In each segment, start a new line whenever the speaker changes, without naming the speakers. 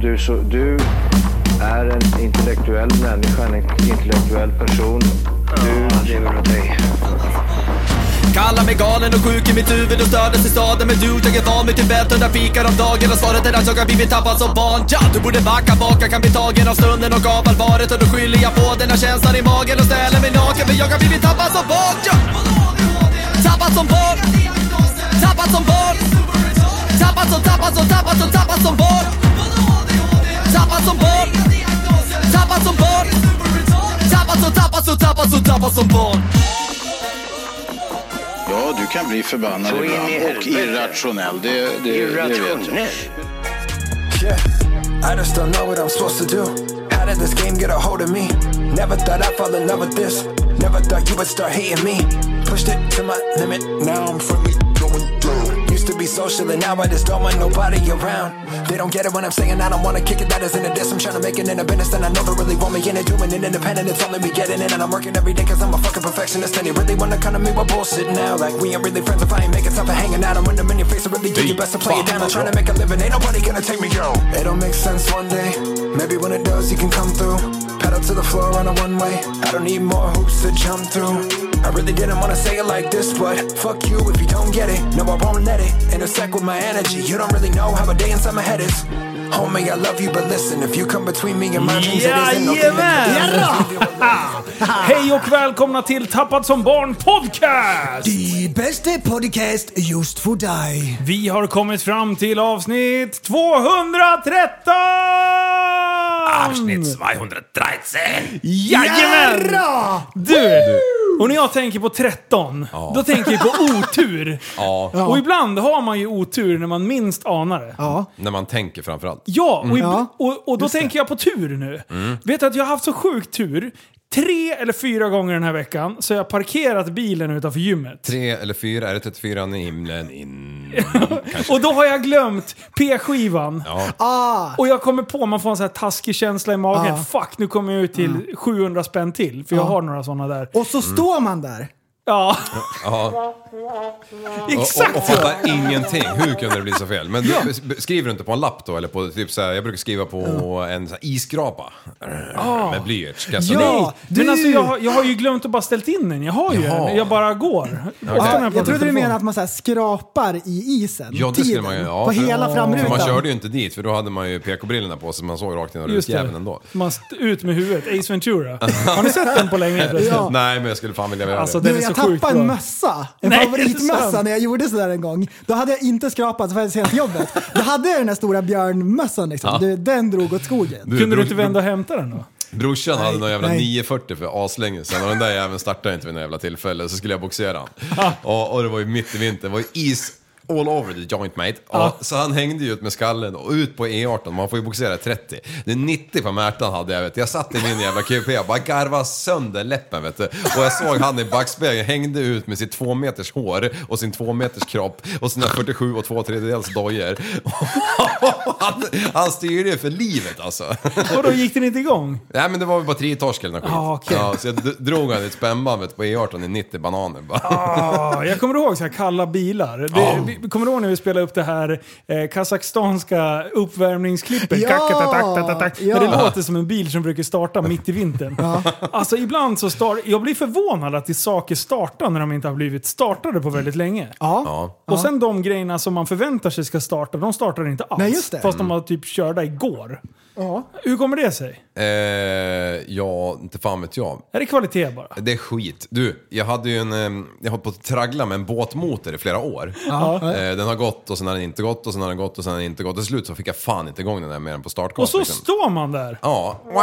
du, så, du är en intellektuell människa, en intellektuell person. Du lever av dig.
Kallar mig galen och sjuk i mitt huvud och stördes i staden Men du, jag är van vid Tibet och där fikar om dagen Och svaret är att jag har blivit tappad som barn ja, Du borde backa bak, jag kan bli tagen av stunden och av allvaret Och då skyller jag på den här känslan i magen och ställer mig naken För jag har blivit tappad som barn ja. Tappad som barn Tappad som barn Tappad som, tappad som, tappad som, tappad som barn Tappad som barn Tappad som barn Tappad som, tappad som, tappad som, tappad som barn
Ja, du kan bli förbannad
Så in i
ibland och
helvete.
irrationell. Det, det, det vet jag.
Irrationell.
Yeah, I just don't know what I'm supposed to do. How did this game get a hold of me? Never thought I'd fall in love with this. Never thought you would start hating me. Pushed it to my limit, now I'm finally going down. Used to be social and now I just don't want nobody around. They don't get it when I'm saying I don't wanna kick it, that isn't a diss. I'm trying to make it in a business and I know they really want me in it. Doing it independent, it's only me getting it. And I'm working every day cause I'm a fucking perfectionist. And they really wanna come to me with bullshit now. Like we ain't really friends if I ain't making time for hanging out. I'm when them in your face, I really do your best to play it down. I'm trying to make a living, ain't nobody gonna take me out. It'll make sense one day, maybe when it does, you can come through. Pedal to the floor on a one way, I don't need more hoops to jump through. I really didn't wanna say it like this, but fuck you if you don't get it. No, I won't let it intersect with my energy. You don't really know how a day inside my head is. Homie, I love you, but listen, if you come between me and my dreams, it isn't no thing that-
Hej och välkomna till Tappad som barn podcast!
Die beste Podcast just för dig.
Vi har kommit fram till avsnitt 213!
Avsnitt
Mm.
213!
Jajamän!
Jarra!
Du! Och när jag tänker på 13, då tänker jag på otur.
Ja,
Och ibland har man ju otur när man minst anar det.
Ja, Mm.
när man tänker framförallt.
Ja, och, ib-
Ja,
och, och då tänker jag på tur nu.
Mm.
Vet du att jag har haft så sjuk tur. Tre eller fyra gånger den här veckan så har jag parkerat bilen utanför gymmet.
Tre eller fyra, är det 34 i himlen in...
Och då har jag glömt P-skivan.
ah,
Och jag kommer på, man får en sån här taskig känsla i magen.
Ja.
Fuck, nu kommer jag ut till 700 spänn till. För jag har några såna där.
och så står man där.
Ja,
Ja.
exakt
Och, och
så!
fattar ingenting. Hur kunde det bli så fel? Men du, b- skriver du inte på en lapp då? Eller på typ så här, jag brukar skriva på en så här isskrapa. Med blyerts. Ska jag så-
Ja,
Nej, men
du-
alltså jag, har- jag har ju glömt att bara ställt in den. Jag har ju
Jaha.
den. Jag bara går. Ofta när
Ja, jag
pratar i
trodde du
telefon.
menade att man så här skrapar i isen.
Ja, det skulle man ju- ja,
på
för-
hela
För
framrutan.
man körde ju inte dit, för då hade man ju PK-brillorna på sig. Man såg rakt in i
Just det.
rutjäveln ändå.
Man st- ut med huvudet. Ace Ventura. Har ni sett den på länge plötsligt?
Ja.
Nej, men jag skulle fan vilja göra
Alltså,
det.
den
Du,
är så
jag
sjukt
tappade en
bra.
mössa. En
Nej, är det
favoritmössa
sant?
när jag gjorde sådär en gång. Då hade jag inte skrapat för jag hade sent till jobbet. Då hade jag den där stora björnmössan liksom. Du, den drog åt skogen.
Du,
Kunde du
bror-
inte vända och hämta den då?
Brorsan hade någon jävla
nej.
940 för aslänge sedan och den där jäveln startade inte vid något jävla tillfälle så skulle jag boxera han. och, och det var ju mitt i vintern, det var ju is all over the joint mate. Och, så han hängde ju ut med skallen och ut på E18, man får ju boxera 30. Det är 90 på Märtan hade jag vet du. Jag satt i min jävla QP och bara garvade sönder läppen vet du. Och jag såg han i backspegeln hängde ut med sitt två meters hår och sin två meters kropp och sina 47 och två tredjedels dojor. han, han styrde ju för livet alltså.
Och då gick den inte igång?
Nej men det var väl bara triotorsk eller nåt skit.
Ah, okej.
ja, så jag d- drog han i ett spännband på E18 i 90 bananer bara.
Ja, jag kommer ihåg så här kalla bilar. Det, vi, vi kommer du ihåg när vi spelade upp det här eh, kazakstanska uppvärmningsklippet?
Ja,
Kakatataktatatatak.
ja.
När det låter som en bil som brukar starta mitt i vintern. Alltså ibland så startar... Jag blir förvånad att det är saker startar när de inte har blivit startade på väldigt länge.
Ja.
Och sen de grejerna som man förväntar sig ska starta, de startar inte alls.
Nej, just det. Mm.
Fast de var typ körda igår. Hur kommer det sig?
Eh, ja, inte fan vet jag.
Är det kvalitet bara?
Det är skit. Du, jag hade ju en... ehm, Jag har på att traggla med en båtmotor i flera år. Eh, den har gått och sen har den inte gått och sen har den gått och sen har den inte gått. Till slut så fick jag fan inte igång den där mer än på startgas.
Och så
liksom.
står man där.
Ja. Wah,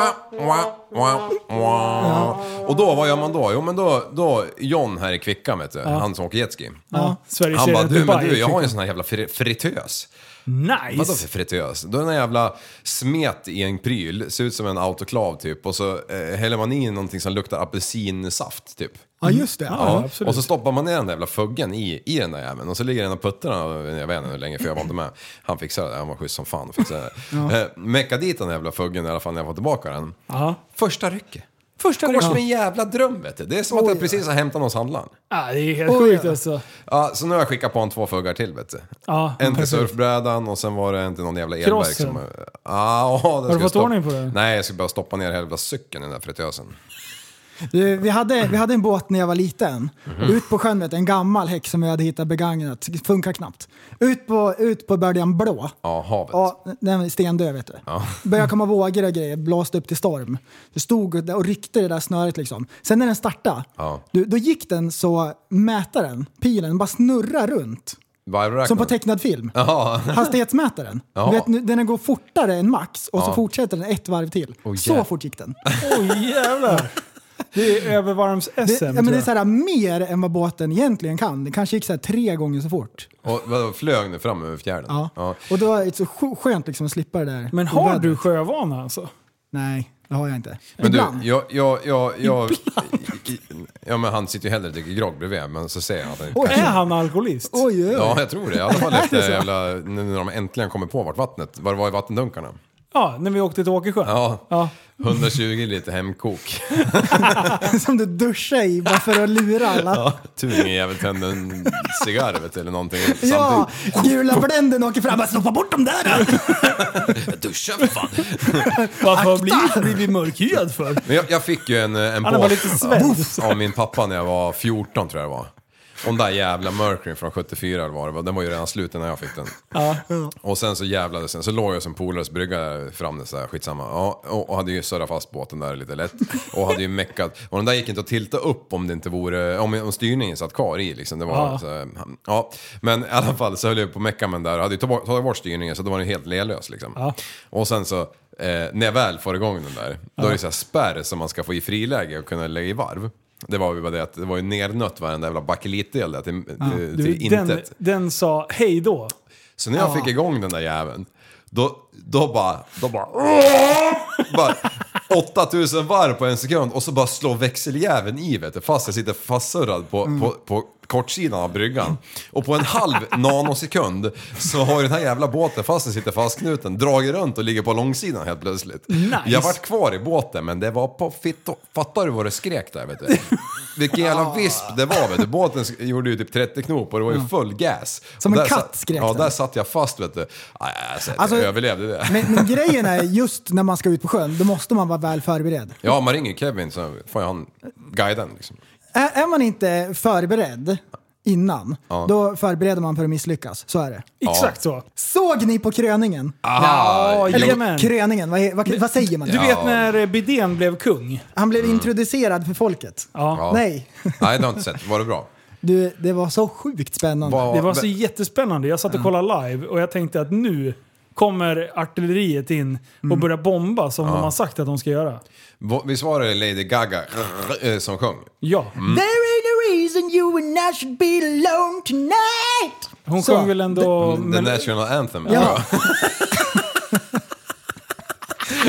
wah, wah, wah. Och då, vad gör man då? Jo men då, då John här i Kvickan vet du, han som åker jetski.
Ja. Sverige
Han
ser
bara,
att
du men
Dubai
du, jag har ju
fick-
en sån här jävla fri- fritös. Vadå för
Nice!
fritös? Då är den här jävla smet i en pryl, ser ut som en autoklav typ och så eh, häller man i någonting som luktar apelsinsaft typ.
Ja, just det.
Ja,
Ja,
absolut.
och så stoppar man ner den där jävla fuggen i, i den där jäveln och så ligger den och puttrarna, och jag vet inte hur länge för jag var inte med. Han fixade det, han var schysst som fan och fixade det. Eh, Mecka dit den där jävla fuggen i alla fall när jag får tillbaka den.
Ja.
Första rycket.
Första
Går som
reaktion.
en jävla dröm vet du. Det är som att jag precis har hämtat någons handlaren.
Ah, det är helt
Oj,
sjukt
ja.
alltså.
Ja, så nu har jag skickat på en två fuggar till vet du.
Ja,
en till
perfekt.
surfbrädan och sen var det en till någon jävla elverk
Crossen.
som... Ah, oh, har
du fått ordning på det?
Nej, jag ska bara stoppa ner hela cykeln i den där fritösen.
Du, vi, hade, vi hade en båt när jag var liten.
Mhm.
Ut på sjön, vet, du, en gammal häck som vi hade hittat begagnat. Funkar knappt. Ut på, ut på början blå.
Ja, havet.
Ja, den var stendöd vet du. Började komma vågor och grejer, blåste upp till storm. Du stod och ryckte det där snöret liksom. Sen när den startade,
Ja.
du, då gick den så mätaren, pilen, bara snurrar runt.
Varvräknaren.
Som på tecknad film.
Ja,
Hastighetsmätaren.
Ja.
Du vet, nu- den går fortare än max och så fortsätter den ett varv till. så
jävlar.
fort gick den.
Oj jävlar. Det är
Det,
övervarms-SM
ja, men det är
tror
så
jag.
här, mer än vad båten egentligen kan. Det kanske gick så här, tre gånger så fort.
och vadå, flög nu fram över fjärden?
Ja.
Ja.
Och då är det så sj- skönt liksom, att slippa det där.
Men har
ovädret.
du sjövana alltså?
Nej, det har jag inte.
Men du,
Ibland.
jag, jag, jag, jag, Ja men han sitter ju hellre och dricker grogg bredvid men så säger han att han inte
Är han alkoholist?
Oj, oj, oj.
Ja, jag tror det. I alla fall efter jävla, nu när de äntligen kommer på vart vattnet, var det var i vattendunkarna.
Ja, när vi åkte till Åkersjön.
Ja,
Ja.
120 liter hemkok.
Som du duschar i bara för att lura alla. Ja,
Turingen jävel tände en cigarr vet du, eller någonting samtidigt.
gula bländen åker fram. Bara stoppa bort dem där!
Duscha för fan!
Varför har Bli blivit mörkhyad för?
Men jag, jag fick ju en, eh, en
Han var lite svensk.
av min pappa när jag var 14 tror jag det var. Och den där jävla Mercury från 74 eller vad det var, den var ju redan slut när jag fick den. Och sen så jävlades den, så låg jag som polares brygga fram den så här, skitsamma. Ja, och, och hade ju surrat fast båten där lite lätt. Och hade ju meckat. Och den där gick inte att tilta upp om det inte vore, om, om styrningen satt kvar i liksom. Det var
Ja.
så här, ja. Men i alla fall så höll jag på att mecka med den där och hade ju tagit bort- tagit bort styrningen så då var den helt lelös liksom. Och sen så, eh, när jag väl får igång den där, då är det så här spärr som man ska få i friläge och kunna lägga i varv. Det var ju bara det att det var ju nernött varenda jävla bakelitdel där till, till,
Du,
till
den,
intet.
den sa hej då.
Så när jag fick igång den där jäveln, då, då bara... Då bara, bara 8000 varv på en sekund och så bara slår växeljäveln i vet du, fast jag sitter fastsurrad på,
Mm.
på, på kortsidan av bryggan. Och på en halv nanosekund så har ju den här jävla båten, fast den sitter fastknuten, dragit runt och ligger på långsidan helt plötsligt. Jag vart kvar i båten men det var på fitto... Fattar du vad det skrek där vet du? Vilken jävla visp det var vet du. Båten sk- gjorde ju typ 30 knop och det var ju full gas.
Som
Och
en
där
katt
satt-
skrek
Ja,
den.
där satt jag fast vet du. Nej, Alltså,
Alltså-
jag överlevde det.
Men, men grejen är just när man ska ut på sjön, då måste man vara väl förberedd.
Ja, man ringer Kevin så får jag han guiden liksom.
Är, är man inte förberedd innan,
Ja.
då förbereder man för att misslyckas. Så är det.
Exakt så.
Såg ni på kröningen?
Ah,
ja,
jo.
eller- Jajamän.
Kröningen, vad, är- vad, vad säger man?
Du vet när eh, Bidén blev kung?
Han blev introducerad för folket.
Ja.
Ja.
Nej,
Nej, det har jag inte sett. Var det bra?
du, det var så sjukt spännande.
Vad-
Det var så
men- Mm.
jättespännande. Jag satt och kollade live och jag tänkte att nu kommer artilleriet in
Mm.
och börjar bomba som de har sagt att de ska göra.
vad- Visst var det Lady Gaga eh, som sjöng?
Ja.
Mm.
There ain't a reason you and I should be alone tonight.
Hon
Så.
sjöng väl ändå...
The
men-
National Anthem. tror
Ja.
jag.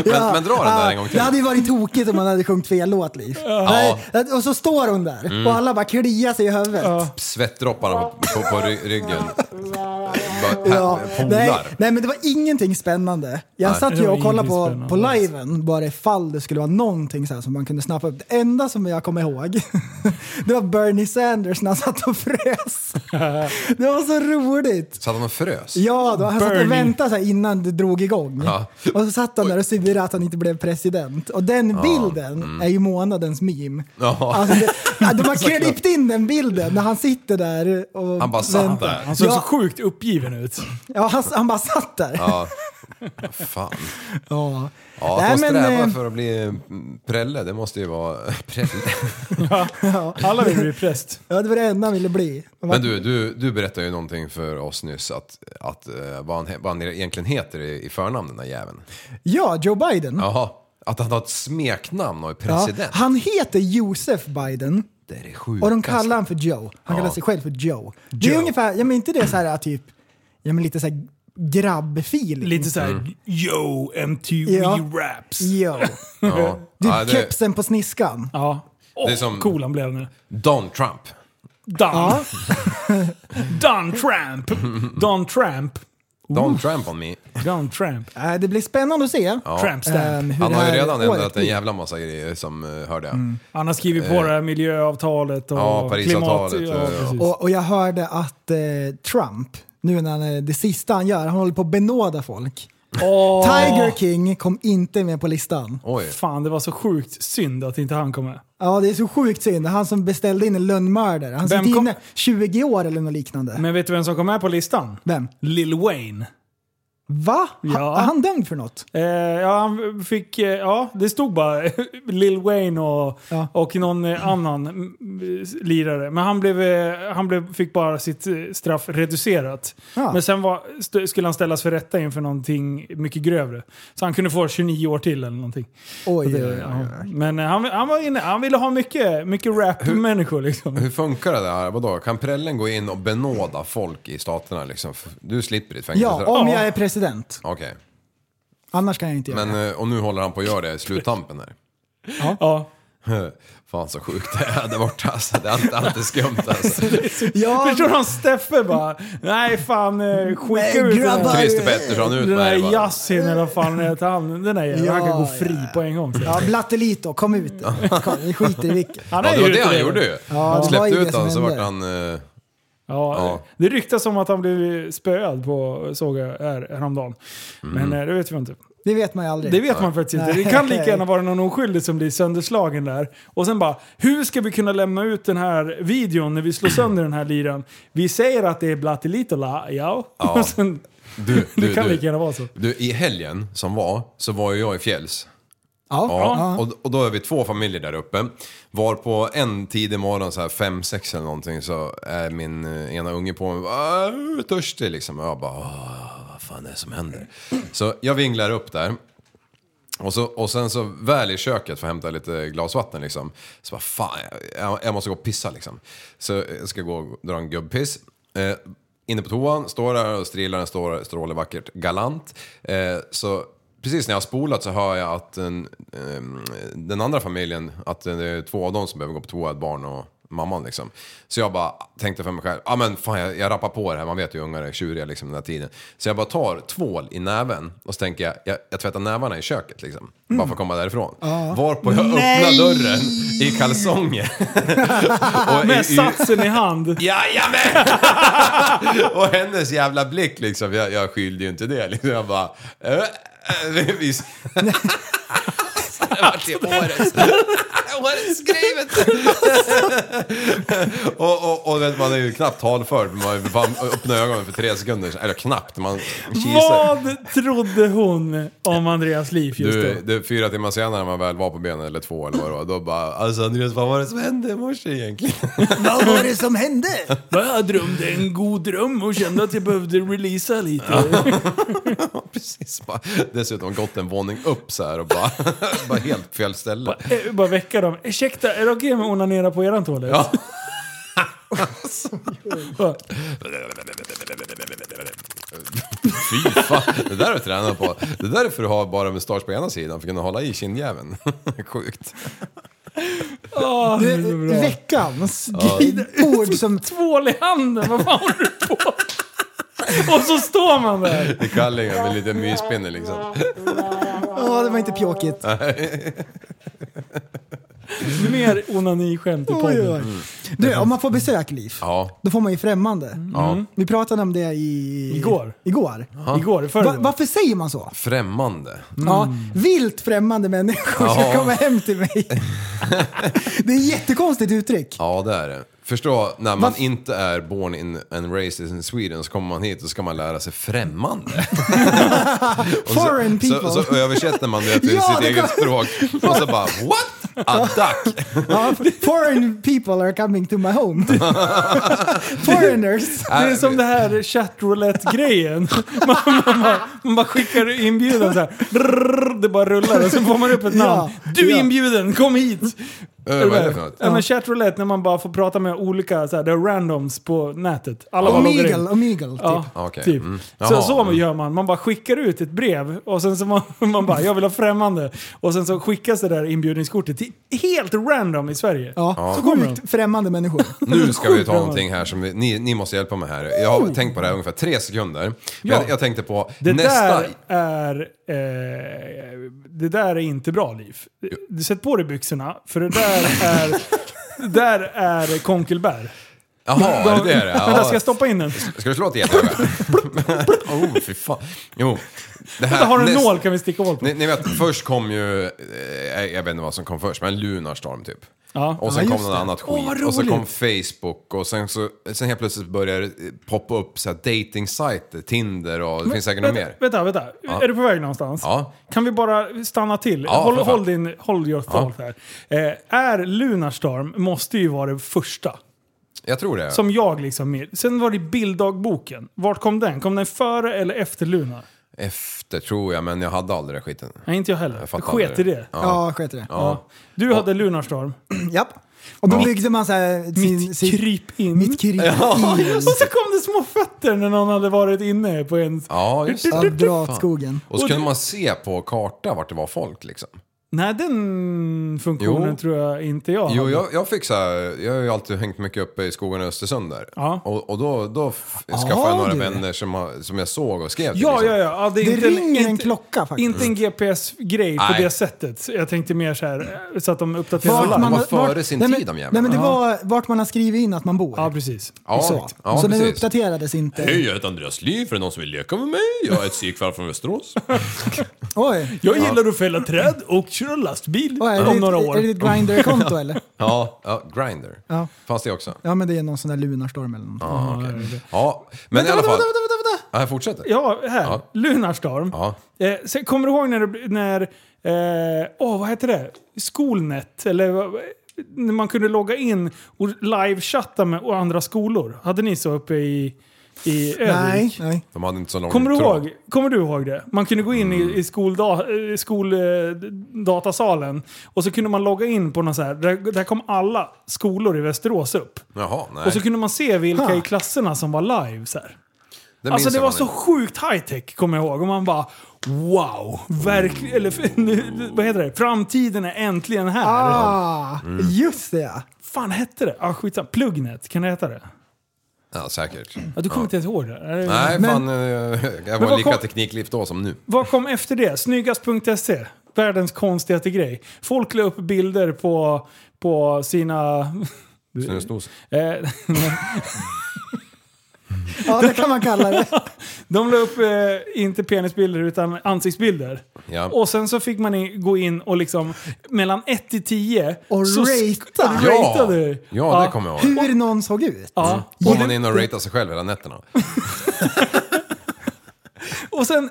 men, men dra den där en gång till.
Det hade ju varit tokigt om man hade sjungit fel låt, Liv. Nej, Och så står hon där
Mm.
och alla bara kliar sig i huvudet.
Svettdroppar på, på, på ry- ryggen. Bara,
Ja,
Eh,
nej,
Polar.
nej, men det var ingenting spännande. Jag
Nej.
satt
Det
ju
var
och kollade
ingenting
på,
spännande
på
alls.
liven bara ifall det skulle vara någonting så här som man kunde snappa upp. Det enda som jag kommer ihåg, det var Bernie Sanders när han satt och frös. Det var så roligt.
Satt han och frös?
Ja, då, han satt
Bernie.
och väntade så här innan det drog igång.
Ja.
Och så satt han där och syrade att han inte blev president. Och den bilden är ju månadens meme.
mm. Ja.
Alltså det, ja, de har klippt in den bilden när han sitter där och
Han bara satt
väntar.
där.
Han såg
Ja.
så sjukt uppgiven ut.
Ja, han, han bara satt där.
Ja. Fan.
Ja.
Ja,
Nej,
att man
men,
strävar
eh,
för att bli mm, prälle, det måste ju vara... Prälle.
Alla vill bli präst.
Ja, det var det enda han ville bli. Han
Men du, du, du berättade ju någonting för oss nyss att, att eh, vad, han, he- vad han egentligen heter i, i förnamn den där jäveln.
Ja, Joe Biden.
Jaha, att han har ett smeknamn och är
Ja,
president.
han heter Josef Biden
Det är det sjukaste.
och de kallar honom för Joe. Han kallar sig själv för Joe. Det är
Joe.
ungefär, ja men inte det så här typ, ja men lite så här grabbfeeling.
Lite såhär
Mm.
Yo MTV
Ja.
Raps.
Yo.
ja.
Du,
ja, det,
kepsen på sniskan.
Ja. Åh,
Det är som-
cool han blev nu.
Don Trump.
Don. Don Tramp. Don Tramp.
Don't tramp on me.
Ground Tramp.
Äh, det blir spännande att se.
Ja.
Tramp
ehm,
stamp.
hur
Han
det
har ju
här
redan
året Mm.
ändrat en
blir.
jävla massa grejer som eh, hörde jag.
Han har skrivit på det här miljöavtalet och
Eh. Ja,
klimat.
Parisavtalet, eh,
Ja,
ja.
precis.
Och, och jag hörde att eh, Trump, nu när han, är- det sista han gör, han håller på att benåda folk.
Åh,
Tiger King kom inte med på listan.
Oj.
Fan, det var så sjukt synd att inte han kom med.
Ja, det är så sjukt synd. Han som beställde in en lönnmördare. Han
Vem
sitter
kom-
inne 20 år eller något liknande.
Men vet du vem som kom med på listan?
Vem?
Lil Wayne.
Va?
Ja.
Ha, är han dömd för något?
Eh, ja, han fick, eh, ja, det stod bara Lil Wayne och,
Ja.
och någon eh, annan mm, lirare. Men han, blev, eh, han blev, fick bara sitt eh, straff reducerat.
Ja.
Men sen var, st- skulle han ställas för rätta inför någonting mycket grövre. Så han kunde få 29 år till eller någonting.
Oj,
Det,
oj, oj,
ja.
oj.
Men eh, han, han, var inne, han ville ha mycket, mycket rap-människor liksom.
Hur funkar det där? Vadå? Kan prällen gå in och benåda folk i staterna liksom? F- Du slipper ditt fängelse.
Ja, om jag är president.
Okej.
Annars kan jag inte göra det.
Men, eh, och nu håller han på att göra det i sluttampen här.
Ja.
Fan så sjukt det är där borta alltså. Det är alltid, alltid skumt alltså.
Ja,
Förstår du om Steffe bara, nej fan eh, skicka
Men
ut den
grabbar,
här-
Christer Pettersson ut
den
med det
där
bara.
Yasin eller vad fan heter han? Den där jäveln,
Ja,
han kan gå
ja,
fri på en gång. typ.
ja Blattelito, kom ut. Kom, Vi skiter i vilket.
Han
Ja, det var det
ute
han
redan.
gjorde ju.
Ja, det var ju
Släppte
det
ut
som
honom så
hände.
vart han... eh,
Ja,
Ja.
Det ryktas om att han blev spöad på, såg jag här, häromdagen.
Mm.
Men eh, det vet vi inte.
Det vet man ju aldrig.
Det vet man faktiskt inte. Det kan lika gärna vara någon oskyldig som blir sönderslagen där. Och sen bara, hur ska vi kunna lämna ut den här videon när vi slår sönder den här liran? Vi säger att det är Blattelitola, ja.
Ja.
Och sen,
Du,
det
du,
kan
du.
lika gärna vara så.
Du, i helgen som var så var ju jag i fjälls.
Ja.
Ja, och, och då är vi två familjer där uppe. Var på en tidig morgon, så här fem, sex eller någonting, så är min eh, ena unge på mig. "Ah, jag är Törstig liksom. Och jag bara, "Åh, vad fan är det som händer? Så jag vinglar upp där. Och, så, och sen så väl i köket för att hämta lite glasvatten liksom. Så bara fan, jag, jag måste gå och pissa liksom. Så jag ska gå och dra en gubbpiss. Eh, inne på toan, står där och strilar en stråle, stråle vackert galant. Eh, så precis när jag har spolat så hör jag att en, ehm, den andra familjen, att det är två av dem som behöver gå på toa, ett barn och mamman liksom. Så jag bara tänkte för mig själv, ja ah, men fan jag, jag rappar på det här, man vet ju hur ungar är tjuriga liksom den här tiden. Så jag bara tar tvål i näven och så tänker jag, jag, jag tvättar nävarna i köket liksom. Bara för att komma därifrån. Varpå jag öppnar dörren i kalsonger. och
Med
i- i-
satsen i hand.
Jajamän! och hennes jävla blick liksom, jag, jag skyllde ju inte det. Liksom. Jag bara... Äh, äh, vi- det vart ju årets... årets grej vet du. och, och, och vet, man är ju knappt talförd, man har ju fan öppnat ögonen för tre sekunder sedan. Eller knappt, man kisar.
Vad trodde hon om Andreas liv just
Du,
då?
det är fyra timmar senare när man väl var på benen, eller två eller vad det var, då bara alltså Andreas vad var det som hände i morse egentligen?
Vad var det som hände?
Jag drömde en god dröm och kände att jag behövde releasa lite.
Precis, bara, dessutom gått en våning upp så här och bara, bara helt fel ställe.
Eh, Bara väcka dem. Ursäkta, är det okej om jag onanerar på eran toalett?
Ja.
Bara,
Fy fan, det där har du tränat på. Det där är för att ha bara mustasch på ena sidan för att kunna hålla i kindjäveln. Sjukt.
"Åh, det är
Du,
bra."
veckans ord som...
Tvål i handen, vad fan håller du på Och så står man där.
I kallingen med lite myspinne liksom.
Ja, det var inte pjåkigt.
Mer onaniskämt i
Oj, oj,
podden.
oj. Du, om man får besök, Liv,
Ja.
då får man ju främmande.
ja.
Vi pratade om det i...
Mm. Igår.
Igår.
Igår, i
Va,
förrgår.
varför säger man
Mm.
så?
Främmande.
Ja, vilt främmande människor ska
Ja.
komma hem till mig. det är ett jättekonstigt uttryck.
Ja, det är det. Förstå, när man
Varf-
inte är born in and raised in Sweden så kommer man hit och ska man lära sig främmande. Och så-
Foreign people.
Så, så översätter man det till
Ja,
sitt
det
eget
kom-
språk och så bara what? Adak!
Ja, foreign people are coming to my home. Foreigners.
Det är som det här chatroulette-grejen. Man, man, bara- man bara skickar inbjudan så här. Drrrr, Det bara rullar och så får man upp ett namn.
Ja,
Du är
ja.
inbjuden, kom hit!
Eh, vad är det för något?
Ja, men chatroulette när man bara får prata med olika så här, det är randoms på nätet. Alla bara loggar in.
Omegle, omegle typ.
Ja,
Okej,
typ.
mm.
Så,
Jaha,
så
mm.
gör man. Man bara skickar ut ett brev och sen så man, man bara, jag vill ha främmande. Och sen så skickas det där inbjudningskortet till helt random i Sverige.
Ja,
Så kommer de.
Sjukt främmande människor.
Nu ska vi ta
Sjukt Oh.
någonting här som vi, ni, ni måste hjälpa mig här. Jag har tänkt på det här ungefär tre sekunder. Men
Ja.
jag, jag tänkte på
Det
nästa...
där är... Eh, det där är inte bra, Liv. Du sätt på dig byxorna, för det där är... det där är konkelbär.
Jaha, är det det det är?
Vänta, ska
Ja.
jag stoppa in den?
Ska du slå ett getöga? oh, fy fan. Jo. Det här,
Vänta, har du en
näst-
nål kan vi sticka hål på.
Ni, ni vet, först kom ju, eh, jag vet inte vad som kom först, men Lunarstorm typ.
Ja.
Och sen
Ja,
kom
just
något
det.
annat
Åh,
skit.
vad
och så kom
roligt.
Facebook och sen, så, sen helt plötsligt började det eh, poppa upp så här dating-sajter, Tinder och det finns säkert något
Vänta,
mer.
vänta, vänta. Är du på väg någonstans?
Ja.
Kan vi bara stanna till?
Ja,
håll,
för fan.
håll, din, håll your thought här. Eh, är Lunarstorm måste ju vara det första.
Jag tror det.
Som jag liksom... mer- Sen var det bilddagboken. Vart kom den? Kom den före eller efter Lunar?
Efter tror jag, men jag hade aldrig den skiten.
Nej, inte jag heller. Jag
fattar
sket i
aldrig.
det.
Ja, sket i det.
Ja. Du hade Lunarstorm.
Japp. Och då byggde man så här sin...
Mitt
sin,
kryp in.
Mitt kryp in.
Och så kom det små fötter när någon hade varit inne på en...
Ja, just
Ja,
det.
dra åt skogen.
Och så kunde man se på karta vart det var folk liksom.
Nej, den funktionen
Jo.
tror jag inte jag
Jo,
hade.
jag, jag fick så här, jag har ju alltid hängt mycket uppe i skogen i Östersund där.
Ja.
Och, och då, då f- skaffade jag några
du.
vänner som, har- som jag såg och skrev till,
Ja,
liksom.
ja, ja. ja det är
Det
inte
ringer en
inte-
klocka faktiskt.
Inte en GPS-grej på
Nej.
det sättet. Så Jag tänkte mer så här, eh, så att de uppdaterar
Vart
alla.
man-
Man...
var före
vart-
sin
nej, men-
tid, de jävlarna.
Nej men det var vart man har skrivit in att man bor.
Ja, precis.
Ja,
Exakt.
ja,
så den
precis.
uppdaterades inte.
Hej, jag heter Andreas Liv. Är det någon som vill leka med mig? Jag är ett psykfall från Västerås.
Oj.
Jag gillar att fälla träd och köra lastbil
Oj, är, det
om
ditt,
några år.
är det ditt Grindr-konto eller?
ja, ja Grindr.
Ja.
Fanns det också?
Ja men det är någon sån där lunarstorm eller något.
Ja, okej. ja men i alla fall. Ja, jag fortsätter.
Ja, här.
Ja.
Lunarstorm.
Ja.
Eh, sen, kommer du ihåg när... det- när eh, åh, vad heter det? Skolnet? Eller vad- när man kunde logga in och livechatta med och andra skolor. Hade ni så uppe i, i
Nej,
Örnsköldsvik?
nej.
De hade inte så lång
Kommer du,
tråd.
ihåg, kommer du ihåg det? Man kunde gå in
Mm.
i, i skoldatasalen skol, eh, d- datasalen och så kunde man logga in på någon så här. Där, där kom alla skolor i Västerås upp.
Jaha, nej.
Och så kunde man se vilka
Ha.
i klasserna som var live. Så här.
det
Alltså
minns
det
jag
var
fan
så
inte.
sjukt high-tech kommer jag ihåg. Och man bara wow, verkligen. Eller nu- vad heter det? Framtiden är äntligen här.
Ah, just det ja.
fan hette det? Ah, skitsamma. Plugnet, kan det heta det?
Ja, säkert.
Ja, du kommer inte ens ihåg det? Är det-
Nej,
Men-
fan. eh, Jag
vad
var lika
kom-
teknikliv då som nu.
Vad kom efter det? Snyggast.se. Världens konstigaste grej. Folk la upp bilder på, på sina...
Snusdos.
Eh,
Ja det kan man kalla det.
de la upp, eh, inte penisbilder, utan ansiktsbilder.
Ja.
Och sen så fick man i- gå in och liksom mellan 1 till 10...
Och
så sk-
ratea.
Ja, ratade du?
Ja, det kommer jag ihåg.
Hur någon såg ut.
Ja. Mm.
Går man in och ratear sig själv hela nätterna?
Och sen,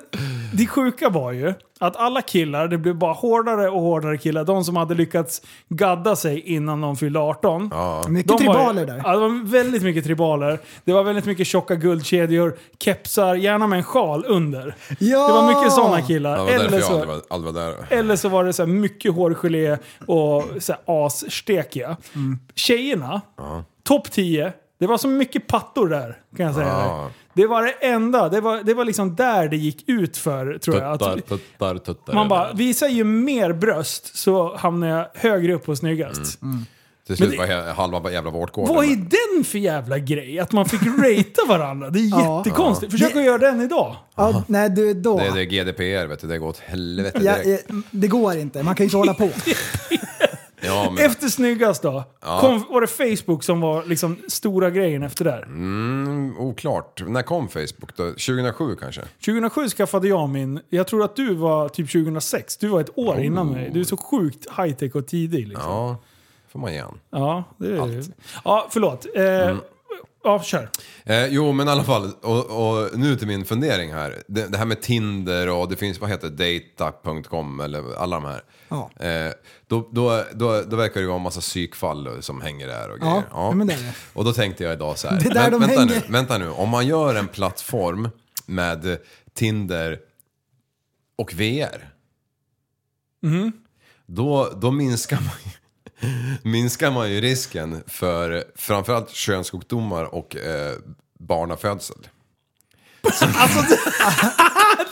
det sjuka var ju att alla killar, det blev bara hårdare och hårdare killar. De som hade lyckats gadda sig innan de fyllde 18.
Mycket
De var ju-
tribaler där.
Ja, det var väldigt mycket tribaler. Det var väldigt mycket tjocka guldkedjor, kepsar, gärna med en sjal under.
Ja!
Det var mycket sådana
Det
killar.
var därför
Eller
jag aldrig
så,
var, aldrig var där.
eller så var det så här mycket hårgelé och så här asstekiga.
Mm.
Tjejerna, topp 10. Det var så mycket pattor där, kan jag säga.
Ja.
Det var det enda. Det var, det var liksom där det gick ut för, tror jag. Att,
tuttar, tuttar.
alltså, man bara, visar ju mer bröst så hamnar jag högre upp och snyggast.
Mm.
det-
Till slut var he- halva jävla vårtgården.
Vad är den för jävla grej? Att man fick ratea varandra? Det är
Ja.
jättekonstigt. Försök att göra den idag.
Ja, nej du då.
Det är det GDPR, vet du. Det går åt helvete
Ja,
direkt.
ja, det går inte, man kan ju inte hålla på.
Ja, men,
Efter snyggast då? Kom, var det Facebook som var liksom stora grejen efter där?
mm, oklart. När kom Facebook då? 2007 kanske?
2007 skaffade jag min. Jag tror att du var typ 2006. Du var ett år innan mig. Du är så sjukt high-tech och tidig liksom. Ja,
Oh. Ja, får man igen.
det är Ja, förlåt. Eh,
Mm.
Ja, kör.
Eh, jo, men i alla fall. Och, och nu till min fundering här. Det, det här med Tinder och det finns, vad heter det, data.com eller alla de här.
Ja.
Eh, då, då, då, då verkar det ju vara en massa psykfall som hänger där och grejer.
ja, men det är det.
Och då tänkte jag idag så här.
Det är där
vänt-
de
vänta,
hänger.
Nu, vänta nu, om man gör en plattform med Tinder
Mm-hmm.
och VR. Då, då minskar man ju- minskar man ju risken för framförallt könssjukdomar och eh, barnafödsel.
Det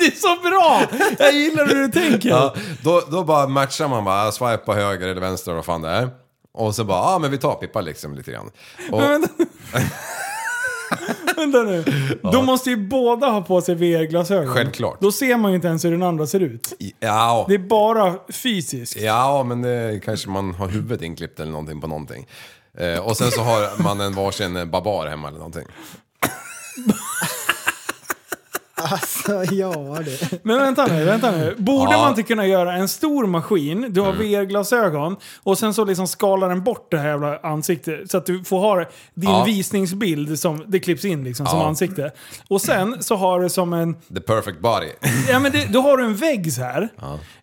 är så bra! Jag gillar hur du tänker.
Ja, då, då bara matchar man bara, "Ah, swipa höger eller vänster eller vad fan det är. Och så bara, ja ah, men vi tar Pippa liksom lite grann. Och,
Men vänta. Vänta nu. Då måste ju båda ha på sig VR-glasögon.
Självklart.
Då ser man ju inte ens hur den andra ser ut.
ja,
Det är bara fysiskt.
ja, men det kanske man har huvudet inklippt eller någonting på någonting. Eh, och sen så har man en varsin eh, babar hemma eller någonting.
Alltså, ja du.
Men vänta nu, vänta nu. Borde
Ja. Mm.
man inte kunna göra en stor maskin, du har VR-glasögon, och sen så liksom skalar den bort det här jävla ansiktet så att du får ha din
Ja.
visningsbild, som, det klipps in liksom som
Ja.
ansikte. Och sen så har du som en...
The perfect body.
Ja, men det, då har du en vägg så här.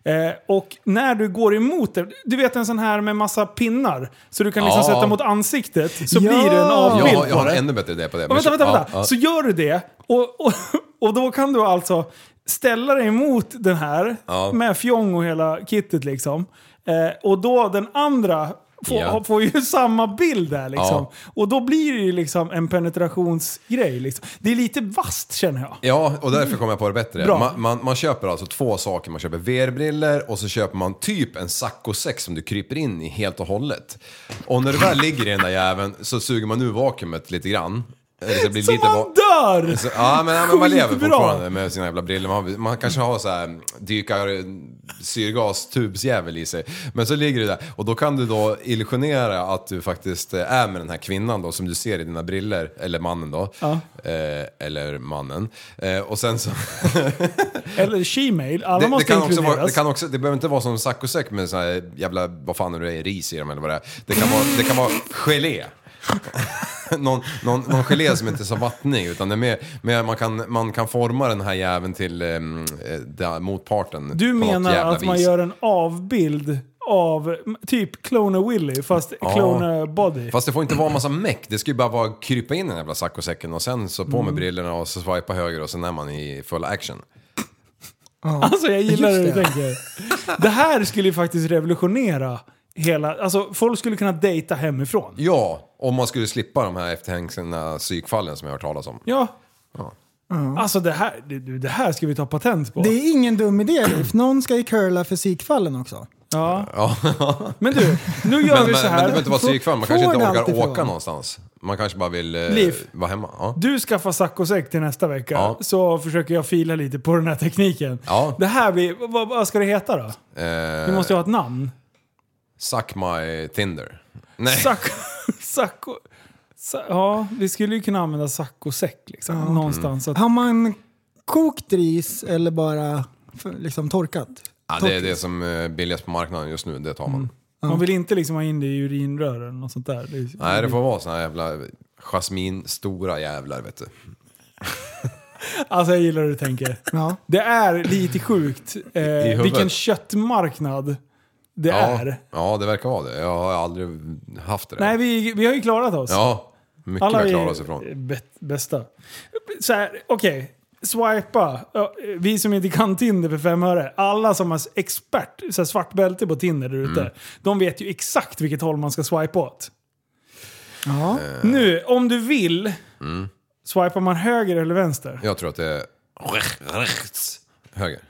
Eh, och när du går emot det, du vet en sån här med massa pinnar. Så du kan liksom
Ja.
sätta mot ansiktet, så
Ja.
blir det en
Jag,
avbild
har- jag
på
har
det.
en ännu bättre idé på det.
Och
men-
vänta, vänta,
ja,
vänta.
ja.
Så gör du det och, och, och då kan du alltså ställa dig emot den här
Ja.
med fjong och hela kittet liksom. Eh, och då den andra får,
Ja.
har- får ju samma bild där liksom.
Ja.
Och då blir det ju liksom en penetrationsgrej. Liksom. Det är lite vasst känner jag.
Ja, och därför kom jag på det bättre.
Bra.
Man, man, man köper alltså två saker. Man köper VR-briller och så köper man typ en saccosäck som du kryper in i helt och hållet. Och när du väl ligger i den där jäveln så suger man ur vakuumet lite grann. Eller så blir det
Så
lite va-
man dör!
så, ja, men, ja, men man lever
Skitbra.
fortfarande med sina jävla briller. Man, man kanske har så här dykar syrgastubsjävel i sig. Men så ligger du där och då kan du då illusionera att du faktiskt eh, är med den här kvinnan då som du ser i dina briller eller mannen då. Eh, eller mannen. Eh, och sen så...
Eller shemale, alla
Det, det,
måste
kan också
inkluderas.
vara, det, kan också, det behöver inte vara som saccosäck med så här jävla, vad fan är det, är, ris i dem eller vad det är. Det kan vara, det kan vara gelé. någon, någon, någon gelé som inte är så vattnig utan det är mer, mer man, kan, man kan forma den här jäveln till um, motparten.
Du
på något
menar
jävla
att man
vis.
gör en avbild av m, typ Clone Willy fast Clone Body?
Fast det får inte vara massa meck, det ska ju bara vara krypa in i den jävla saccosäcken och sen så på
Mm.
med brillorna och så swipa höger och sen är man i full action.
Alltså jag gillar hur
Just
du
det.
tänker. Det här skulle ju faktiskt revolutionera hela... Alltså folk skulle kunna dejta hemifrån.
Ja, om man skulle slippa de här efterhängsna psykfallen som jag har hört talas om.
Ja. Alltså det här, det, det här ska vi ta patent på.
Det är ingen dum idé Leif. Någon ska ju curla fysikfallen också.
Ja.
Ja.
Men du, nu gör vi så
Men, men, men det behöver
här.
inte vara psykfall, man
Får
kanske
det
inte orkar
alltid
åka
ifrån?
någonstans. Man kanske bara vill eh,
Liv.
vara hemma. Ja.
Du skaffar saccosäck till nästa vecka
Ja.
så försöker jag fila lite på den här tekniken.
Ja.
Det här blir, vad, vad ska det heta då? Vi
Eh,
måste ju ha ett namn.
Suck my Tinder. Nej,
Sack, sacco, sa, ja, vi skulle ju kunna använda saccosäck liksom. Någonstans. Så att,
Har man kokt ris eller bara för, liksom torkat?
ja, det är det som är billigast på marknaden just nu, det tar
Mm.
man.
Man vill inte liksom ha in det i urinrör eller något sånt där. Det är-
Nej, det får vara såna här jävla jasmin-stora jävlar vet du.
Alltså jag gillar hur du tänker.
Ja.
Det är lite sjukt eh,
huvudet.
vilken köttmarknad det
Ja,
är.
ja, det verkar vara det. Jag har aldrig haft det. där.
Nej, vi, vi har ju klarat oss.
Ja, mycket vi har klarat oss ifrån.
bä- bästa. Så här, okej. Swipa. Ja, Vi som inte kan Tinder för fem öre. Alla som är expert, så här svart bälte på Tinder där ute.
Mm.
De vet ju exakt vilket håll man ska swipa åt.
Ja.
Eh.
Nu, om du vill.
Mm.
Swipar man höger eller vänster?
Jag tror att det är rechts, höger.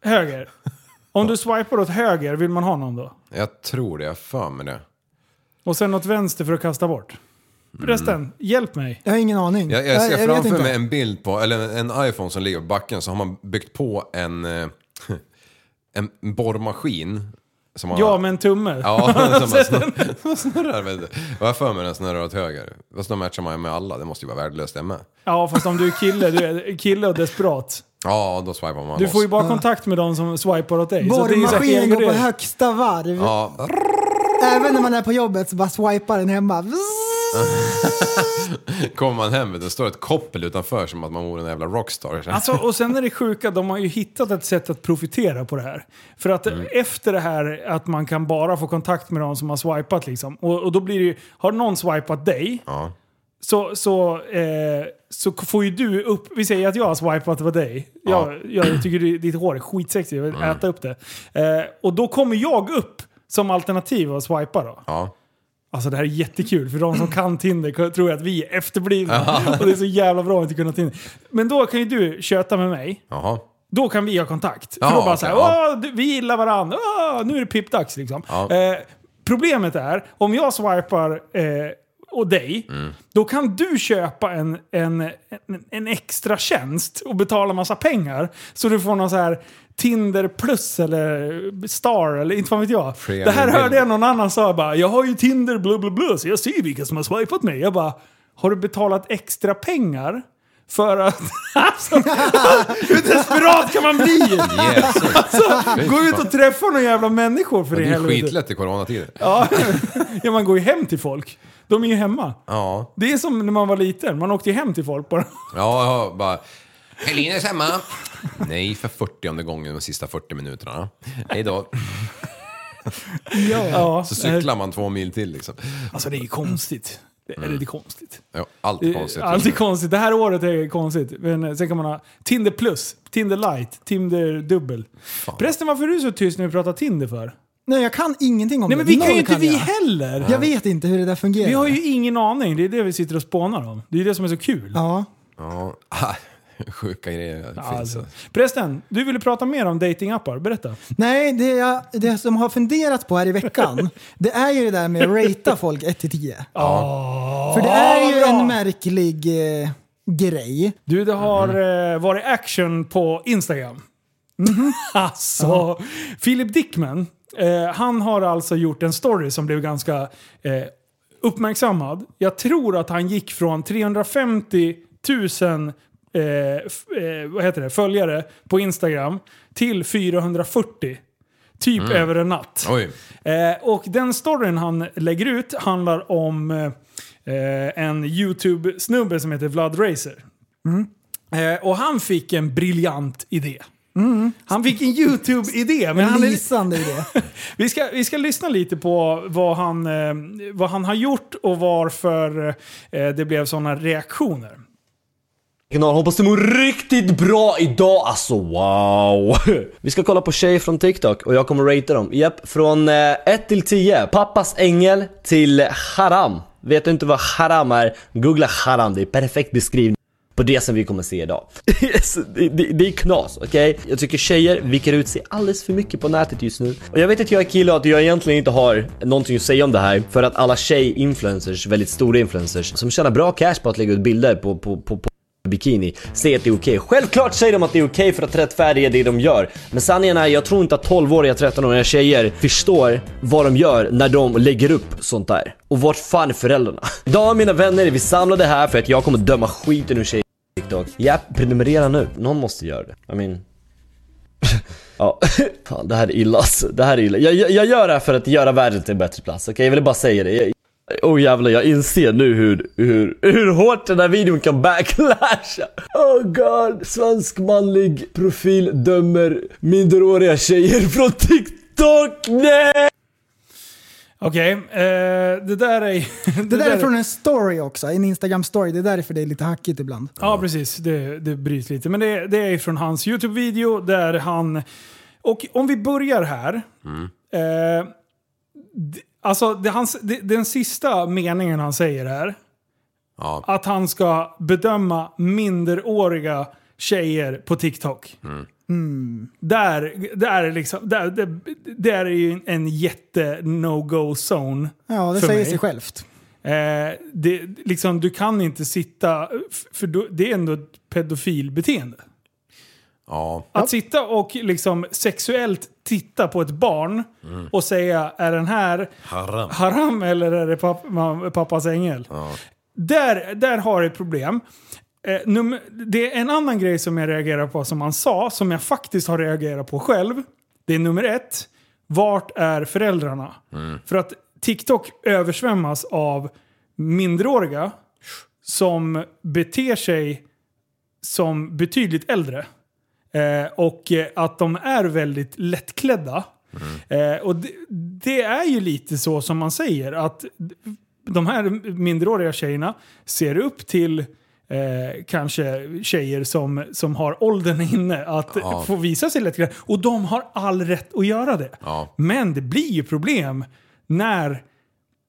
Höger. Om du swipar åt höger, vill man ha någon då?
Jag tror det, jag har för mig det.
Och sen åt vänster för att kasta bort.
Mm.
Förresten, hjälp mig.
Jag har ingen aning.
Jag, jag ser
vet
framför
inte.
mig en bild på, eller en, en iPhone som ligger på backen så har man byggt på en, eh, en borrmaskin. Som man,
Ja, med en tumme.
Ja, som man snurrar, som man snurrar vet du. Och jag för mig den snurrar åt höger. Fast då matchar man ju med alla, det måste ju vara värdelöst det med.
Ja, fast om du är kille, du är kille och desperat.
Ja, då swipar man
Du
loss.
får ju bara kontakt med de som swipar åt dig. Så det är ju så här
Borrmaskinen går på
egenregel.
högsta varv.
Ja,
Även när man är på jobbet så bara swipar den hemma.
kommer man hem vet du, står ett koppel utanför som att man vore en jävla rockstar.
Alltså, och sen är det sjuka, de har ju hittat ett sätt att profitera på det här. För att
Mm.
efter det här att man kan bara få kontakt med de som har swipat liksom. Och, och då blir det ju, har någon swipat dig
Ja.
så, så, eh, så får ju du upp, vi säger att jag har swipat på dig.
Mm.
Jag, jag tycker du- ditt hår är skitsexigt, jag vill äta upp det. Eh, och då kommer jag upp som alternativ att swipa då.
Ja.
Alltså det här är jättekul, för de som kan Tinder tror att vi är efterblivna. Och det är så jävla bra att inte kunna Tinder. Men då kan ju du köta med mig.
Jaha.
Då kan vi ha kontakt.
Ja,
för då bara
okej,
såhär,
ja.
"Åh, "Ah, du- vi gillar varandra, Åh, nu är det pippdags liksom.
Ja.
Eh, problemet är, om jag swipar eh, och dig, då kan du köpa en, en, en, en extra tjänst och betala massa pengar. Så du får någon så här Tinder plus eller Star eller inte fan vet jag.
Premium.
Det här hörde jag någon annan sa bara, jag har ju Tinder bla bla bla så jag ser vilka som har swipat mig. Jag bara, har du betalat extra pengar? För att... Alltså, hur desperat kan man bli?
Jesus.
Gå ut och träffa några jävla människor för
Det
det
är ju
helvete.
skitlätt i coronatider.
Ja. ja, man går ju hem till folk. De är ju hemma.
Ja.
Det är som när man var liten, man åkte ju hem till folk bara.
Ja, ja bara... Är Linus hemma? Nej, för 40 gången de sista 40 minuterna. Hej då.
Ja.
Så cyklar man två mil till liksom.
Alltså det är ju konstigt. Eller det är konstigt.
Ja, allt är konstigt.
Eh, Allt är konstigt. Det här året är konstigt. Men eh, sen kan man ha Tinder plus, Tinder light, Tinder dubbel. Förresten, varför är du så tyst när vi pratar Tinder för?
Nej, jag kan ingenting om
Nej
det.
men vi kan
Noll
ju inte vi
jag.
heller!
Jag vet inte hur det där fungerar.
Vi har ju ingen aning. Det är det vi sitter och spånar om. Det är det som är så kul.
Ja.
Ja. Ah, Sjuka grejer finns.
Alltså. Förresten, du ville prata mer om datingappar. Berätta.
Nej, det, jag, det som har funderat på här i veckan, det är ju det där med att ratea folk 1-10. För det är ju en märklig eh, grej.
Du, det har eh, varit action på Instagram. alltså, Philip Dickman, eh, han har alltså gjort en story som blev ganska eh, uppmärksammad. Jag tror att han gick från 350 000 eh, f- eh, vad heter det, följare på Instagram till 440. Typ över en natt.
Oj.
Eh, och den storyn han lägger ut handlar om eh, eh, en YouTube-snubbe som heter Vlad Racer. Eh, och han fick en briljant idé. Han fick en YouTube-idé. Mm. Men han är,
Lysande idé.
vi, ska, vi ska lyssna lite på vad han, eh, vad han har gjort och varför eh, det blev sådana reaktioner.
kanal. Hoppas du mår riktigt bra idag, alltså wow! Vi ska kolla på tjejer från TikTok och jag kommer ratea dem. Japp, från eh, 1 till 10. Pappas ängel till haram. Vet du inte vad haram är? Googla haram, det är perfekt beskrivning på det som vi kommer se idag. Så det, det, det är knas, okej? Jag tycker tjejer viker ut sig alldeles för mycket på nätet just nu. Och jag vet att jag är kille och att jag egentligen inte har någonting att säga om det här. För att alla tjej-influencers, väldigt stora influencers, som tjänar bra cash på att lägga ut bilder på, på, på, på bikini, säger att det är okej. Självklart säger de att det är okej för att rättfärdiga det de gör. Men sanningen är, jag tror inte att 12-åriga, 13-åriga tjejer förstår vad de gör när de lägger upp sånt där. Och vart fan är föräldrarna? Idag mina vänner är vi samlade här för att jag kommer döma skiten ur tjejer på TikTok. Ja, prenumerera nu. Någon måste göra det. I mean... Ja, fan det här är illa alltså. Det här är illa. Jag, jag, jag gör det här för att göra världen till en bättre plats, okej? Jag ville bara säga det. Jag, Oh jävlar, jag inser nu hur, hur, hur hårt den här videon kan backlasha. Oh god. Svensk manlig profil dömer minderåriga tjejer från TikTok. Nej!
Okej, eh, det där är... Det,
Det där är från en story också, en Instagram-story. Det är därför det är lite hackigt ibland.
Ja, precis. Det, det bryts lite. Men det, det är från hans YouTube-video där han... Och om vi börjar här. Eh, d- alltså, det, hans, det, den sista meningen han säger är
Ja.
att han ska bedöma minderåriga tjejer på TikTok. Mm. Där, där, är liksom, där, där, där är ju en jätte no-go-zone.
Ja, det
för
säger
mig.
sig självt.
Eh, det, liksom, du kan inte sitta, f- för då- det är ändå ett pedofilbeteende.
Ja.
Att sitta och liksom sexuellt titta på ett barn och säga är den här
Mm. Haram.
haram eller är det papp, ma- pappas ängel? Där, där har du ett problem. Eh, num- det är en annan grej som jag reagerar på som han sa, som jag faktiskt har reagerat på själv. Det är nummer ett. Vart är föräldrarna? För att TikTok översvämmas av minderåriga som beter sig som betydligt äldre. Eh, och eh, att de är väldigt lättklädda.
Mm.
Eh, och det, det är ju lite så som man säger att de här mindreåriga tjejerna ser upp till eh, kanske tjejer som, som har åldern inne att få visa sig lite grann. Och de har all rätt att göra det.
Ja.
Men det blir ju problem när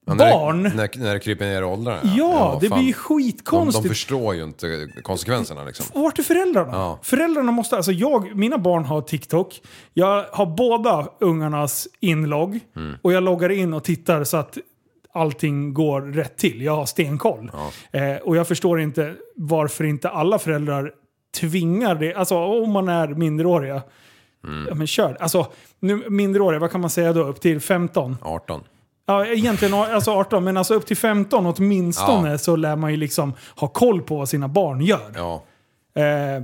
Ja, när det-
barn...
När, när det kryper ner i åldrarna.
ja, det
fan.
blir ju
de,
skitkonstigt.
de förstår ju inte konsekvenserna liksom.
Vart är föräldrarna?
Ja.
Föräldrarna måste, alltså jag, mina barn har TikTok. Jag har båda ungarnas inlogg.
Mm.
Och jag loggar in och tittar så att allting går rätt till. Jag har stenkoll. Eh, och jag förstår inte varför inte alla föräldrar tvingar det. Alltså om man är minderåriga.
Mm.
Ja men kör. Alltså, nu, minderåriga, vad kan man säga då? Upp till 15?
18.
Ja, egentligen alltså 18, men alltså upp till 15 åtminstone
Ja.
så lär man ju liksom ha koll på vad sina barn gör.
Ja.
Eh,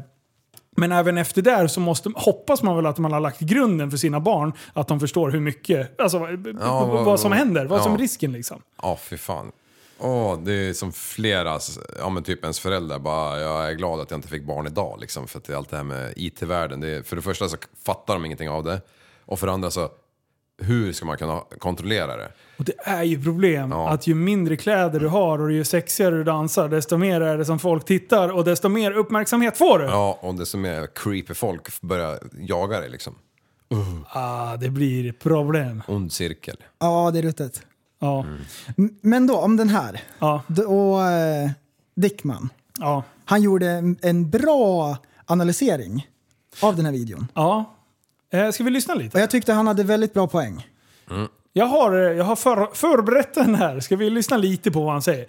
men även efter där så måste, hoppas man väl att man har lagt grunden för sina barn. Att de förstår hur mycket, alltså, b- b-
Ja,
b-
vad-
vad som händer, vad som är
ja.
risken liksom.
Ja, fy fan. Åh, det är som flera, ja men typ ens föräldrar bara, jag är glad att jag inte fick barn idag liksom. För att det är allt det här med IT-världen, det är, för det första så fattar de ingenting av det. Och för det andra så, hur ska man kunna kontrollera det?
Och det är ju problem
Ja.
att ju mindre kläder du har och ju sexigare du dansar, desto mer är det som folk tittar och desto mer uppmärksamhet får du.
Ja, och det som är creepy folk börjar jaga dig liksom.
Ah, det blir problem.
Ond cirkel.
Ja, det är ruttet.
Ja,
Mm.
M- Men då, om den här.
ja,
D- Och eh, Dickman.
ja,
Han gjorde en, en bra analysering av den här videon.
ja. Eh, ska vi lyssna lite?
Och jag tyckte han hade väldigt bra poäng.
Jag har, jag har för, förberett den här. Ska vi lyssna lite på vad han säger?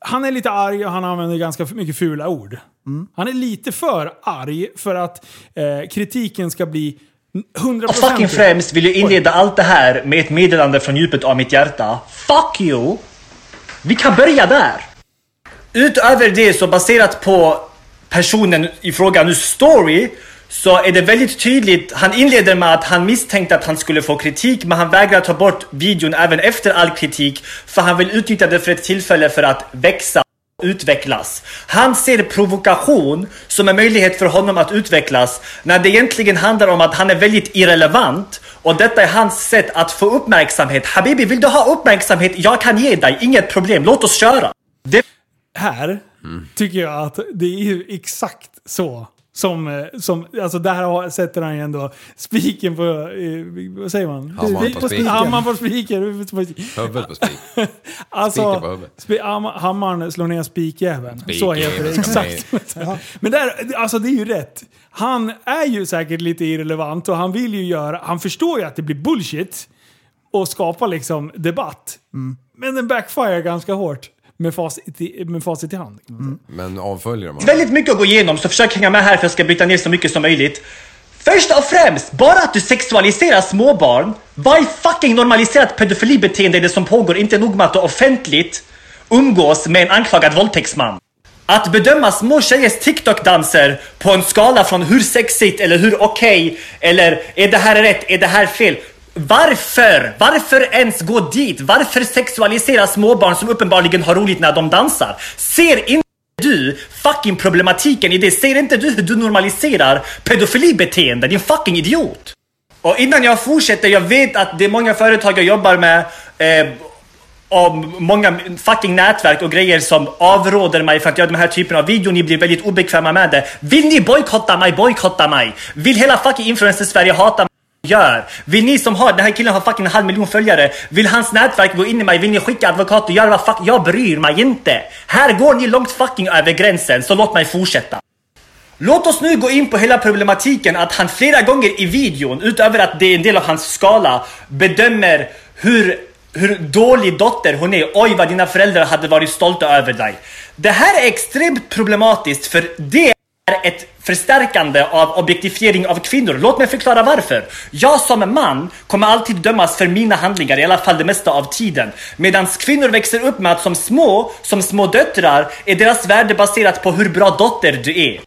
Han är lite arg och han använder ganska mycket fula ord.
Mm.
Han är lite för arg för att eh, kritiken ska bli 100%.
Och fucking främst vill jag inleda allt det här med ett meddelande från djupet av mitt hjärta. Fuck you! Vi kan börja där! Utöver det så baserat på personen i fråga nu story så är det väldigt tydligt. Han inleder med att han misstänkte att han skulle få kritik men han vägrar ta bort videon även efter all kritik för han vill utnyttja det för ett tillfälle för att växa och utvecklas. Han ser provokation som en möjlighet för honom att utvecklas när det egentligen handlar om att han är väldigt irrelevant och detta är hans sätt att få uppmärksamhet. Habibi, vill du ha uppmärksamhet? Jag kan ge dig, inget problem. Låt oss köra.
Här
Mm.
tycker jag att det är ju exakt så. Som, eh, som, alltså där har, sätter han ju ändå spiken på, eh, vad säger man?
Hammaren
Spik
på spiken.
Hammaren på spiken. huvudet på spiken.
Huvudet på spik.
Alltså,
Spiken på huvudet.
spi, ham- hammaren slår ner spikjäveln. Så heter det
Spikjäveln ska
exakt. Men där, alltså det är ju rätt. Han är ju säkert lite irrelevant och han vill ju göra, han förstår ju att det blir bullshit och skapar liksom debatt. Men den backfire ganska hårt med facit i, med facit i hand.
Men avföljer de honom?
Väldigt mycket att gå igenom så försök hänga med här för jag ska bryta ner så mycket som möjligt. Först och främst, bara att du sexualiserar småbarn. Vad är fucking normaliserat pedofilibeteende är det som pågår? Inte nog med att du offentligt umgås med en anklagad våldtäktsman. Att bedöma små tjejers TikTok-danser på en skala från hur sexigt eller hur okej eller är det här rätt, är det här fel? Varför? Varför ens gå dit? Varför sexualisera småbarn som uppenbarligen har roligt när de dansar? Ser inte du fucking problematiken i det? Ser inte du hur du normaliserar pedofilibeteende? Din fucking idiot! Och innan jag fortsätter, jag vet att det är många företag jag jobbar med eh, och många fucking nätverk och grejer som avråder mig för att göra den här typen av video. Ni blir väldigt obekväma med det. Vill ni bojkotta mig? Bojkotta mig! Vill hela fucking influencer-Sverige hata mig? Gör! Vill ni som har, den här killen har fucking en halv miljon följare. Vill hans nätverk gå in i mig? Vill ni skicka advokater? Gör vad fuck, jag bryr mig inte. Här går ni långt fucking över gränsen, så låt mig fortsätta. Låt oss nu gå in på hela problematiken att han flera gånger i videon, utöver att det är en del av hans skala, bedömer hur, hur dålig dotter hon är. Oj vad dina föräldrar hade varit stolta över dig. Det här är extremt problematiskt för det är ett förstärkande av objektifiering av kvinnor. Låt mig förklara varför. Jag som man kommer alltid dömas för mina handlingar, i alla fall det mesta av tiden. Medan kvinnor växer upp med att som små, som små döttrar, är deras värde baserat på hur bra dotter du är.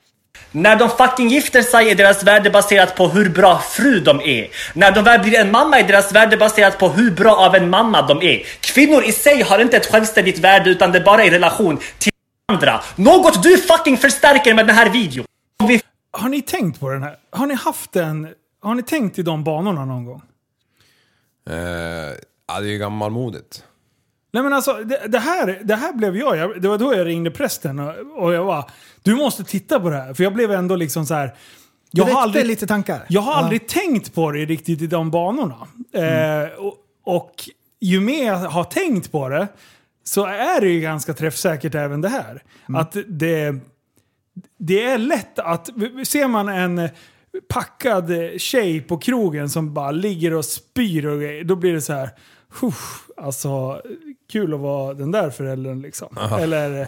När de fucking gifter sig är deras värde baserat på hur bra fru de är. När de väl blir en mamma är deras värde baserat på hur bra av en mamma de är. Kvinnor i sig har inte ett självständigt värde utan det är bara i relation till andra. Något du fucking förstärker med den här videon. Om vi
Har ni tänkt på den här? Har ni haft en... Har ni tänkt i de banorna någon gång?
Eh, ja, det är ju gammalmodigt.
Nej men alltså, det, det, här, det här blev jag. jag. Det var då jag ringde prästen och, och jag var du måste titta på det här. För jag blev ändå liksom så här. Jag
det väckte
har aldrig,
lite tankar.
jag har aldrig tänkt på det riktigt i de banorna.
Mm.
Eh, och, och ju mer jag har tänkt på det så är det ju ganska träffsäkert även det här.
Mm.
Att det, det är lätt att, ser man en packad eh, tjej på krogen som bara ligger och spyr och grejer, då blir det så här. "Huff, Alltså, kul att vara den där föräldern liksom. Eller eh,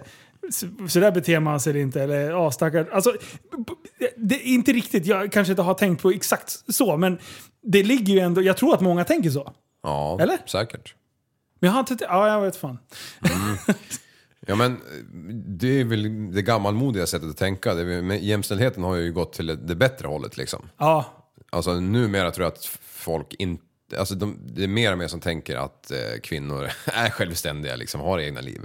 så, så där beter man sig inte. Eller ja, stackars. Alltså, b- b- det är inte riktigt. Jag kanske inte har tänkt på exakt så, men det ligger ju ändå. Jag tror att många tänker så.
Ja,
Eller?
säkert.
Men jag har inte... Ja, jag vet fan.
Ja men eh, det är väl det gammalmodiga sättet att tänka. Det är, väl- men jämställdheten har ju gått till det bättre hållet liksom.
Ja,
Alltså numera tror jag att folk inte... Alltså de, det är mer och mer som tänker att eh, kvinnor är självständiga, liksom har egna liv.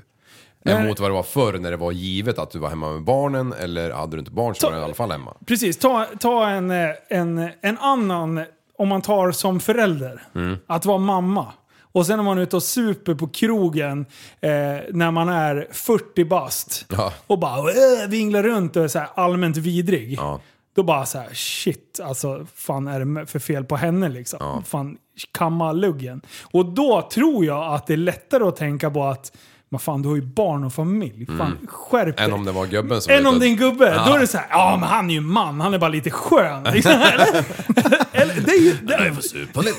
Än
Men-
mot vad det var förr när det var givet att du var hemma med barnen eller hade du inte barn så
Ta-
var du i alla fall hemma.
precis. Ta, ta en, eh, en, en annan, om man tar som förälder,
Mm.
att vara mamma. Och sen är man ute och super på krogen eh, när man är 40 bast.
Ja.
Och bara äh, vinglar runt och är så här allmänt vidrig.
Ja.
Då bara så här, shit, alltså fan är det för fel på henne liksom? Fan, kamma luggen. Och då tror jag att det är lättare att tänka på att, men fan du har ju barn och familj. Fan, skärp dig.
Mm. Än om det var gubben som...
Än om det är
lutade-
en gubbe,
Ja.
då är det så här, ja men han är ju man, han är bara lite skön. Liksom. Eller? Eller, det, är ju, det,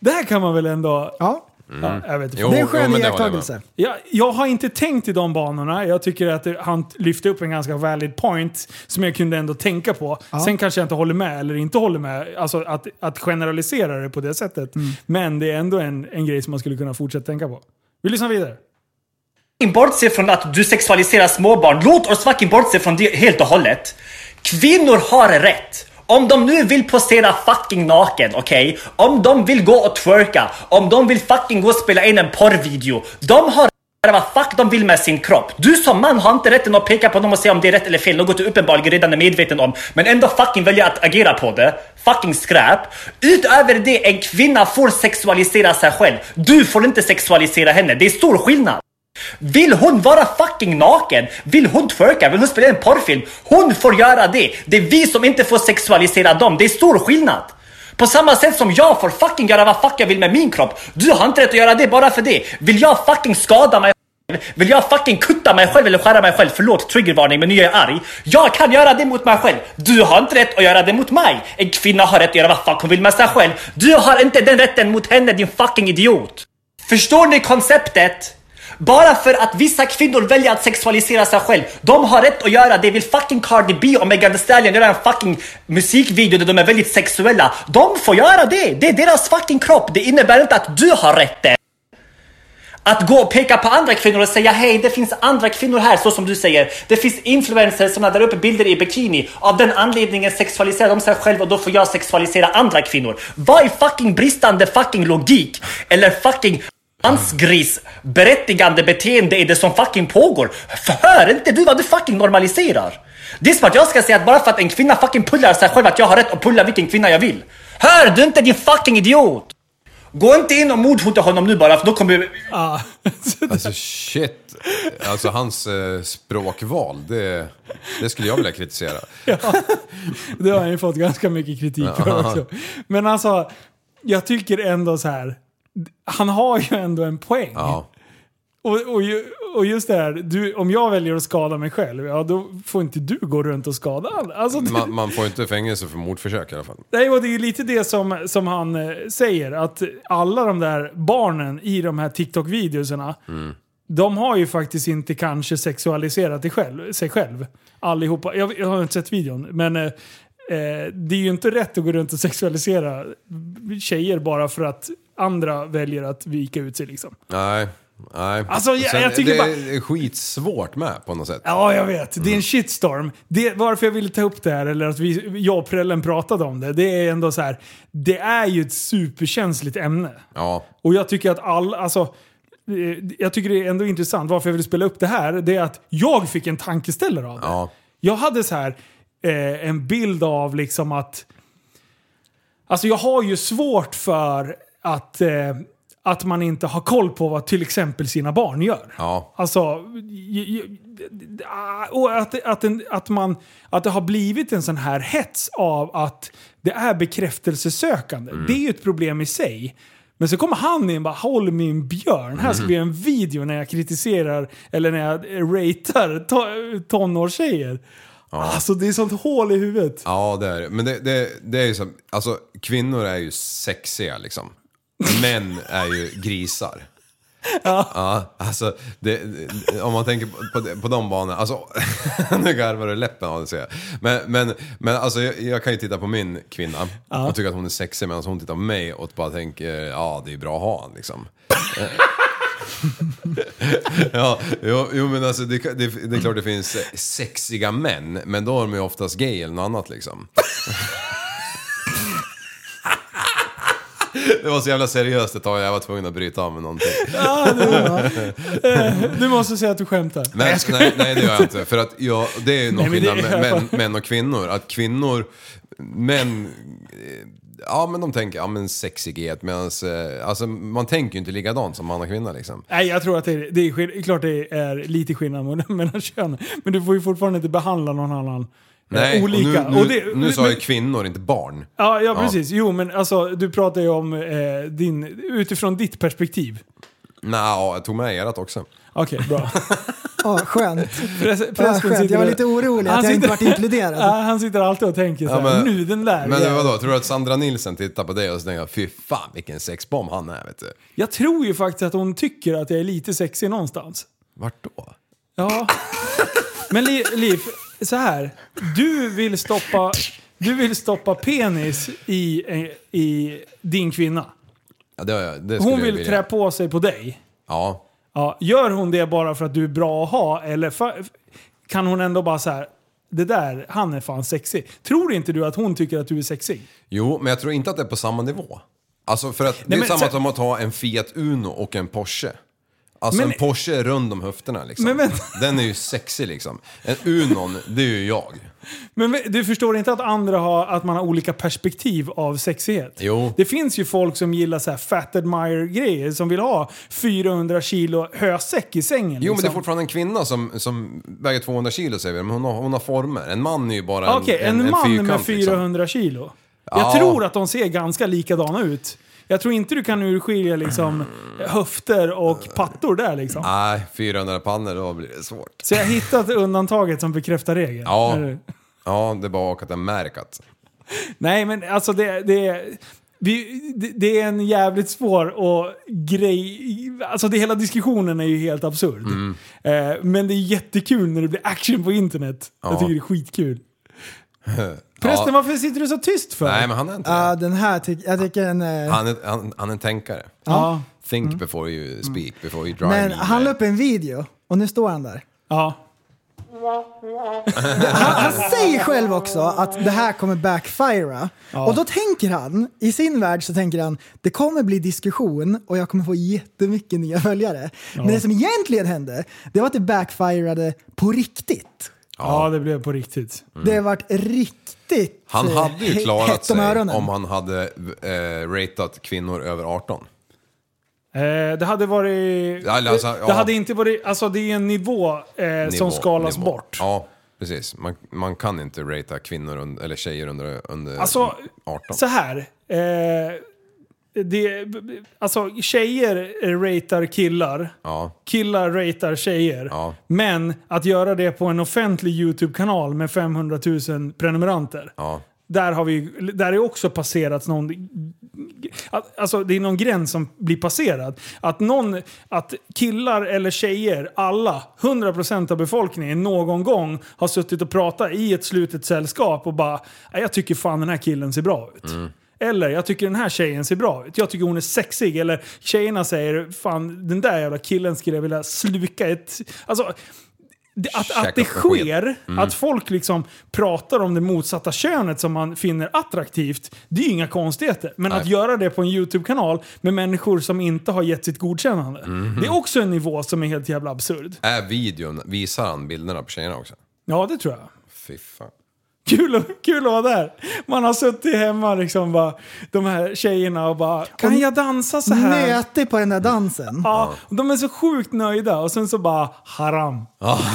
det här kan man väl ändå...
Ja,
Ja, jag vet inte.
Mm. Jo,
det är en
jo, men
skön
det håller jag med om.
iakttagelse.
Jag, jag har inte tänkt i de banorna. Jag tycker att det- han lyfte upp en ganska valid point som jag kunde ändå tänka på. Sen kanske jag inte håller med eller inte håller med. Alltså att, att generalisera det på det sättet. Men det är ändå en, en grej som man skulle kunna fortsätta tänka på. Vi lyssnar vidare.
Bortse från att du sexualiserar småbarn. Låt oss fucking bortse från det helt och hållet. Kvinnor har rätt. Om de nu vill posera fucking naken, okej? Om de vill gå och twerka, om de vill fucking gå och spela in en porrvideo. De har rätt att vad fuck de vill med sin kropp. Du som man har inte rätten att peka på dem och säga om det är rätt eller fel. Något du uppenbarligen redan är medveten om. Men ändå fucking väljer att agera på det. Fucking skräp. Utöver det, en kvinna får sexualisera sig själv. Du får inte sexualisera henne. Det är stor skillnad. Vill hon vara fucking naken? Vill hon twerka? Vill hon spela en porrfilm? Hon får göra det! Det är vi som inte får sexualisera dem. Det är stor skillnad. På samma sätt som jag får fucking göra vad fuck jag vill med min kropp. Du har inte rätt att göra det bara för det. Vill jag fucking skada mig själv? Vill jag fucking kutta mig själv eller skära mig själv? Förlåt triggervarning men nu är jag arg. Jag kan göra det mot mig själv. Du har inte rätt att göra det mot mig. En kvinna har rätt att göra vad fuck hon vill med sig själv. Du har inte den rätten mot henne din fucking idiot. Förstår ni konceptet? Bara för att vissa kvinnor väljer att sexualisera sig själv. De har rätt att göra det. Vill fucking Cardi B och Megan Thee Stallion göra en fucking musikvideo där de är väldigt sexuella. De får göra det. Det är deras fucking kropp. Det innebär inte att du har rätten. Att gå och peka på andra kvinnor och säga hej, det finns andra kvinnor här, så som du säger. Det finns influencers som laddar upp bilder i bikini. Av den anledningen sexualiserar de sig själva och då får jag sexualisera andra kvinnor. Vad är fucking bristande fucking logik? Eller fucking mansgris berättigande beteende är det som fucking pågår? Hör inte du vad du fucking normaliserar? Det är som att jag ska säga att bara för att en kvinna fucking pullar sig själv att jag har rätt att pulla vilken kvinna jag vill. Hör du inte din fucking idiot? Gå inte in och mordhota honom nu bara för då kommer
Ah.
Alltså shit. Alltså hans eh, språkval, det, det skulle jag vilja kritisera.
Det har han ju fått ganska mycket kritik för också. Men alltså, jag tycker ändå så här. Han har ju ändå en poäng.
Ja.
Och, och, ju- och just det här, du, om jag väljer att skada mig själv, ja då får inte du gå runt och skada alla. Alltså, det-
Man, man får inte fängelse för mordförsök i alla fall.
Nej, och det är ju lite det som, som han eh, säger, att alla de där barnen i de här TikTok-videoserna, de har ju faktiskt inte kanske sexualiserat sig själv. Sig själv allihopa. Jag, jag har inte sett videon, men eh, eh, det är ju inte rätt att gå runt och sexualisera tjejer bara för att andra väljer att vika ut sig liksom.
Nej. Nej.
Alltså, jag- jag tycker
det
bara-
är skitsvårt med på något sätt.
Ja, jag vet. Det är en shitstorm. Det, varför jag ville ta upp det här, eller att vi, jag och prällen pratade om det, det är ändå så här. Det är ju ett superkänsligt ämne.
Ja.
Och jag tycker att all, alltså, eh, jag tycker det är ändå intressant, varför jag ville spela upp det här, det är att jag fick en tankeställare av det.
Ja.
Jag hade så här eh, en bild av liksom att... Alltså jag har ju svårt för att... Eh, att man inte har koll på vad till exempel sina barn gör.
Ja.
Alltså, j- j- ah, och att, att, en, att, man, att det har blivit en sån här hets av att det är bekräftelsesökande. Det är ju ett problem i sig. Men så kommer han in och bara “Håll min björn, här ska vi göra en video när jag kritiserar eller när jag ratear to- tonårstjejer”. Alltså det är sånt hål i huvudet.
Ja, det är det. Men det, det, det är ju så, alltså kvinnor är ju sexiga liksom. Män är ju grisar. Ja. alltså det, det- om man tänker på, på, det- på de banorna. Alltså, nu garvar du läppen av det ser jag. Men, men, men alltså jag, jag kan ju titta på min kvinna och tycka att hon är sexig medan hon tittar på mig och bara tänker, ja det är bra att ha han liksom. Ja, jo, jo men alltså det, kan- det, det är klart det finns eh, sexiga män, men då är de ju oftast gay eller något annat liksom. Det var så jävla seriöst ett tag, jag var tvungen att bryta av med någonting.
Du måste säga att du skämtar.
Nej, nej, nej det gör jag inte. För att jag, det är ju någon
Nej, men det-
skillnad med män, män och kvinnor. Att kvinnor, män, eh, ja men de tänker, ja men sexighet. Medan, alltså man tänker ju inte likadant som man och kvinna liksom.
Nej, jag tror att det är, det är skill- klart det är lite skillnad mellan- mellan könen. Men du får ju fortfarande inte behandla någon annan eh,
Nej,
olika.
Och nu, nu,
Och det-
nu sa
men-
jag kvinnor, inte barn.
Ja, ja, precis. Jo, men alltså, du pratar ju om eh, din, utifrån ditt perspektiv.
Nej, jag tog med erat också.
Okej, bra.
Ja, skönt.
Press,
Ja,
pressen
skönt.
sitter
Jag var
där.
lite orolig att
Han
jag inte varit
sitter- Ja,
inkluderad.
han sitter alltid och tänker så här,
men-
nu den där.
Men
jäveln."
vadå, tror du att Sandra Nilsson tittar på dig och så tänker jag, fy fan vilken sexbomb han är vet du.
Jag tror ju faktiskt att hon tycker att jag är lite sexig någonstans.
Vart då?
Ja. Men Li- Liv, så här. Du vill stoppa, du vill stoppa penis i, i din kvinna.
Ja, det, har jag- det skulle
Hon
jag
vill
vilja.
trä på sig på dig.
Ja.
Ja, gör hon det bara för att du är bra att ha? Eller fa- kan hon ändå bara så här. Det där, han är fan sexig. Tror inte du att hon tycker att du är sexig?
Jo, men jag tror inte att det är på samma nivå. Alltså för att det är
men
samma
så-
som att ha en Fiat Uno och en Porsche. Alltså
Men-
en Porsche är rund om höfterna liksom.
Men- men-
Den är ju sexig liksom. En Unon, det är ju jag.
Men du förstår inte att andra har, att man har olika perspektiv av sexighet?
Jo.
Det finns ju folk som gillar så här fat admire-grejer, som vill ha 400 kilo hösäck i sängen.
Jo, men det är
liksom.
fortfarande en kvinna som, som väger 200 kilo säger vi, men hon har, hon har former. En man är ju bara en
Okej, en,
en,
man
fyrkant,
med
liksom.
400 kilo. Jag tror att de ser ganska likadana ut. Jag tror inte du kan urskilja liksom höfter och pattor där liksom.
Nej, 400 pannor, då blir det svårt.
Så jag har hittat undantaget som bekräftar regeln.
Ja.
Eller-
Ja, det är bara att det är märkat.
Nej, men alltså det, det, vi, det, det är en jävligt svår och grej... Alltså det, hela diskussionen är ju helt absurd.
Mm.
Eh, men det är jättekul när det blir action på internet. Jag tycker det är skitkul. Förresten,
Ja.
varför sitter du så tyst för?
Nej, men han är inte
Ja,
det.
den här tycker jag tycker den är...
han är, han, han är en tänkare.
Ja. Mm.
Think before you speak, before you drive.
Men
me.
han la upp en video och nu står han där.
ja.
Han
Alltså.
säger själv också att det här kommer backfira. Och då tänker han, i sin värld så tänker han, det kommer bli diskussion och jag kommer få jättemycket nya följare. Men det som egentligen hände, det var att det backfirade på riktigt.
Ja, det blev på riktigt.
Det vart riktigt
Mm.
eh,
Han hade ju
he-
klarat
hett om
sig
öronen.
om han hade eh, ratat kvinnor över 18.
Eh, det hade varit...
Ja, alltså,
det,
ja.
hade inte varit... Alltså det är en nivå, eh,
Nivå,
som skalas
nivå.
bort.
Ja, precis. Man, man kan inte rata kvinnor under, eller tjejer under, under
Alltså,
18.
så här. Eh, det, alltså tjejer ratar killar.
Ja.
Killar ratar tjejer.
Ja.
Men att göra det på en offentlig YouTube-kanal med 500 000 prenumeranter.
Ja.
Där har vi där är också passerats någon... att- Alltså det är någon gräns som blir passerad. Att, någon, att killar eller tjejer, alla, 100% av befolkningen någon gång har suttit och pratat i ett slutet sällskap och bara "Nej, “Jag tycker fan den här killen ser bra ut”. Eller “Jag tycker den här tjejen ser bra ut”. “Jag tycker hon är sexig”. Eller tjejerna säger “Fan den där jävla killen skulle jag vilja sluka ett...” Alltså, det- att, att det
upp en sked.
sker, att folk liksom pratar om det motsatta könet som man finner attraktivt, det är ju inga konstigheter. Men att göra det på en YouTube-kanal med människor som inte har gett sitt godkännande, det är också en nivå som är helt jävla absurd.
Är videon, visar han bilderna på tjejerna också?
Ja, det tror jag.
Fy fan.
Kul, att- kul att vara där. Man har suttit hemma liksom bara, de här tjejerna och bara Kan jag dansa så här?
Nötig på den där dansen.
Ja, och de är så sjukt nöjda och sen så bara haram.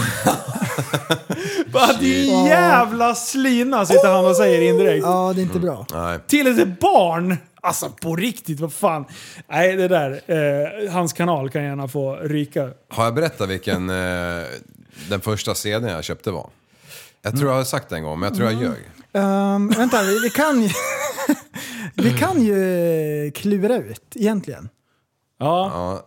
bara din jävla slina sitter han och säger indirekt.
Ja, det är
Mm.
inte bra.
Nej.
Till ett barn! Alltså på riktigt, vad fan. Nej, det där. Eh, hans kanal kan gärna få ryka.
Har jag berättat vilken eh, den första CDn jag köpte var? Jag tror jag har sagt det en gång, men jag tror
Mm.
jag ljög.
Ehm, vänta, vi, vi kan ju... vi kan ju klura ut egentligen.
Ja.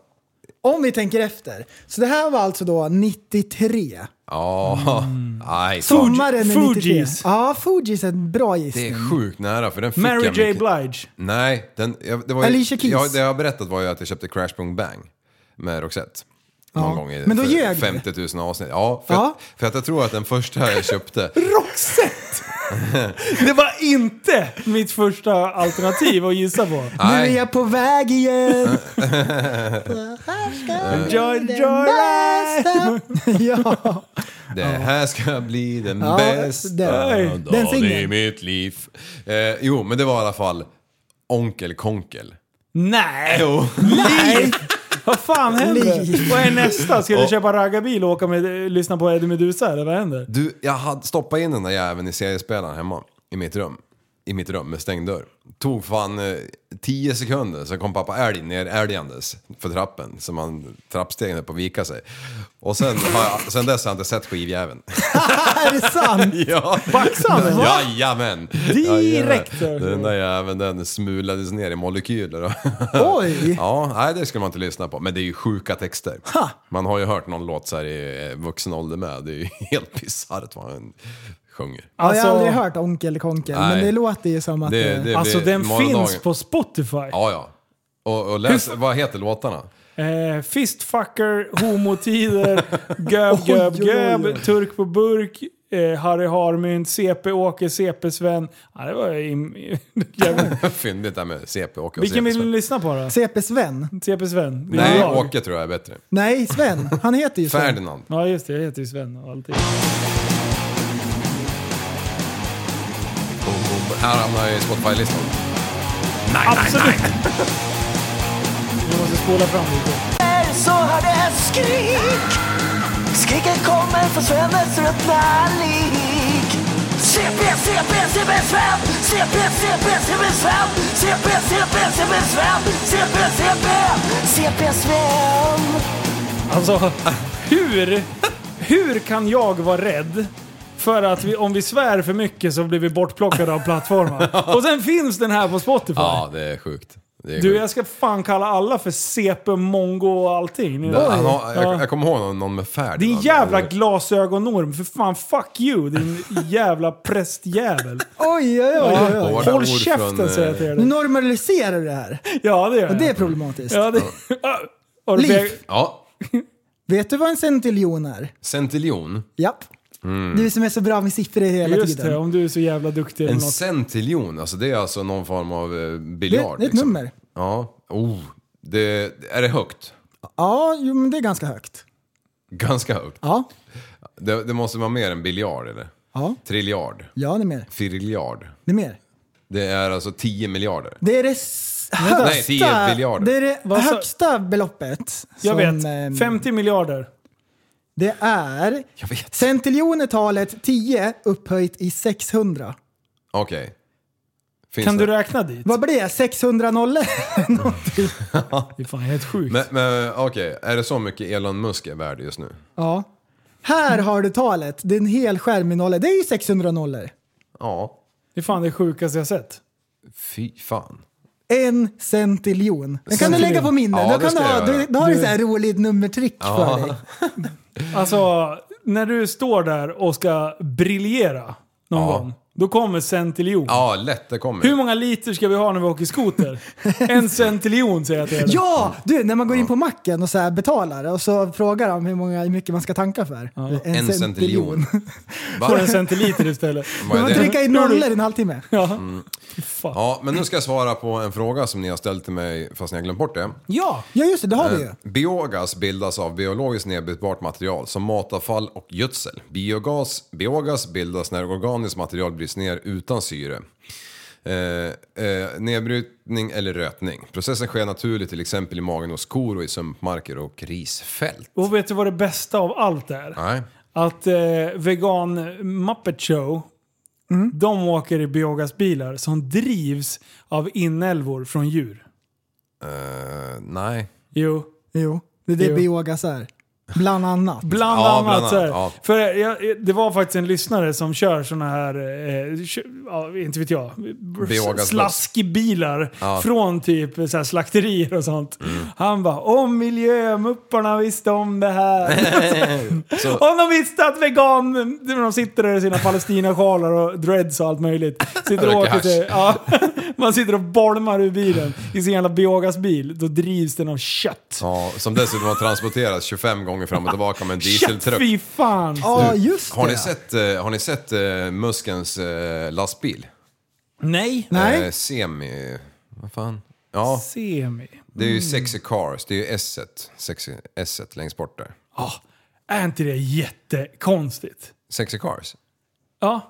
Om vi tänker efter. Så det här var alltså då 93.
Ja,
Mm.
nej. fan.
Sommaren är 93.
Fugees.
Ja, Fugees är en bra
Det
gissning.
är sjukt nära för den fick
Mary
jag
J
mycket-
Blige.
Nej, den, jag, det var ju,
Alicia Keys.
Jag, det jag har berättat var ju att jag köpte Crash Boom Bang med Roxette. Någon
Ja.
gång i
Men då
för
ljög du.
50 000 avsnitt. Ja, för,
Ja.
Att, för att jag tror att den första jag köpte...
Roxette!
Det var inte mitt första alternativ att gissa på.
Nu är
nej,
jag på väg igen!
Joy, joy,
ja.
det här ska bli den
Ja,
bästa
den- den
dagen i
singeln.
mitt liv. Eh, jo, men det var i alla fall Onkel Konkel.
Nej!
Jo.
Nej! Vad fan händer?
Liv.
Vad är nästa? Ska du köpa raggarbil och åka med, lyssna på Eddie Meduza eller vad händer?
Du, jag hade stoppat in den där jäveln i seriespelaren hemma. I mitt rum. I mitt rum med stängd dörr. Tog fan eh, 10 sekunder så kom pappa älg ner älgandes för trappen. Så man trappstegen höll på att vika sig. Och sen, har jag, sen dess har jag inte sett skivjäveln.
Är det sant?
ja.
Baxan? va?
Jajamän!
Direkt.
Jajamän. Den där jäveln den smulades ner i molekyler. och-
Oj.
ja, nej det skulle man inte lyssna på. Men det är ju sjuka texter. Man har ju hört någon låt så här i eh, vuxen ålder med. Det är ju helt bisarrt vad han sjunger.
Ja, jag har
Alltså-
aldrig hört Onkel Konkel, men
Nej.
det låter ju som att
Det-
det,
det-
Alltså
blir
den
morgondagen.
finns på Spotify.
Ja, ja. Och, och läs, vad heter låtarna?
Eh, fistfucker, homotider, göb, göb,
Oj, oj,
göb,
oj.
turk på burk, eh, Harry Harmynt, CP-Åke, CP-Sven. Ja, det var ju im- jävligt.
Fyndigt där med CP och
Vilken vill du
CP.
lyssna på då?
CP Sven.
CP-Sven?
Nej, Åke tror jag är bättre.
Nej, Sven. Han heter ju Sven.
Ferdinand.
Ja, just det. Jag heter ju Sven och alltid.
Här hamnar jag i Spotify-listan.
Absolut! Vi måste spola fram lite.
så hörde jag skrik Skriket kommer från Svennes ruttna lik CP, CP, CP Sven CP, CP, CP Sven CP, CP, CP Sven CP, CP, CP Sven
Alltså, hur, hur kan jag vara rädd för att vi, om vi svär för mycket så blir vi bortplockade av plattformen? Och sen finns den här på Spotify.
Ja, det är sjukt. Det är
Du,
sjukt.
jag ska fan kalla alla för CP, mongo och allting. Nu.
Han har,
Ja.
jag, jag kommer ihåg någon, någon med Ferdinand.
Din jävla glasögonorm, för fan fuck you din jävla prästjävel.
Oj, oj, oj. oj, oj.
Hårda
Håll
ord från,
käften säger jag till
Nu
dig.
normaliserar du det här.
Ja det gör jag.
eh, Och det är problematiskt.
ja, det... Har du
Liv.
be-
Ja,
Vet du vad en centiljon är?
centiljon.
Japp.
Mm.
Du som är så bra med siffror hela
Just
tiden.
det, om du är så jävla duktig eller
En
något.
centiljon, alltså det är alltså någon form av eh,
det,
biljard.
det är ett nummer.
Ja. Oh, det, är det högt?
Ja, jo, men det är ganska högt.
Ganska högt.
Ja,
Det, det måste vara mer än biljard eller?
ja,
Triljard?
ja det är mer.
Firiljard?
Det är mer.
Det är alltså 10 miljarder.
Det är det s-
Nej, 10
högsta,
miljarder.
det, är det
Vad sa-
högsta beloppet.
Jag vet,
ehm,
50 miljarder.
Det är...
Jag vet.
Centiljon är talet 10 upphöjt i 600.
Okej. Finns
Kan
det?
du räkna dit?
Vad blir det? 600 nollor?
Det är fan helt sjukt.
Men, men okej, är det så mycket Elon Musk är värd just nu?
ja. Här har du talet. Det är en hel skärm i nollor. Det är ju 600 nollor.
Ja.
Det är fan det sjukaste jag sett.
Fy fan.
En centiljon. Den kan du
Centiljon.
lägga på minnet.
Ja,
då,
det
kan
ska
du,
jag
ha,
göra.
du, då har du så här roligt nummertrick för dig.
Alltså, när du står där och ska briljera någon
Ja.
gång. Då kommer centiljon.
Ja, lätt det kommer.
Hur många liter ska vi ha när vi åker skoter? en centiljon säger jag till er.
Ja! Du, när man går in på macken och så här betalar och så frågar de hur, många, hur mycket man ska tanka för.
En centiljon.
Får
Va?
en centiliter istället.
Vad
Man
är det?
trycka in nollor i en halvtimme.
Ja.
Ja, men nu ska jag svara på en fråga som ni har ställt till mig fast ni har glömt bort det.
Ja, ja just det, det har vi ju.
Biogas bildas av biologiskt nedbrytbart material som matavfall och gödsel. Biogas, biogas bildas när organiskt material bryts ner utan syre. Eh, eh, nedbrytning eller rötning. Processen sker naturligt till exempel i magen hos kor och i sumpmarker och risfält.
Och vet du vad det bästa av allt är?
Nej.
Att eh, vegan Muppet Show, de åker i biogasbilar som drivs av inälvor från djur.
Eh, nej.
Jo.
Jo, det är det
Jo.
biogas är. Bland annat.
Bland
Ja,
annat.
bland
så här.
annat,
För jag, det var faktiskt en lyssnare som kör såna här, eh, kö, ja, inte vet jag,
Biogasbuss.
slaskbilar
Ja. Mm.
från typ så här, slakterier och sånt. Han bara om miljömupparna visste om det här.
Så-
om de visste att vegan, när de sitter där i sina palestinasjalar och dreads och allt möjligt. Sitter och
Röker
åker sig, ja, man sitter och bolmar ur bilen i sin jävla biogasbil. Då drivs den av kött.
Ja, som dessutom har transporterats 25 gånger fram och tillbaka med en
Kött
dieseltruck.
fy fan!
Ja, just
Har
det.
ni sett, eh, har ni sett eh, Muskens eh, lastbil?
Nej.
Nej.
Eh, semi... Vad fan? Ja,
Semi.
det är ju Sexy Cars. Det är ju S sexy, S längst bort där.
Ja, är inte det jättekonstigt?
Sexy Cars?
Ja.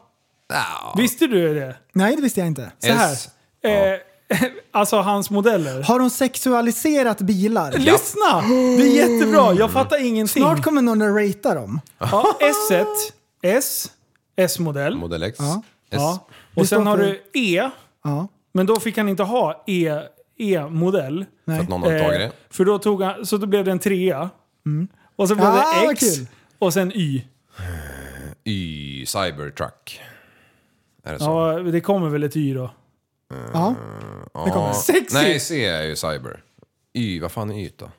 Ja.
Visste du det?
Nej, det visste jag inte.
Så här.
S.
Eh, alltså hans modeller.
Har de sexualiserat bilar?
Lyssna! Det är jättebra, jag fattar ingenting.
Snart kommer någon att ratea dem.
ja, S1, S, S-modell.
Modell X?
Ja.
S.
Ja.
Det
Och
står
sen har
för-
du E,
Ja.
men då fick han inte ha E, E-modell.
För att någon
Eh.
har tagit det.
för då tog han, så då blev det en trea. Mm. Och så blev
Ah,
det
vad
X
kul.
och sen Y.
Y Cybertruck. Är det så?
Ja, det kommer väl ett Y då.
ja.
det
kommer. Sexy!
Eh, Nej, C är ju Cyber. Y, vad fan är Y då?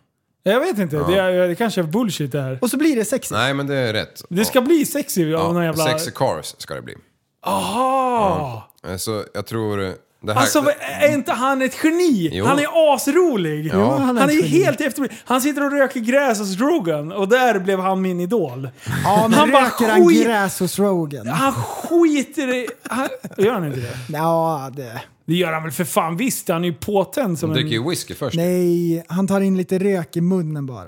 Jag vet inte, det, är, det kanske är bullshit det här.
Och så blir det sexigt.
Nej, men det är rätt.
Det ska bli sexy av någon
ja,
jävla...
Sexy Cars ska det bli.
Ah.
Eh, Så jag tror... eh, Det här,
Alltså är inte han ett geni?
Jo.
Han är asrolig!
Ja.
Han
han
är,
är ett
ju
geni.
helt efter... Han sitter och röker gräs hos Rogan och där blev han min idol.
Ja, men
Han bara
röker han
skit-
gräs hos Rogan?
Han skiter i... Han... Gör han inte det?
Ja, det...
Det gör han väl för fan visst, han är ju påtänd som
Han dricker
en...
ju whisky först.
Nej, han tar in lite rök i munnen bara.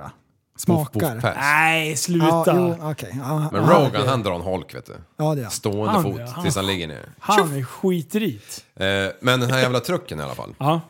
Poof, poof,
Smakar.
pass.
Nej,
Ja,
sluta!
jo, okej. Ja,
Men
ja,
Rogan
okej.
han drar en holk vet du.
Ja, det gör han.
Stående
Han,
fot
ja. Han-
tills han ligger ner.
Han är skitrit.
Eh, men den här jävla trucken i alla fall.
Ja.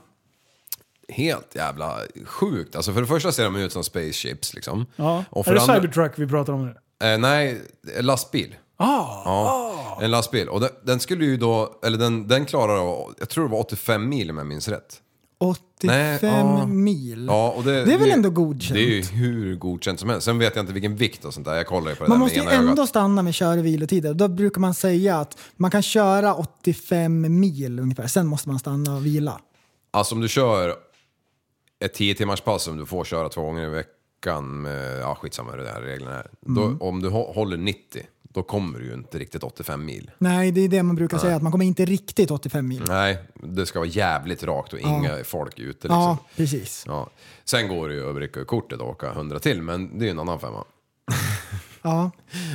Helt jävla sjukt. Alltså för det första ser de ut som spaceships liksom.
Ja.
Och
Är
för
det
andra,
Cybertruck vi pratar om nu?
eh, nej, lastbil.
Ah.
Ja, en lastbil. Och den, den skulle ju då, eller den, den klarar av, jag tror det var 85 mil om jag minns rätt.
85
Nej, ja.
mil.
Ja, och det,
Mm. Det är väl ändå godkänt?
Det är ju hur godkänt som helst. Sen vet jag inte vilken vikt och sånt där. Jag kollar ju på det
Man
där
måste ju
med ena
ändå
ögat.
stanna med kör och vilotider. Då brukar man säga att man kan köra 85 mil ungefär, sen måste man stanna och vila.
Alltså om du kör ett 10 timmars pass som du får köra två gånger i veckan, med, ja skitsamma hur det där reglerna är.
Mm.
Då, om du hå- håller 90, då kommer du ju inte riktigt 85 mil.
Nej, det är det man brukar säga, att man kommer inte riktigt 85 mil.
Nej, det ska vara jävligt rakt och inga folk ute liksom.
Ja,
Ja.
precis.
Sen går det ju att rycka ur kortet och åka 100 till, men det är ju en annan femma.
Ja.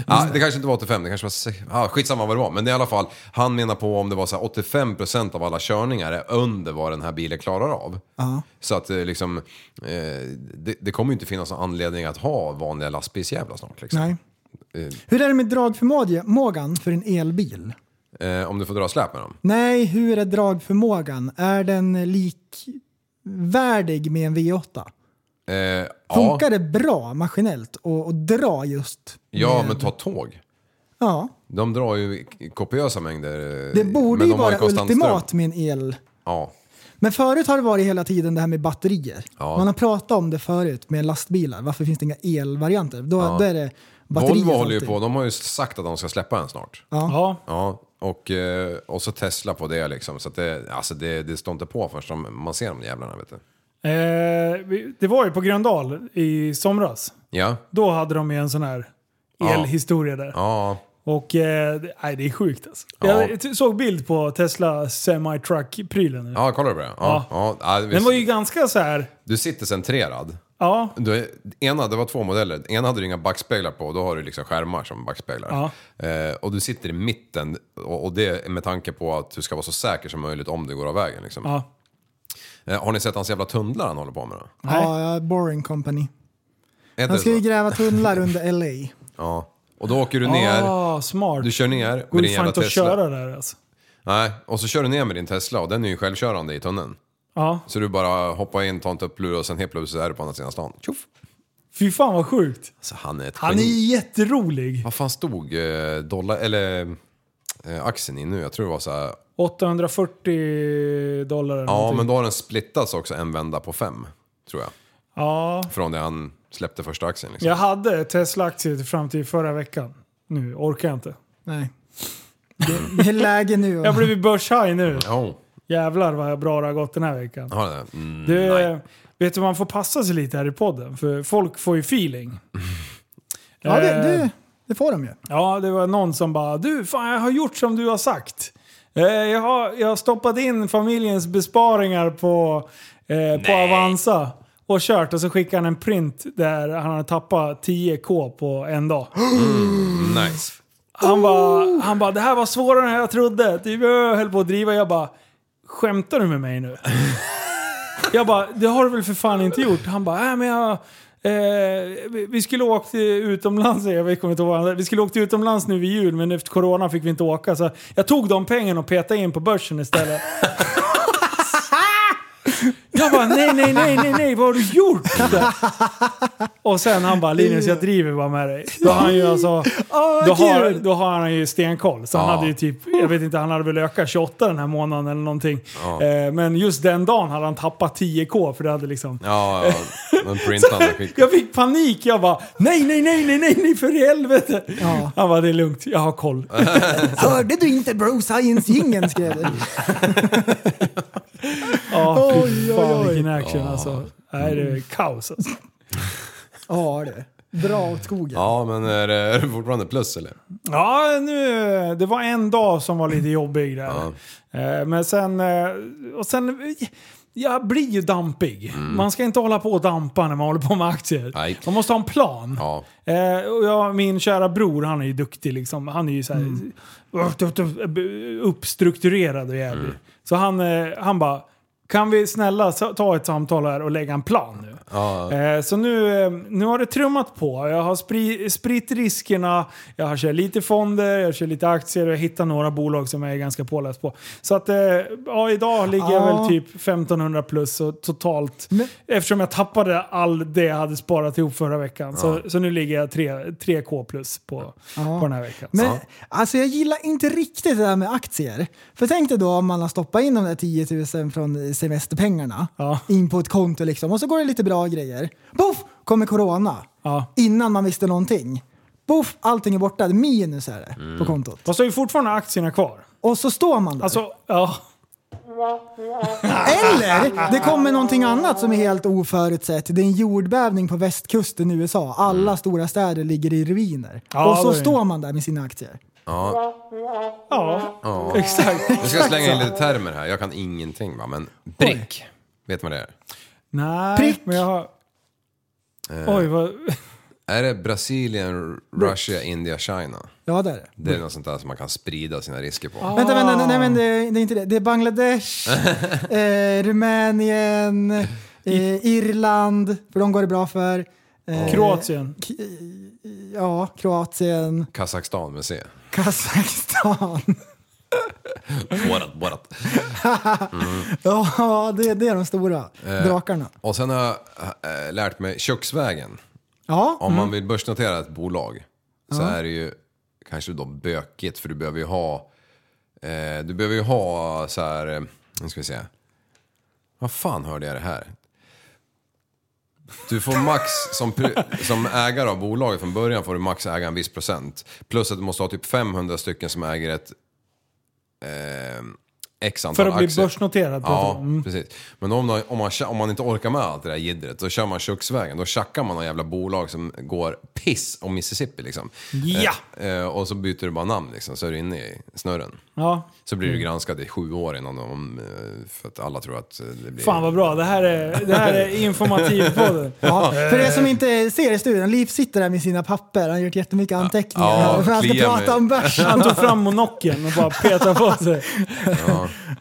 Ja, det kanske inte var 85, det kanske var... sex- Ja, skitsamma vad det var, men det är i alla fall, han menar på om det var så här 85% av alla körningar är under vad den här bilen klarar av. Så att eh, liksom, eh, det, det kommer ju inte finnas någon anledning att ha vanliga lastbilsjävlar snart. Liksom.
Nej. Hur är det med dragförmågan för en elbil?
Eh, om du får dra släp med dem.
Nej, hur är dragförmågan? Är den likvärdig med en V8?
Eh, ja.
Funkar det bra maskinellt och, och dra just?
Ja,
med-
men ta tåg.
Ja,
De drar ju kopiösa mängder. eh,
det borde
men
ju
de har
vara
konstant ström.
ultimat med en el.
Ja.
Men förut har det varit hela tiden det här med batterier.
Ja.
Man har pratat om det förut med lastbilar. Varför finns det inga elvarianter? Då, då är det batterier.
Volvo håller ju
alltid.
på, de har ju sagt att de ska släppa en snart.
Ja.
Ja, och, eh, och så Tesla på det liksom. Så att det, alltså det, det står inte på förrän de- man ser de jävlarna vet du.
Eh, vi- det var ju på Gröndal i somras.
Ja,
Då hade de ju en sån här
Ja.
elhistoria där.
ja.
Och eh, det- nej, det är sjukt alltså. Jag t- såg bild på Tesla semi-truck-prylen.
Ja, kollar du på det? Ja, ja. ja, visst.
Den var ju ganska så här.
Du sitter centrerad.
ja,
Du, ena, det var två modeller. Den Ena hade du inga backspeglar på, då har du liksom skärmar som backspeglar. Eh, och du sitter i mitten, och, och det är med tanke på att du ska vara så säker som möjligt om du går av vägen. Liksom.
Ja.
Eh, har ni sett hans jävla tunnlar han håller på med? då?
Ja, ja, Boring Company.
Heter
Han
det
ska ju
så?
gräva tunnlar under LA.
Ja. Och då åker du ner,
ah, smart.
du kör ner
Går
med
ju
din
fan
jävla
inte att
Tesla.
köra där alltså.
Nej, och så kör du ner med din Tesla och den är ju självkörande i tunneln.
Ja.
Så du bara hoppar in, tar en tupplur och sen helt plötsligt är du på andra sidan stan. Tjoff!
Fy fan vad sjukt.
Alltså han är ett
Han är
geni.
ju jätterolig.
Vad fan stod eh, dollar, eller eh, aktien i nu? Jag tror det var så här.
840 dollar eller
Ja,
någonting.
men då har den splittats också en vända på fem, tror jag.
ja.
Från det han släppte första aktien. Liksom.
Jag hade Tesla-aktier fram till förra veckan. Nu orkar jag inte.
Nej. Det, det är läge nu.
Jag blev ju börshaj nu.
Ja,
Jävlar vad bra det har gått den här veckan.
har det. Mm,
Du,
nej.
vet du, man får passa sig lite här i podden, för folk får ju feeling.
Ja, det,
Eh,
det, det får de ju.
ja, det var någon som bara “Du, fan jag har gjort som du har sagt. Eh, jag, har, jag har stoppat in familjens besparingar på, eh, på Avanza och kört och så skickar han en print där han har tappat 10k på en dag.
Nice.
Han
Oh.
bara, han bara, det här var svårare än jag trodde. Typ, jag höll på att driva. Jag bara, skämtar du med mig nu? jag bara, det har du väl för fan inte gjort? Han bara, äh, men jag... Eh, vi- vi skulle åkt eh, utomlands, jag vet kommer inte ihåg vad han sa. Vi skulle åkt utomlands nu vid jul men efter corona fick vi inte åka. Så jag tog de pengarna och petade in på börsen istället. jag bara, nej, nej, nej, nej, nej, vad har du gjort? Och sen han bara, Linus jag driver bara med dig. Då har han ju alltså... Då har, då har han ju stenkoll. Så han hade ju typ, jag vet inte, han hade väl ökat 28 den här månaden eller någonting. Eh, men just den dagen hade han tappat 10k för det hade liksom...
Ja, ja. Den printade skick.
Jag fick panik, jag bara nej, nej, nej, nej, nej, nej för i helvete.
Ja.
Han bara det är lugnt, jag har koll.
Hörde du inte Bro Science-jingeln skrev det.
Ja, fy
Oj,
fan
oj, oj.
vilken action alltså. Nej, det är kaos alltså.
Ja du. Dra åt skogen.
Ja, men är det, är det fortfarande plus eller?
Ja, nu, det var en dag som var lite jobbig där. Eh, Men sen... eh, Och sen jag blir ju dampig. Man ska inte hålla på och dampa när man håller på med aktier.
Mm. Nej.
Man måste ha en plan.
Ja.
Eh, och jag, min kära bror, han är ju duktig liksom. Han är ju så här,
Mm.
uppstrukturerad och jävlig. Så han, eh, han bara, kan vi snälla sa- ta ett samtal här och lägga en plan nu? Eh, så nu, eh, nu har det trummat på. Jag har spri, spritt riskerna, jag har kört lite fonder, jag kör lite aktier och jag hittar några bolag som jag är ganska påläst på. Så att eh, ja, idag ligger jag
Ja.
väl typ 1500 plus och totalt.
Men-
Eftersom jag tappade all det jag hade sparat ihop förra veckan. Så, så nu ligger jag 3, 3K plus på, på den här veckan.
Men
Så.
alltså jag gillar inte riktigt det där med aktier. För tänk dig då om man har stoppat in de där 10 000 från semesterpengarna
Ja.
in på ett konto liksom och så går det lite bra grejer. Boff! Kommer corona.
Ja.
Innan man visste någonting. Boff! Allting är borta. Minus är det
Mm.
på kontot.
Och så är ju fortfarande aktierna kvar.
Och så står man där.
Alltså, ja.
Eller det kommer någonting annat som är helt oförutsett. Det är en jordbävning på västkusten i USA. Alla stora städer ligger i ruiner.
Mm. Ja,
och så
det är-
står man där med sina aktier.
Ja, exakt.
Jag ska slänga in lite termer här. Jag kan ingenting va, men prick. Vet man det är?
Nej,
Prick. Eh,
men jag har... Oj, vad...
Är det Brasilien, Russia, India, China?
Ja, det är det.
Det är något sånt där som man kan sprida sina risker på.
Vänta, vänta, nej,
Ah.
nej men det, det är inte det. Det är Bangladesh, eh, Rumänien, eh, Irland, för de går det bra för. Eh,
Kroatien.
K- ja, Kroatien,
Kazakstan med C.
Kazakstan.
What, what.
ja, det, det är de stora
Eh.
drakarna.
Och sen har jag eh, lärt mig köksvägen.
Ja,
Om
Mm.
man vill börsnotera ett bolag så är det ju kanske då bökigt för du behöver ju ha... Eh, du behöver ju ha så här... eh, Nu ska vi se. Vad fan hörde jag det här? Du får max, som, pri- som ägare av bolaget från början får du max äga en viss procent. Plus att du måste ha typ 500 stycken som äger ett eh, x antal
För att bli
aktier.
börsnoterad pratar
Ja,
vi om. mm.
precis. Men om, man- om, man, om man inte orkar med allt det där jiddret, då kör man köksvägen. Då tjackar man några jävla bolag som går piss om Mississippi liksom.
Ja!
Eh, eh, och så byter du bara namn liksom, så är du inne i snurren.
Ja.
Så blir du granskad i sju år innan de... eh, För att alla tror att eh, det blir...
Fan vad bra, det här är, det här är informativpodden.
Ja, för er som inte ser i studion, Liv sitter där med sina papper, han har gjort jättemycket anteckningar.
Ja,
här, för han ska
kliar
prata
mig.
om bärs.
Han tog fram monocken och bara petade på sig.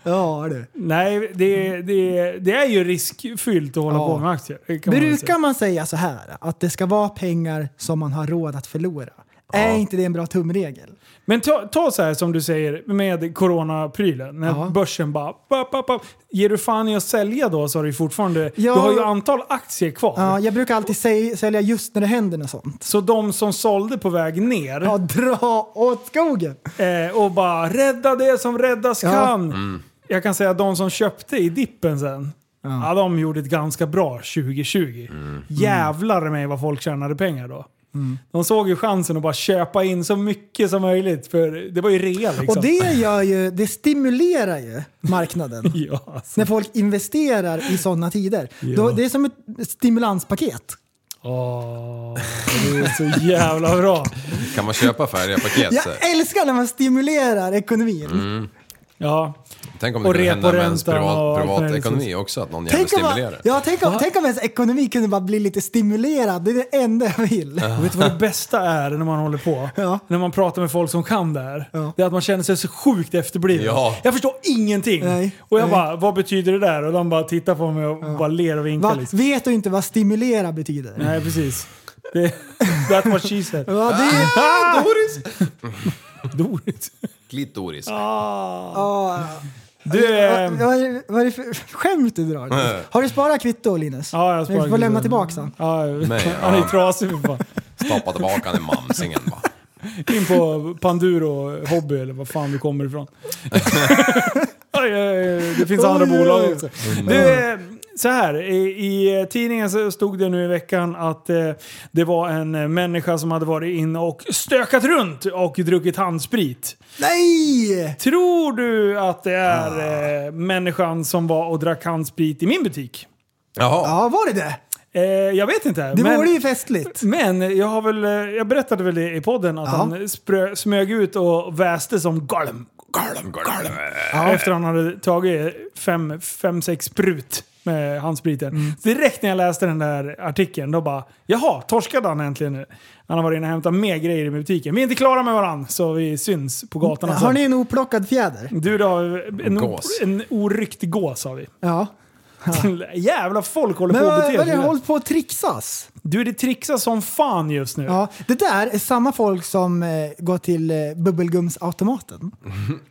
Ja, du.
Nej, det, det, det är ju riskfyllt att hålla
Ja.
på med aktier. Det kan man väl säga.
Brukar man säga så här, att det ska vara pengar som man har råd att förlora? Är inte det en bra tumregel?
Men ta, ta så här som du säger med coronaprylen, när
Ja.
börsen bara... Bap, bap, bap. Ger du fan i att sälja då så har du ju fortfarande...
Ja.
Du har ju antal aktier kvar.
Ja, jag brukar alltid säg, sälja just när det händer något sånt.
Så de som sålde på väg ner
Ja, dra åt skogen!
eh, och bara rädda det som räddas
Ja.
kan. Jag kan säga att de som köpte i dippen sen, ja. de gjorde ett ganska bra 2020. Jävlar mig vad folk tjänade pengar då.
Mm.
De såg ju chansen att bara köpa in så mycket som möjligt för det var ju rea liksom.
Och det gör ju, det stimulerar ju marknaden.
Ja, alltså.
När folk investerar i sådana tider.
Ja.
Då, det är som ett stimulanspaket.
Åh, det är så jävla bra.
Kan man köpa färdiga paket? så här?
Jag älskar när man stimulerar ekonomin.
Ja,
Tänk om det
Och
kunde
repo-
hända med ens
räntan och
privat,
allt
privat
möjligt.
ekonomi också, att någon jävel
Tänk om, man,
stimulerar.
ja, tänk, om, tänk om ens ekonomi kunde bara bli lite stimulerad. Det är det enda jag vill.
och vet du vad det bästa är när man håller på?
Ja.
När man pratar med folk som kan det här.
Ja.
Det är att man känner sig så sjukt efterbliven.
Ja.
Jag förstår ingenting.
Nej.
Och jag
Nej.
bara, vad betyder det där? Och de bara tittar på mig och bara ler och vinkar.
Va,
Liksom.
vet du inte vad stimulera betyder?
Nej, precis. Det, that's what she said.
Ja, det är,
Ah! Doris! Doris.
Klitoris.
ja,
Du,
vad,
ehm,
vad, är det- vad är det för skämt du drar?
Nej.
Har du sparat kvitto Linus?
Ja, jag har sparat
Du får lämna
kvitto.
tillbaka sen.
ja,
Nej,
han är
ja.
trasig för fan.
Stoppa tillbaka den i mamsingen bara.
In på Panduro Hobby eller vad fan du kommer ifrån. Aj, aj, aj, det finns andra
Oj, oj,
bolag
oj.
också. Du, eh, så här. I, I tidningen så stod det nu i veckan att eh, det var en eh, människa som hade varit inne och stökat runt och druckit handsprit.
Nej!
Tror du att det är eh, människan som var och drack handsprit i min butik?
Jaha.
Ja, var det det?
Eh, jag vet inte.
Det
men-
vore ju festligt.
men jag har väl, eh, jag berättade väl det i podden att
Ja.
han sprö, smög ut och väste som Gollum. Gollum, Gollum. Ja. Efter han hade tagit fem, fem sex sprut med handspriten.
Mm.
Direkt när jag läste den där artikeln, då bara jaha, torskade han äntligen nu? Han har varit inne och hämtat mer grejer i butiken. Vi är inte klara med varandra, så vi syns på gatan. alltså.
Har ni en oplockad fjäder?
Du då, en,
Gås.
en oryckt gås har vi.
Ja.
Jävla folk håller
Men
på att
vad
bete
vad är det
sig.
hållit på att trixas?
Du, det trixas som fan just nu.
Ja, det där är samma folk som eh, går till eh, bubbelgumsautomaten.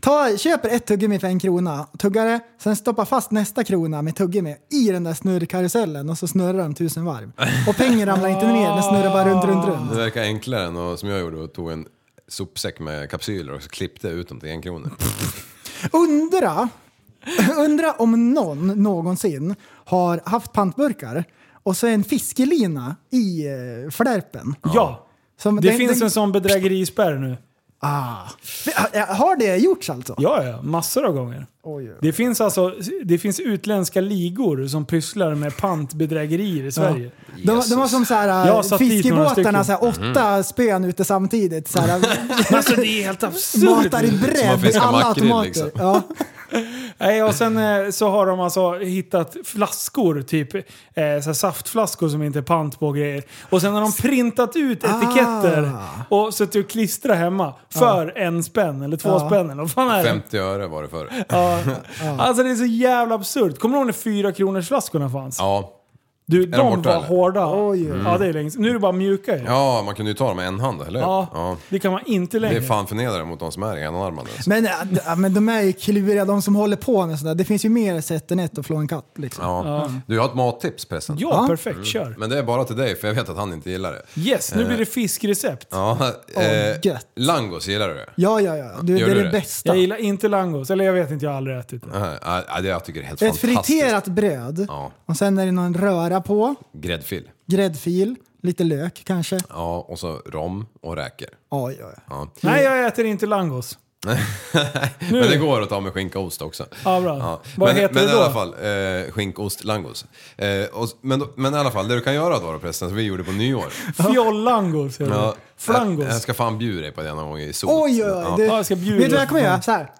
Ta, köper ett tuggummi för en krona, tuggar det, sen stoppar fast nästa krona med tuggummi i den där snurrkarusellen och så snurrar de tusen varv. Och pengar ramlar inte ner, den snurrar bara runt, runt,
Det
runt.
verkar enklare än att, som jag gjorde och tog en sopsäck med kapsyler och så klippte jag ut dem till en krona.
Undra, undra om någon någonsin har haft pantburkar och så en fiskelina i eh, flärpen.
ja.
Som
Det
den-
finns
den-
en sån bedrägerispärr nu.
Ah. Har det gjorts alltså?
Ja, ja. Massor av gånger.
Oj, oj.
Det finns alltså det finns utländska ligor som pysslar med pantbedrägerier i Sverige.
De, de var som så här,
Jag satt dit några stycken. Mm.
fiskebåtarna, så här, åtta spön ute samtidigt. Så här,
Men alltså det är helt absurt!
matar i
Som att
bredd i
fiska
alla
makrill,
automater.
liksom.
Ja.
Nej, och sen eh, så har de alltså hittat flaskor, typ eh, så här saftflaskor som inte är pant på och grejer. Och sen har de printat ut etiketter och suttit och klistrat hemma för en spänn eller två spänn eller vad fan är det?
50 öre var det förr.
Ja. Alltså det är så jävla absurt. Kommer du ihåg när fyra kronors flaskorna fanns?
Ja.
Du, de,
de borta,
var
eller?
hårda.
Oj.
Ja, det är länge sedan. Nu är det bara mjuka ju.
Mm. ja, man kunde ju ta dem med en hand, eller hur?
Ja,
ja.
det kan man inte
Det
längre.
är fan förnedrande mot de som är enarmade. alltså.
Men, äh, d- äh, men de är ju kluriga, de som håller på med sådär. Det finns ju mer sätt än ett att flå en katt. Liksom.
Ja. Du, jag har ett mattips pressen.
Ja,
Ja.
perfekt. Kör.
Mm. Men det är bara till dig, för jag vet att han inte gillar det.
Yes, nu blir det fiskrecept.
Ja, eh,
gött.
langos, gillar du det?
Ja, ja, ja. Du, det
Gör
är
du
det,
det?
bästa.
Jag gillar inte langos. Eller jag vet inte, jag har aldrig ätit det.
Nej, nej, det jag tycker det är helt
Ett
fantastiskt.
friterat bröd
Ja.
och sen är det någon röra på,
Gräddfil.
gräddfil, lite lök kanske.
Ja, och så rom och räkor.
Oj, oj, oj.
Ja.
Nej, jag äter inte langos.
men det går att ta med skinka och ost också.
Ja, bra. Vad
Men,
heter
men
det
i
då?
alla fall, eh, skinka, ost, langos. Eh, och, men, då- men i alla fall, det du kan göra då, då förresten, som vi gjorde på nyår.
Fjollangos heter det.
Ja,
Flangos.
Jag, jag ska fan bjuda dig på det någon gång i sol.
Oj, oj,
Ja, Mm.
oj. Det,
Ja, jag ska bjuda. Mm.
Vet du vad jag kommer göra? Så här.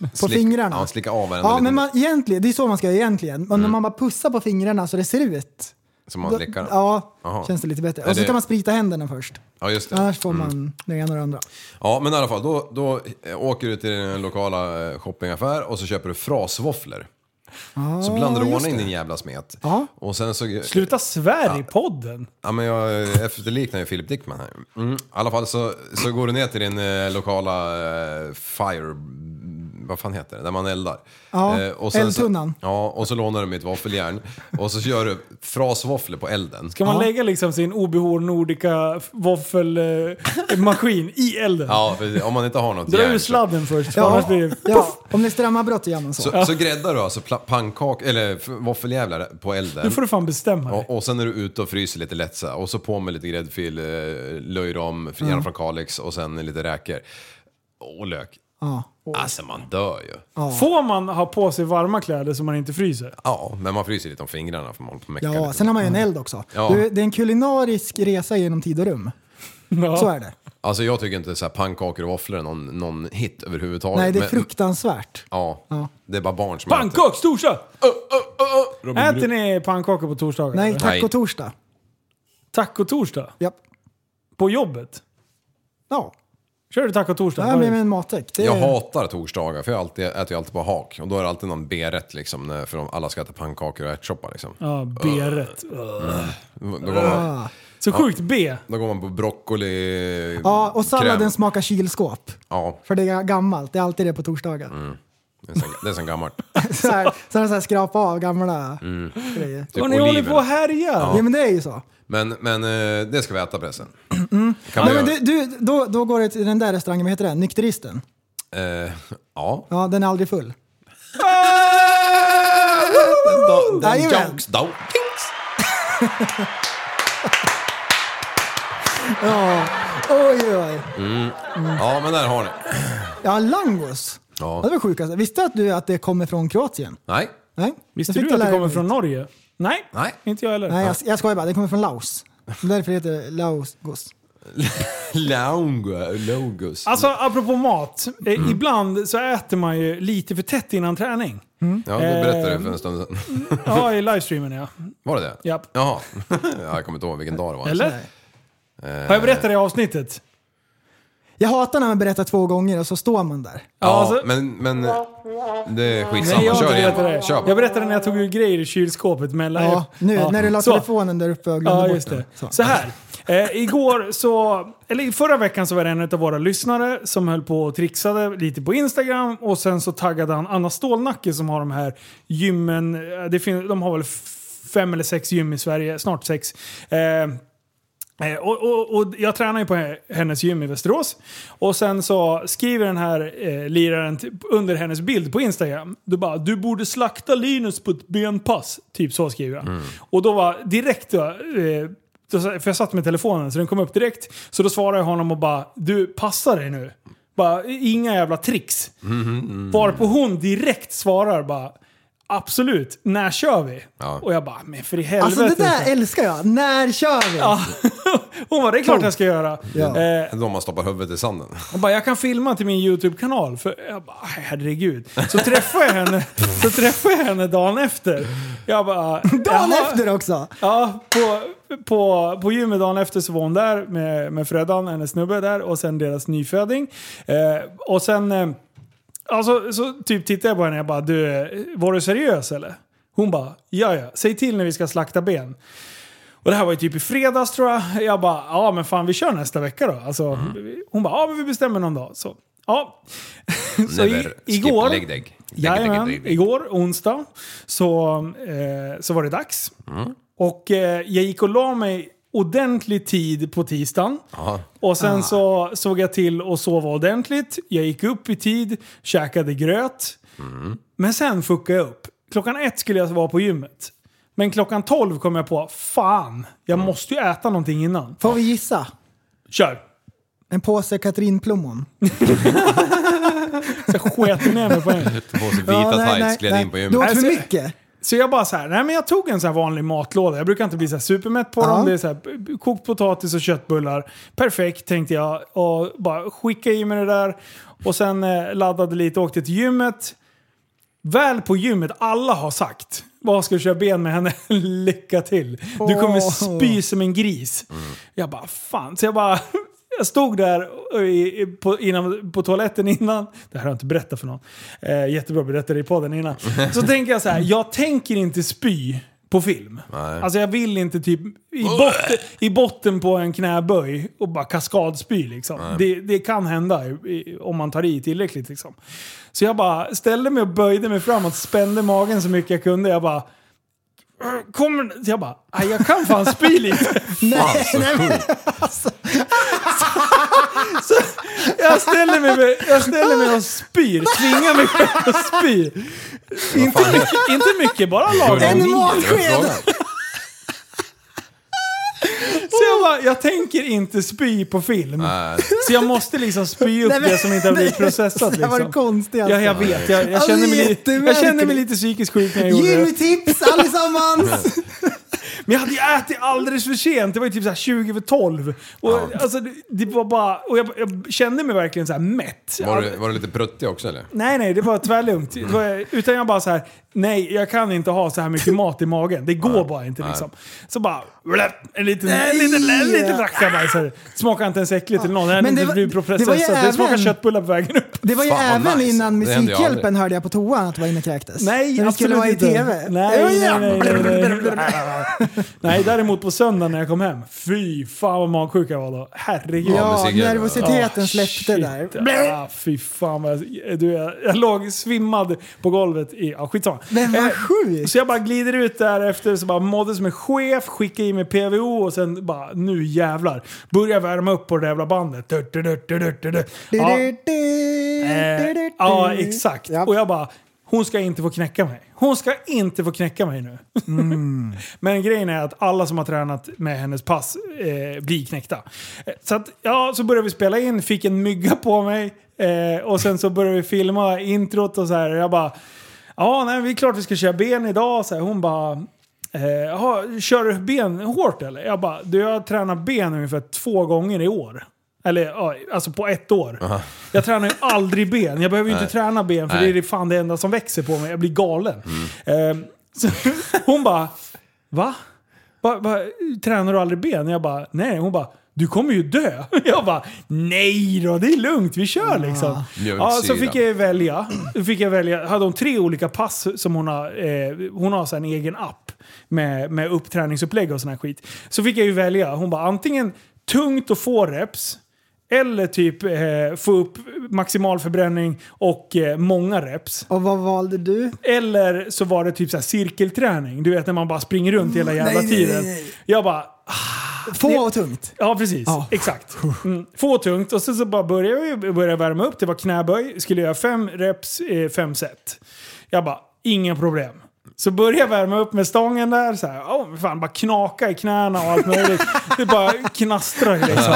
På
slick-
fingrarna.
Ja, slicka av varenda
Ja,
liten
men man, egentligen, det är så man ska göra egentligen. Men när man bara pussar på fingrarna så det ser ut.
som man
då-
slickar. Mm. Ja.
Ja,
Aha.
känns det lite bättre.
Är
Och så
det- Mm.
ska man sprita händerna först.
just det.
Annars får man det ena och det andra.
Ja, men i alla fall, då, då eh, åker du till din lokala eh, shoppingaffär och så köper du frasvåfflor.
Ah,
så blandar du
just
ordning din jävla smet.
Ja.
Och sen så...
Sluta svär i podden.
Ja, men jag efterliknar ju Philip Dickman här. Mm. I alla fall så, så går du ner till din eh, lokala eh, fire... Vad fan heter det? Där man eldar. Eh,
Ja,
så,
eldtunnan.
Ja, och så lånar du mitt våffeljärn. Och så gör du frasvåfflor på elden.
Kan man lägga liksom sin OBH Nordica våffelmaskin i elden?
Ja, för om man inte har något
Dra
järn.
ur
Så,
sladden först, för
Ja.
annars blir det...
Ja, om det är strömavbrott så gör man så.
så, så gräddar du alltså pla- pannkak... Eller f- våffeljävlar på elden.
Nu får du fan bestämma dig.
Och, och sen är du ute och fryser lite lätt så här. och så på med lite gräddfil, eh, löjrom, gärna
Mm.
från Kalix och sen lite räkor. Och lök.
Ja.
Alltså man dör ju.
Får man ha på sig varma kläder så man inte fryser?
Ja, men man fryser lite om fingrarna för man håller på och meckar
Ja,
lite.
sen har man ju en eld också.
Ja.
Du, det är en kulinarisk resa genom tid och rum.
Ja.
Så är det.
Alltså jag tycker inte så här pannkakor och våfflor är någon, någon hit överhuvudtaget.
Nej, det är
Men-
fruktansvärt.
Ja, det är bara barn som
Pannkak, storkök!
äter.
Äter ni pannkakor på torsdagar?
Nej,
eller?
Nej.
tacotorsdag.
Tacotorsdag?
Japp.
På jobbet?
Ja,
Kör du
det
tacotorsdag?
här blir min matsäck. Det är-
Jag hatar torsdagar för jag alltid, äter ju alltid på hak. Och då är det alltid någon B-rätt liksom, när- för de alla ska äta pannkakor och ärtsoppa liksom.
Ja, B-rätt.
Då, går man,
Så sjukt B.
då går man på broccoli...
Ja, och salladen
kräm.
smakar kylskåp.
Ja,
För det är gammalt, det är alltid det på torsdagar.
Mm. det är sen, det är sen gammalt.
Så här, så har de så här skrapat av gamla grejer.
Typ
Och ni håller
oliver.
på och härjar!
Ja. men det är ju så.
Men, men eh, det ska vi äta pressen. Kan
Nej,
vi
Mm. men
göra?
du, du, då, då går det till den där restaurangen, vad heter den? Nykteristen?
Eh, ja.
Ja, den är aldrig full.
Den- Den
Jajamän.
jokes don't kings.
Oj, oj, oj.
Ja, men där har ni.
Ja, langos.
Ja.
Det var sjukaste. Visste att du att det kommer från Kroatien?
Nej.
Nej.
Visste
Jag fick
du att det
lära
kommer
mig.
från Norge? Nej,
Nej.
inte jag heller.
Nej, jag, jag skojar bara. Det kommer från Laos. Det är Därför heter det Laosgos.
Launga, logus.
Alltså apropå mat, eh,
Mm.
ibland så äter man ju lite för tätt innan träning.
Ja, du berättade det för en stund sedan.
Ja, i livestreamen ehm, ja.
Var det det?
Japp.
Jaha. Jag kommer inte ihåg vilken dag det var.
Eller?
Eh.
Har jag berättat det i avsnittet?
Jag hatar när man berättar två gånger och så står man där.
Ja,
Ja,
alltså-
men, men det är
Nej,
skitsamma.
jag,
Kör
berättade
igen.
det.
Kör.
jag berättade när jag tog ur grejer i kylskåpet mellan...
Ja, nu när du la
Så.
telefonen där uppe och glömde
Ja,
bort
just det.
den.
Så här. Eh, igår så, eller i förra veckan så var det en av våra lyssnare som höll på och trixade lite på Instagram och sen så taggade han Anna Stålnacke som har de här gymmen, eh, det fin- de har väl f- fem eller sex gym i Sverige, snart sex. Eh, Eh, Och, och, och jag tränar ju på hennes gym i Västerås. Och sen så skriver den här eh, liraren typ under hennes bild på Instagram. Du bara, du borde slakta Linus på ett benpass. Typ så skriver han. Och då var direkt då, eh, då sa- för jag satt med telefonen så den kom upp direkt. Så då svarade jag honom och bara, du passa dig nu. Bara, inga jävla tricks. Varpå hon direkt svarar bara, absolut, när kör vi?
Ja.
Och jag bara, men för i helvete.
Alltså det där älskar jag. När kör vi?
Ja. Hon bara, det är klart jag ska göra.
Ja.
Eh,
De har stoppat huvudet i sanden.
hon bara, jag kan filma till min YouTube-kanal. För jag bara, herregud. Så träffade jag henne, så träffade jag henne dagen efter. Jag bara,
Dagen
"Jaha."
efter också.
Ja, på, på, på gymmet dagen efter så var hon där med, med Freddan, hennes snubbe där, och sen deras nyföding. Eh, och sen, eh, alltså, så typ tittade jag på henne och jag bara, du, eh, var du seriös eller? Hon bara, ja ja, säg till när vi ska slakta ben. Och det här var ju typ i fredags tror jag. Jag bara, ja men fan vi kör nästa vecka då. Alltså,
Mm.
Hon bara, ja men vi bestämmer någon dag. Så, ja. så i-
Never
igår...
skip leg day.
Jajamän, igår onsdag så, eh, så var det dags.
Mm.
Och eh, jag gick och la mig ordentlig tid på tisdagen.
Ja.
Och sen så såg jag till att sova ordentligt. Jag gick upp i tid, käkade gröt. Men sen fuckade jag upp. Klockan ett skulle jag vara på gymmet. Men klockan tolv kom jag på, fan, jag måste ju äta någonting innan.
Får vi gissa?
Kör!
En påse Katrinplommon.
Så jag sket ner mig på en.
På sig vita
Ja, nej, nej,
tights, gled
nej.
in på
Det
gymmet.
åt för
Alltså-
mycket.
Så jag bara så här, nej men jag tog en så här vanlig matlåda. Jag brukar inte bli så här supermätt på
Ja.
dem. Det är så här, b- b- kokt potatis och köttbullar. Perfekt tänkte jag och bara skicka i mig det där. Och sen eh, laddade lite och åkte till gymmet. Väl på gymmet, alla har sagt vad ska du köra ben med henne? Lycka till! Du kommer
Åh.
spy som en gris. Jag bara fan. Så jag bara... Jag stod där i, i, på, innan, på toaletten innan. Det här har jag inte berättat för någon. Eh, jättebra, berättade det i podden innan. Så tänker jag så här, jag tänker inte spy på film. Alltså jag vill inte typ i, botten, i botten på en knäböj och bara kaskadspy liksom. Det, det kan hända i- i- om man tar i tillräckligt liksom. Så jag bara ställde mig och böjde mig framåt, spände magen så mycket jag kunde. Jag bara... Kommer den?" Så jag bara, "Aj, jag kan fan spy lite.
Fan så sjukt.
Jag ställer mig, jag ställer mig och spyr. Tvingar mig själv att spy. Inte mycket, inte mycket, bara lagom.
En matsked!
Så jag bara, jag tänker inte spy på film.
Nej.
Så jag måste liksom spy upp
Nej, men-
det som inte har blivit processat.
Det här var det
Liksom.
konstigaste.
Ja, jag vet. Jag, jag,
Alltså,
känner mig, li- jag
jättemärkligt.
känner mig lite psykiskt sjuk när jag gjorde det.
Gymtips allesammans!
Men jag hade ju ätit alldeles för sent. Det var ju typ så här 20 över 12. Och, alltså, det, det var bara, och jag, jag kände mig verkligen så här mätt.
Var du, var du lite pruttig också eller?
Nej, nej, det var tvärlugnt. Det var, utan jag bara så här, nej, jag kan inte ha så här mycket mat i magen. Det går bara inte liksom. Så bara, en liten, en liten, en liten rackabajsare. Smakar inte ens äckligt eller något. Det,
Men
det,
det var-
det,
det var ju
det smakar
även-
köttbullar på vägen upp.
Det var ju
Fan, vad
även
nice.
innan
Det händer ju
Musikhjälpen
aldrig.
hörde jag på toan att du var inne och kräktes.
Nej,
När du
absolut
skulle vara i
inte.
tv.
Nej,
Ja,
nej,
ja.
nej, nej, nej. nej, däremot på söndagen när jag kom hem. Fy fan vad magsjuk jag var då. Herregud.
Ja,
Ja,
musikhjälpen.
nervositeten
Ah,
släppte
shit.
där.
Ah, fy fan vad jag, du, jag, jag låg svimmad på golvet i... Ja, skitsamma.
Men
Eh,
vad sjukt!
Så jag bara glider ut därefter, så bara mådde som en chef, skickade i mig PVO och sen bara nu jävlar. Börjar värma upp på det jävla bandet. Du, du, du, du, du, du, du. Ja,
Du, du, du, du, du,
eh,
du.
ja, exakt.
Ja.
Och jag bara, hon ska inte få knäcka mig. Hon ska inte få knäcka mig nu. Men grejen är att alla som har tränat med hennes pass eh, blir knäckta. Eh, Så, att, ja, så började vi spela in, fick en mygga på mig eh, och sen så började vi filma introt och så här. Jag bara, ja nej, vi är klart vi ska köra ben idag. Så här, hon bara, eh, "Jaha, kör du ben hårt eller? Jag bara, du jag har tränat ben ungefär två gånger i år. Eller ja, alltså på ett år. Jag tränar ju aldrig ben. Jag behöver ju inte träna ben för
Nej. Mm.
det är fan det enda som växer på mig. Jag blir galen. Eh, så, hon bara, va? Ba, ba, tränar du aldrig ben? Jag bara, nej. Hon bara, du kommer ju dö. Jag bara, nej då, det är lugnt, vi kör liksom. Ja, så
Mjölksyra.
fick jag välja. Då Fick jag välja. Hade hon tre olika pass som hon har, eh, hon har så här en egen app med, med uppträningsupplägg och sån här skit. Så fick jag ju välja. Hon bara, antingen tungt och få reps, eller typ eh, få upp maximal förbränning och eh, många reps.
Och vad valde du?
Eller så var det typ så här cirkelträning. Du vet när man bara springer runt hela jävla
Mm. nej,
tiden.
nej, nej.
Jag bara,
Få och tungt.
ja precis,
Ja.
exakt. Mm. Få tungt och sen så bara började vi började värma upp. Det var knäböj, skulle göra fem reps, eh, fem set. Jag bara, inga problem. Så började jag värma upp med stången där, så här, oh, fan, bara knaka i knäna och allt möjligt. Det bara knastrar ju liksom.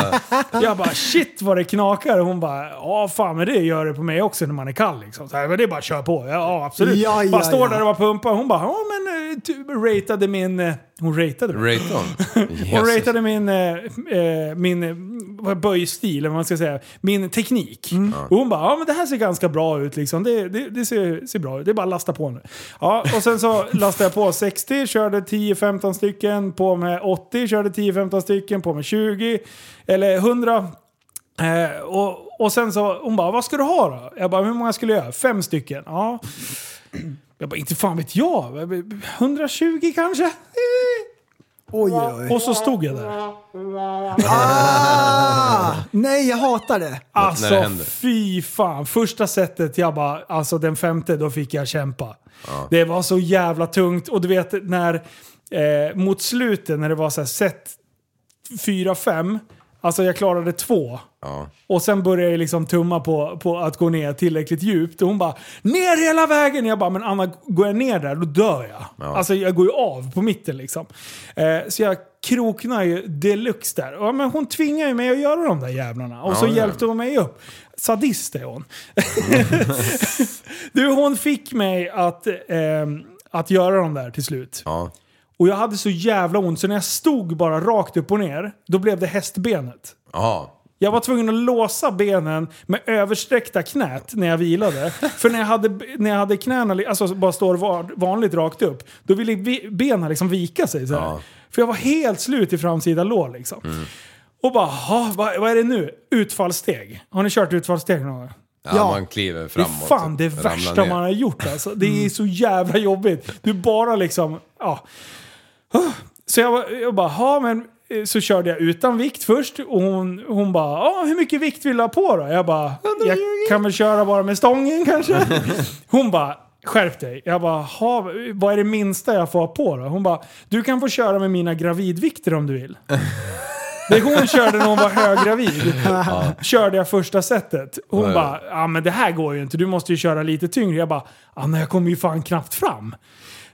Jag bara shit vad det knakar och hon bara ja fan men det gör det på mig också när man är kall liksom. Så här, men det är bara att köra på, ja absolut.
Ja, ja,
bara står
ja.
där och bara pumpar hon bara ja men eh, ty- ratade min... eh, Hon ratade mig.
Raton.
Hon
Jesus.
ratade min, eh, eh, min eh, vad- böjstil, eller vad man ska säga, min teknik. Och hon bara, ja men det här ser ganska bra ut liksom. Det, det, det ser, ser bra ut, det är bara att lasta på nu. Ja, och sen så lastade jag på 60, körde 10-15 stycken, på med 80, körde 10-15 stycken, på med 20, eller 100. Eh, och, och sen så, hon bara, vad ska du ha då? Jag bara, hur många skulle jag göra? Fem stycken? Ja. Jag bara, inte fan vet jag. 120 kanske? Eh.
Oj, oj, oj.
Och så stod jag där.
Nej, jag hatar det.
Alltså
när det händer.
fy fan. Första setet, jag bara, alltså den femte, då fick jag kämpa. Det var så jävla tungt. Och du vet när, eh, mot slutet när det var så här set 4-5. Alltså jag klarade två. Och sen började jag liksom tumma på, på att gå ner tillräckligt djupt. Och hon bara ner hela vägen! Jag bara men Anna, går jag ner där då dör jag. Alltså jag går ju av på mitten liksom. Eh, så jag kroknar ju deluxe där. Ja, men hon tvingar ju mig att göra de där jävlarna. Och så
ja.
hjälpte hon mig upp. Sadist är hon. du, hon fick mig att, ehm, att göra de där till slut.
Ja.
Och jag hade så jävla ont så när jag stod bara rakt upp och ner, då blev det hästbenet.
Jaha.
Jag var tvungen att låsa benen med översträckta knät när jag vilade. För när jag hade, när jag hade knäna, li- alltså bara står var- vanligt rakt upp, då ville vi- benen liksom vika sig så här. För jag var helt slut i framsida lår liksom. Och bara, "Ha, vad, vad är det nu? Utfallssteg. Har ni kört utfallssteg någon gång?
Ja,
Ja.
man kliver
Det är
framåt. typ.
fan det
ramlar
värsta
ner. Mm.
man har gjort alltså. Det är så jävla jobbigt. Du bara liksom, ja. Så jag, var- jag bara, ha men. eh, Så körde jag utan vikt först och hon, hon bara, ja hur mycket vikt vill du ha på då? Jag bara, jag kan väl köra bara med stången kanske? Hon bara, skärp dig. Jag bara, ha, vad är det minsta jag får ha på då? Hon bara, du kan få köra med mina gravidvikter om du vill. Det hon körde när hon var höggravid körde jag första setet. Hon
Ja, ja.
bara, ja men det här går ju inte, du måste ju köra lite tyngre. Jag bara, Anna jag kommer ju fan knappt fram.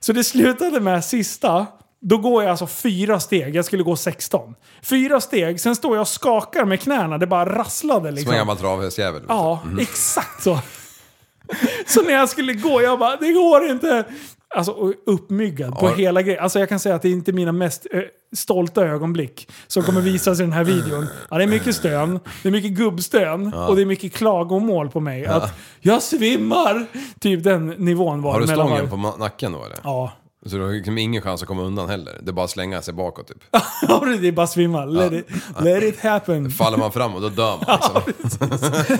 Så det slutade med sista, då går jag alltså fyra steg, jag skulle gå 16. Fyra steg, sen står jag och skakar med knäna, det bara rasslade
Som en
liksom.
gammal travhästjävel.
Ja,
Mm.
exakt så. så när jag skulle gå, jag bara, det går inte. Alltså och uppmyggad på
Ja.
hela grejen. Alltså jag kan säga att det är inte mina mest eh, stolta ögonblick som kommer visas i den här videon. Ja, det är mycket stön, det är mycket gubbstön och det är mycket klagomål på mig. Att jag svimmar! Typ den nivån var
Har du
mellan varv.
stången på ma- nacken då eller?
Ja.
Så du har liksom ingen chans att komma undan heller. Det är bara att slänga sig bakåt typ.
Ja, det är bara svimma. Let, it, let it happen.
Faller man framåt då dör man liksom.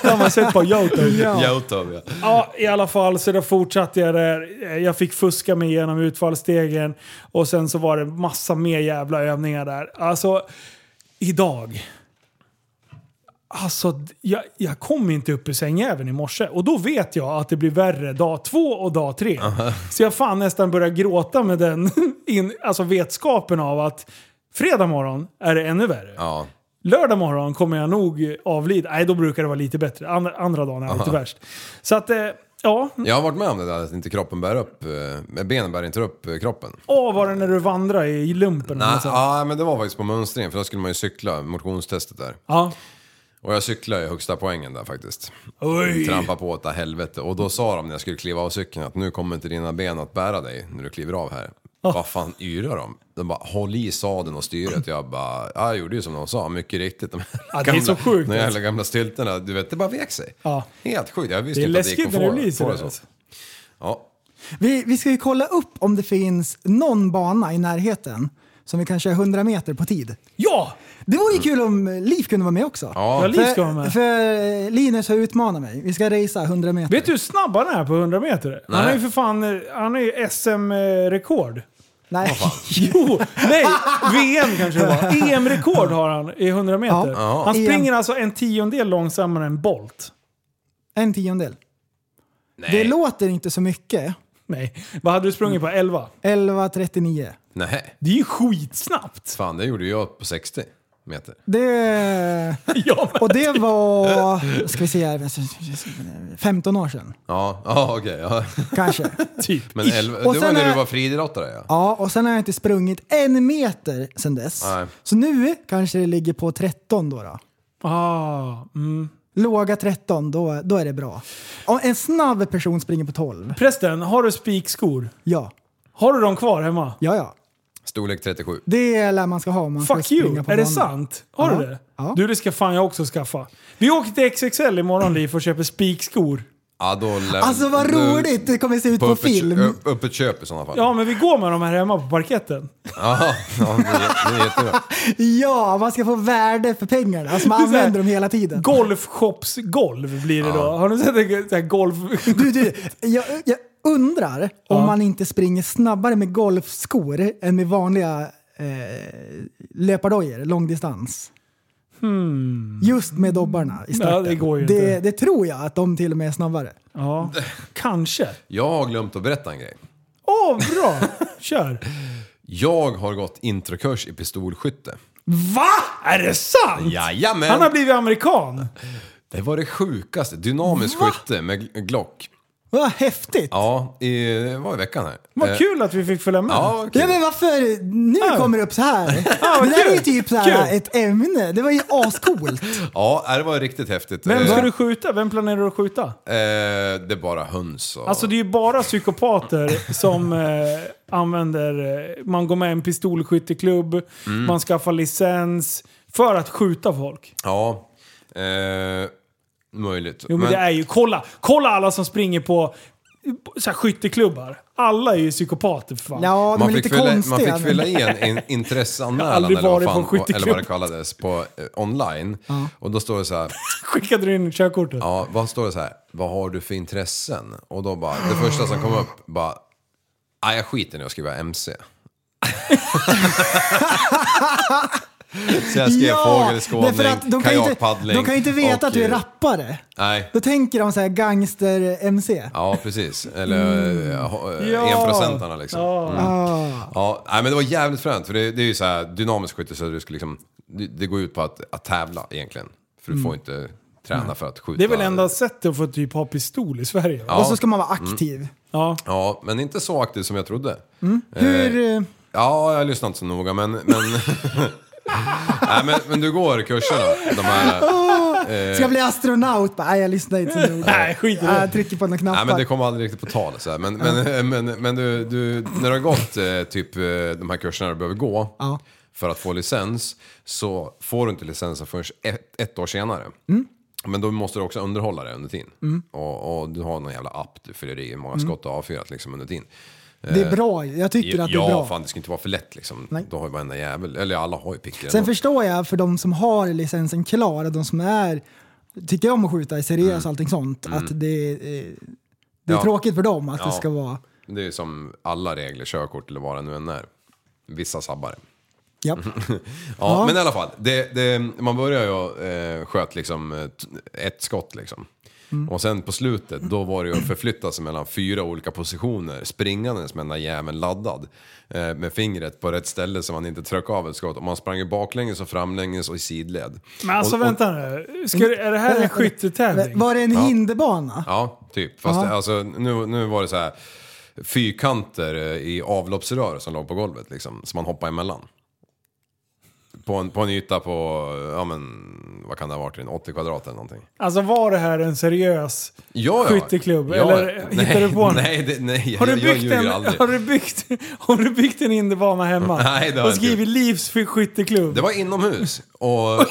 Det har man sett på Youtube.
Youtube ja.
Ja, i alla fall så då fortsatte jag där. Eh, Jag fick fuska mig igenom utfallsstegen och sen så var det massa mer jävla övningar där. Alltså, idag. Alltså, d- jag, jag kom inte upp ur sängjäveln i morse och då vet jag att det blir värre dag två och dag tre. Så jag fan nästan började gråta med den in, alltså vetskapen av att fredag morgon är det ännu värre.
ja.
Lördag morgon kommer jag nog avlida. Nej, då brukar det vara lite bättre. Andra, andra dagen är det lite värst. Så att, eh, ja.
Jag har varit med om det där att inte kroppen bär upp, eh, men benen bär inte upp eh, kroppen.
Åh, var det när du vandrade i lumpen?
Nej,
alltså?
ja, men det var faktiskt på mönstringen för då skulle man ju cykla, motionstestet där.
ja.
Och jag cyklade ju högsta poängen där faktiskt.
Oj.
Trampa på åt det här helvete. Och då sa de när jag skulle kliva av cykeln att nu kommer inte dina ben att bära dig när du kliver av här.
Ah.
Vad fan yrar de? De bara håll i sadeln och styret. Jag bara, ja, jag gjorde ju som de sa, mycket riktigt. De
Ja, det är så sjukt,
De här
alltså.
jävla gamla stylterna, du vet det bara vek sig.
Ja.
Helt sjukt, jag visste
Det är
inte att det gick
läskigt
att
när
få
det blir
få
sådär.
det
alltså.
så. Ja.
Vi, vi ska ju kolla upp om det finns någon bana i närheten som vi kan köra 100 meter på tid.
Ja!
Det vore ju kul om Liv kunde vara med också.
Ja,
Ja.
Liv ska vara
För,
med.
för Linus har utmanat mig. Vi ska racea 100 meter.
Vet du hur snabb han är på 100 meter? Han är ju för fan eh, han är ju SM-rekord.
Nej.
Jo! Nej! VM kanske det var. EM-rekord har han i 100 meter.
Ja.
Han springer
EM.
alltså en tiondel långsammare än Bolt.
En tiondel. Det låter inte så mycket.
Nej. Vad hade du sprungit på? 11?
11.39.
Nej,
Det är ju skitsnabbt!
fan det gjorde jag på 60 meter.
Det...
Ja, men-
Och det var, ska vi se här, 15 år sedan.
Ja, ja okej. ja.
Kanske.
Typ.
Men elva,
Och
det var
sen
när
är-
du var friidrottare ja.
Ja, och sen har jag inte sprungit en meter sedan dess.
Nej.
Så nu kanske det ligger på 13 då. då.
Ah, mm.
Låga 13, då, då är det bra. Om en snabb person springer på 12,
Prästen, har du spikskor?
ja.
Har du dem kvar hemma?
Ja, ja.
Storlek 37.
Det är lär man ska ha om man
Fuck
ska springa
you! Är
på
det
banan.
sant? Har
Ja.
du det?
Ja.
Du, det ska fan jag också skaffa. Vi åker till XXL imorgon Liv och köper spikskor.
Ja, då lä-
Alltså vad
då-
roligt det kommer se ut på
öppet kö-
film.
upp- Öppet köp i sådana fall.
Ja, men vi går med de här hemma på parketten.
Ja, ja det, är, det är jättebra.
Ja, man ska få värde för pengarna. Alltså man
Det är så här-
använder dem hela tiden.
Golfshopsgolv blir det då. Har du sett en sån här golf...
Du, du, jag, jag undrar om man inte springer snabbare med golfskor än med vanliga eh, löpardojor, långdistans. Just med dobbarna i starten.
Hmm. Ja, det går ju
det,
inte.
det tror jag att de till och med är snabbare.
Ja, kanske.
Jag har glömt att berätta en grej.
Åh, bra! Kör!
Jag har gått introkurs i pistolskytte.
Va? Är det sant?
Jajamän!
Han har blivit amerikan.
Det var det sjukaste. Dynamisk skytte med Glock.
Vad häftigt!
Ja, i, det var i veckan här. Eh,
Vad kul att vi fick följa med.
Ja, kul.
Ja men varför, nu
Ja.
kommer det upp så här.
vad
det där är ju
kul.
typ så
Kul.
här ett ämne. Det var ju ascoolt.
Ja, äh, det var riktigt häftigt.
Vem
Eh,
ska du skjuta? Vem planerar du att skjuta?
eh, det är bara höns och...
Alltså det är ju bara psykopater som eh, använder, eh, man går med i en pistolskytteklubb,
Mm.
man skaffar licens för att skjuta folk.
Ja. Eh, möjligt.
Jo men, det är ju, kolla! Kolla alla som springer på så här, skytteklubbar. Alla är ju psykopater för fan.
Ja, de är
man, fick
lite
fylla, man
konstiga.
fick fylla
men-
i en in,
Jag har
intresseanmälan
aldrig
eller vad,
varit på
fan,
en skytteklubb.
eller vad det kallades på, eh, online. Och då står det så här,
Skickade du in körkortet?
ja, vad står det så här, vad har du för intressen? Och då bara, det första som kom upp bara, nej jag skiter nu jag skriver MC. så jag skrev
nej, för
fågelskådning,
att de kan, ju inte,
kajakpaddling.
de kan ju inte veta
och,
att du är
eh,
rappare.
Nej.
Då tänker de så här gangster-MC.
Ja, precis. Eller eh,
Mm. Ja.
enprocentarna liksom.
Ja. Ah.
Mm. Ja, nej, men det var jävligt fränt för det, det är ju så här dynamisk skytte så du ska liksom, det, det går ut på att, att tävla egentligen. För du får inte träna för att skjuta.
Mm. Det är väl enda sättet att få typ ha pistol i Sverige? va?
Och så ska man vara aktiv.
Mm.
Ja.
Ja, men inte så aktiv som jag trodde.
Mm.
Hur... eh,
Ja, jag lyssnar inte så noga men... men... Nej men, men du går kurserna, de här...
Ah.
eh, Ska jag bli
eh.
astronaut? Bara, nej, jag lyssnar inte så noga.
Nej, skit i det.
Ah, Jag trycker på några knappar.
Nej men det kom aldrig riktigt på tal så här. Men, men, men, men du, du, när du har gått eh, typ eh, de här kurserna du behöver gå
Ja.
för att få licens så får du inte licensen förrän ett, ett år senare.
Mm.
Men då måste du också underhålla det under tiden. Och, och du har någon jävla app du fyller i hur
Mm.
många skott du har avfyrat liksom under tiden.
Det är bra ju. Jag tycker att det
ja,
är bra.
fan det ska inte vara för lätt liksom.
Nej.
Då har ju varenda jävel, eller alla har ju pickor.
Sen
ändå.
förstår jag för de som har licensen klar och de som är, tycker om att skjuta, är seriösa och allting sånt, att det, är- eh, det är
Mm. Ja.
tråkigt för dem att
Ja.
det ska vara...
Det är ju som alla regler, körkort eller vad det nu än är. Vissa sabbar det.
Ja.
Ja,
Ja.
men i alla fall. Det, det, man börjar ju eh, sköt liksom eh, t- ett skott liksom.
Mm.
Och sen på slutet, då var det ju att förflytta sig mellan fyra olika positioner springandes med den där jäveln laddad. Eh, med fingret på rätt ställe så man inte tryckte av ett skott. Och man sprang ju baklänges och framlänges och i sidled.
Men alltså
och, och,
vänta nu. Ska, du- är det här en skyttetävling?
Var det en hinderbana?
Ja, typ. Fast det, alltså, nu, nu var det så här fyrkanter eh, i avloppsrör som låg på golvet liksom, som man hoppade emellan. På en, på en yta på, eh, ja men, vad kan det ha varit, en 80 kvadrat eller någonting.
Alltså var det här en seriös...
Ja, ja.
Skytteklubb, eller
nej,
hittar du på en?
Nej, det, nej
Har du,
jag, jag
byggt
ljuger
en,
aldrig.
har, du byggt, har du byggt en hinderbana hemma?
Nej, det har jag
Och
inte
skrivit livs för skytteklubb?
Det var inomhus och...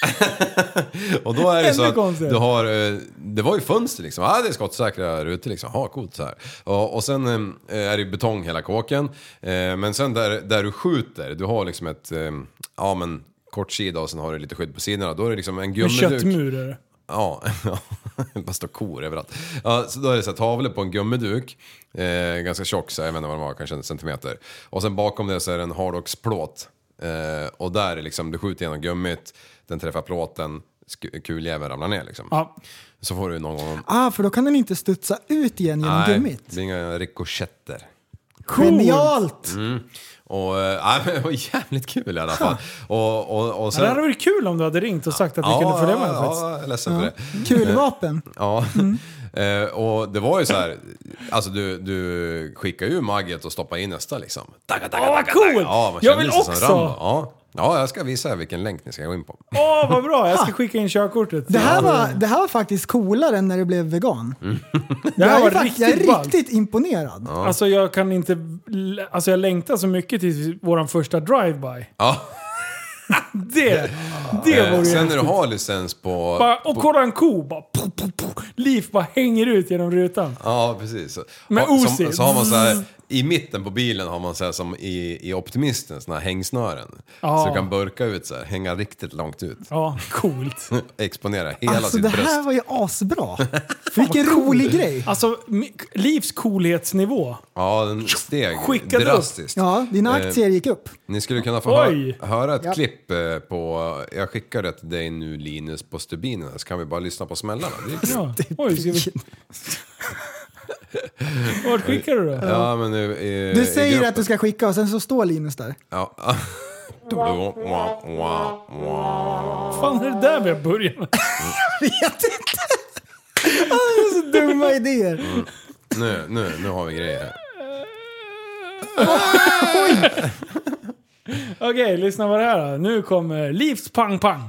och då är det så
Ännu
att
konstigare.
du har... eh, Det var ju fönster liksom. Ah, det är skottsäkra rutor liksom. Ha, coolt så här. Och, och sen eh, är det betong hela kåken. Eh, Men sen där, där du skjuter, du har liksom ett... eh, Ja men kort sida och sen har du lite skydd på sidorna. Då är det liksom en
Med
gummiduk.
köttmur är det.
Ja, ja. bara står kor överallt. Ja, så då är det så här, tavlor på en gummiduk, eh, ganska tjock, så här, jag vet inte vad den var, kanske en centimeter. Och sen bakom det så är det en hardrocksplåt. Eh, och där är liksom, du skjuter genom gummit, den träffar plåten, sk- kuljäveln ramlar ner liksom.
Ja.
Så får du någon gång...
Ah, för då kan den inte studsa ut igen genom
det
gummit.
blir inga rikoschetter.
Genialt!
Mm. Och, eh, nej, men det var jävligt kul i alla fall. Och, och, och sen...
Det hade varit kul om du hade ringt och sagt att vi kunde följa med faktiskt.
Ja, jag är ledsen för det.
Kulvapen.
Ja,
Mm.
eh, och det var ju så här, alltså du, du skickar ju magget och stoppar in nästa liksom. Tagga, tagga,
Åh, vad
tagga,
coolt!
tagga. Ja, man
Jag
känner
vill
sig som
också!
Rambo. Ja. ja, jag ska visa er vilken länk ni ska gå in på.
Åh, vad bra! Jag ska skicka in körkortet.
Det här, var, det här var faktiskt coolare än när du blev vegan.
det här
jag, är
var
fakt- jag är
riktigt ballt.
riktigt imponerad.
Alltså jag kan inte... Alltså jag längtar så mycket till våran första drive-by.
Ja.
Det, det
Eh,
vore ju
Sen när du
häftigt.
har licens på...
Bara, och kolla en ko bara... Puh, puh, puh. Liv bara hänger ut genom rutan.
Ja, precis.
Med
Ja,
Uzi. Mm.
så, så har man så här, i mitten på bilen har man så här som i, i Optimisten, såna här hängsnören.
Ja.
Så du kan burka ut så här, hänga riktigt långt ut.
Ja, coolt.
Exponera hela
Alltså
sitt
det
bröst.
här var ju asbra. Vilken rolig grej.
Alltså, mi- Livs coolhetsnivå.
Ja, den steg
Skickade upp.
drastiskt.
Ja, dina
Eh,
aktier gick upp.
Ni skulle kunna få
Oj!
hö- höra ett
Ja.
klipp eh, på... Jag skickar det till dig nu Linus på stubinen så kan vi bara lyssna på smällarna. Det är kul.
Ja. Oj, ska vi...
Eh,
Vart skickar du då?
Ja, men nu, eh, i,
Du
i
säger
gruppen.
att du ska skicka och sen så står Linus där.
Ja.
Vad fan är det där vi har börjat med?
vet inte. Ah, det är så dumma
Mm.
idéer.
Nu, nu, nu har vi grejer här.
Okej, lyssna på det här då. Nu kommer Livs Pang Pang.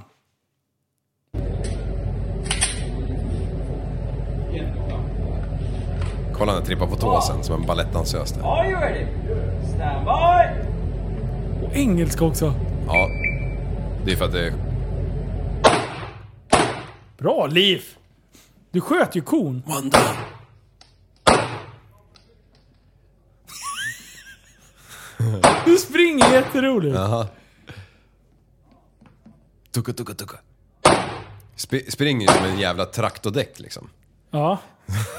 Kolla när trippar på tå sen som en balettdansös där.
Are you ready? Stand by!
Och engelska också.
Ja. Det är för att det är...
Bra Liv! Du sköt ju kon. Du springer jätteroligt.
Jaha. Tucka, tucka, tucka. Sp- springer ju som en jävla traktordäck liksom.
Ja.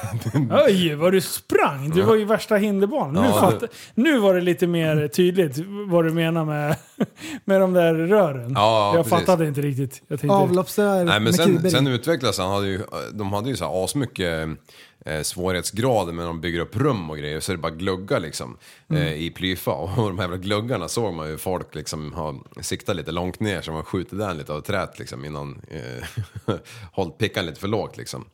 Oj, vad du sprang! Du var ju värsta hinderbarn. nu,
Ja,
fatt,
det-
nu var det lite mer tydligt vad du menar med, med de där rören.
Ja, ja,
jag
precis.
fattade inte riktigt. Jag tänkte,
Mm. Avloppsrör
Nej men
med kuber
sen,
i.
sen utvecklas han, hade ju, de hade ju så här asmycket eh, svårighetsgrader men de bygger upp rum och grejer så är det bara gluggar liksom
Mm.
eh, i plyfa och de här jävla gluggarna såg man ju folk liksom har siktat lite långt ner så man skjuter där lite av trät liksom innan eh, hållit pickan lite för lågt liksom.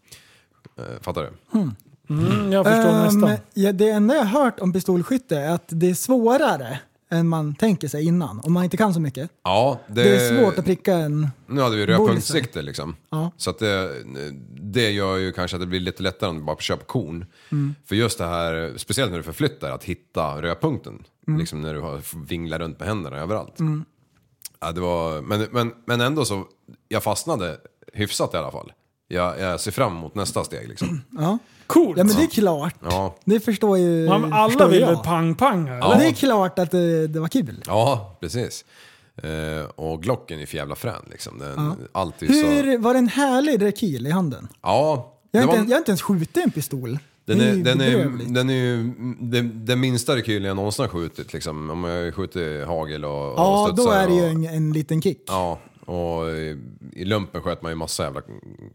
Eh, fattar du?
mm, jag förstår
Ehm,
nästan.
ja, det enda jag har hört om pistolskytte är att det är svårare än man tänker sig innan. Om man inte kan så mycket.
Ja, det,
Det är svårt att pricka en...
Nu hade vi rödpunktssikte liksom.
Ja.
Så att det, det gör ju kanske att det blir lite lättare om du bara köper korn. För just det här, speciellt när du förflyttar, att hitta rödpunkten.
Mm.
Liksom när du har vinglar runt med händerna överallt. Ja, det var, men, men, men ändå så, jag fastnade hyfsat i alla fall. Jag, jag ser fram emot nästa steg liksom.
Coolt!
Ja men det är klart.
Ja,
Det förstår ju
Ja, men alla
Mm, förstår
vill
jag.
väl pang-panga? eller?
Ja. Det är klart att det, det var kul.
ja precis. Eh, och Glocken är för jävla frän liksom. Den, Alltid så...
Hur, var det en härlig rekyl i handen?
Ja.
Jag
det
har,
var-
inte, ens- jag har inte ens skjutit en pistol.
Den
Det
är,
ju
den är,
bedrövligt.
den är ju den, den minsta rekylen jag någonsin har skjutit. Liksom. Om jag skjuter hagel och, och
ja, då
studsar
är det ju
och,
en, en liten kick.
Ja, och i, i lumpen sköt man ju massa jävla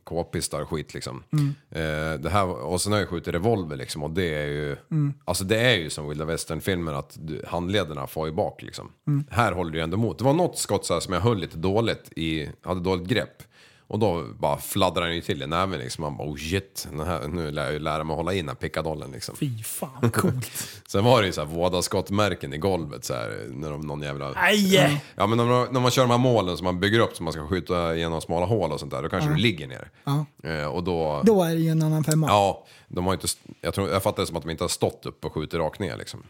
k-pistar och skit liksom. Eh, det här, och sen har jag skjutit revolver liksom och det är ju, alltså det är ju som vilda västern-filmer att du, handlederna far ju bak liksom. Här håller du ju ändå emot. Det var något skott så här som jag höll lite dåligt i, hade dåligt grepp. Och då bara fladdrar den ju till i näven liksom. Man bara oh shit, den här, nu lär jag ju lära mig hålla i den här pickadollen liksom.
Fy fan, coolt.
Sen var det ju så här vådaskottmärken i golvet så här, när de, någon jävla...
Nej!
Ja men när man, när man kör de här målen som man bygger upp som man ska skjuta genom smala hål och sånt där, då kanske du ligger ner. Eh, och då...
Då är det ju en annan femma.
Ja, de har inte, st- jag, tror, jag fattar det som att de inte har stått upp och skjutit rakt ner liksom.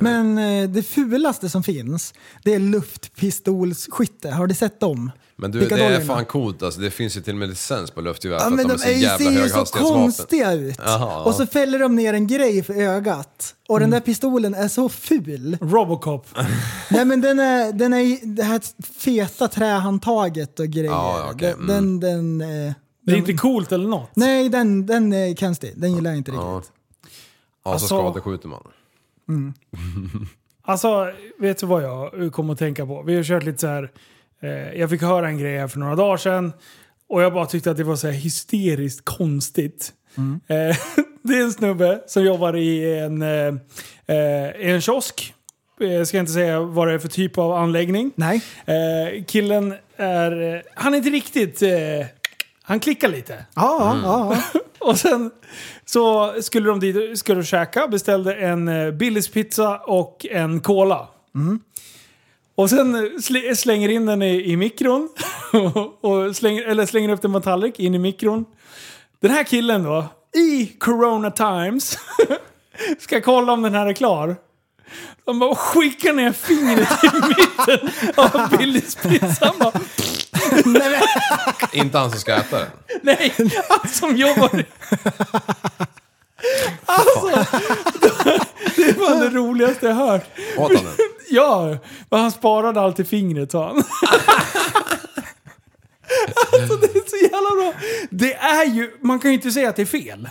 Men eh, det fulaste som finns, det är luftpistolsskytte. Har du sett dem?
Men du, det
Pickadollerna.
är fan coolt alltså, det finns ju till och med licens på luftgevär
Ja,
för
men
att
de
de är så
är,
jävla
ser ju så
höghastighetsvapen.
konstiga ut.
Jaha,
Och
ja.
så fäller de ner en grej för ögat. Och den där pistolen är så ful.
Robocop.
Mm. Nej men den är, den är, det här feta trähandtaget och grejer.
Ja, ja, okej, mm.
Den, den, den, eh,
Det är
den-
inte coolt eller något.
Nej, den, den är konstig. Den gillar jag inte riktigt.
Ja, ja
Alltså-
så skadeskjuter man.
Alltså, vet du vad jag kom att tänka på? Vi har kört lite så här. Eh, jag fick höra en grej här för några dagar sedan. Och jag bara tyckte att det var så här hysteriskt konstigt.
Mm.
Eh, det är en snubbe som jobbar i en, eh, eh, i en kiosk. Eh, Jag ska inte säga vad det är för typ av anläggning.
Nej.
Eh, killen är... Eh, han är inte riktigt... Eh, han klickar lite.
Ja,
Mm.
ja, ja.
Och sen så skulle de dit skulle de käka, beställde en eh, Billys pizza och en cola.
Mm.
Och sen eh, sl- slänger in den i, i mikron. och slänger, eller slänger upp den på en tallrik in i mikron. Den här killen då, i Corona Times, ska kolla om den här är klar. De bara skickar ner fingret i mitten av Billys pizza. Han bara,
inte han som ska äta den.
Nej, han som jobbar... Alltså, det var det roligaste jag hört.
Åt han den?
Ja, men han sparade alltid fingret sa han. Alltså det är så jävla bra. Det är ju, man kan ju inte säga att det är fel.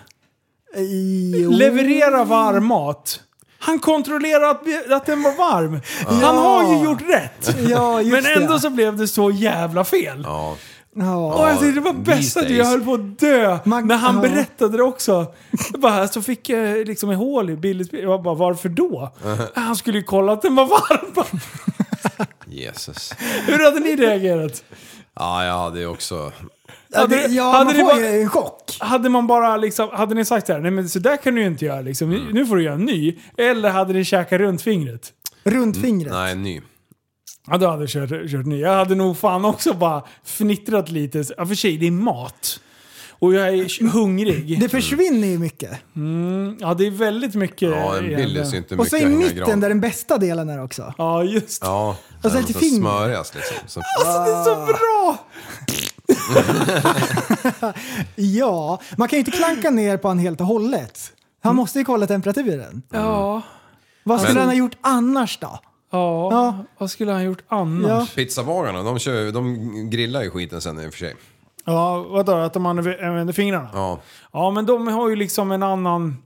Jo.
Leverera
Mm.
varm mat. Han kontrollerar att, att den var varm. Han har ju gjort rätt.
Ja, just
Men ändå
det.
så blev det så jävla fel.
Ja.
Ja.
Och jag tyckte alltså, det var
these
bästa att jag
days.
höll på att dö
Man-
när han
ja.
berättade det också. Jag bara, så fick jag liksom ett hål i Billys bil. Jag bara, varför då? Han skulle ju kolla att den var varm.
Jesus.
Hur hade ni reagerat?
Ja, jag hade ju också...
Ja, det, ja
hade
man
det
får
varit-
ju en chock.
Hade man bara liksom, hade ni sagt så här, nej men så där kan du ju inte göra liksom,
Mm.
nu får du göra en ny. Eller hade ni käkat runt fingret?
Runt fingret.
Nej, ny.
Ja, då hade jag kört, kört ny. Jag hade nog fan också bara fnittrat lite. Ja, för sig, det är mat. Och jag är hungrig.
Det försvinner ju mycket.
Ja, det är väldigt mycket.
Ja, en bild är
egentligen.
ju inte mycket
Och så i
att hänga i
mitten
gran.
där den bästa delen är också.
Ja, just det.
Ja,
Och sen
den
till
som
fingret. Alltså,
smörigas liksom. Så,
Det är
Ah.
så bra!
Ja, man kan ju inte klanka ner på han helt och hållet. Han måste ju kolla temperaturen. Mm.
Ja.
Vad skulle
Men-
han ha gjort annars då?
Ja.
Ja.
vad skulle han gjort annars?
Ja.
Ja,
pizzavagarna, de, kör, ju- de grillar ju skiten sen i och för sig.
vadå? Att de använder fingrarna? Ja.
Ja.
men de har ju liksom en annan...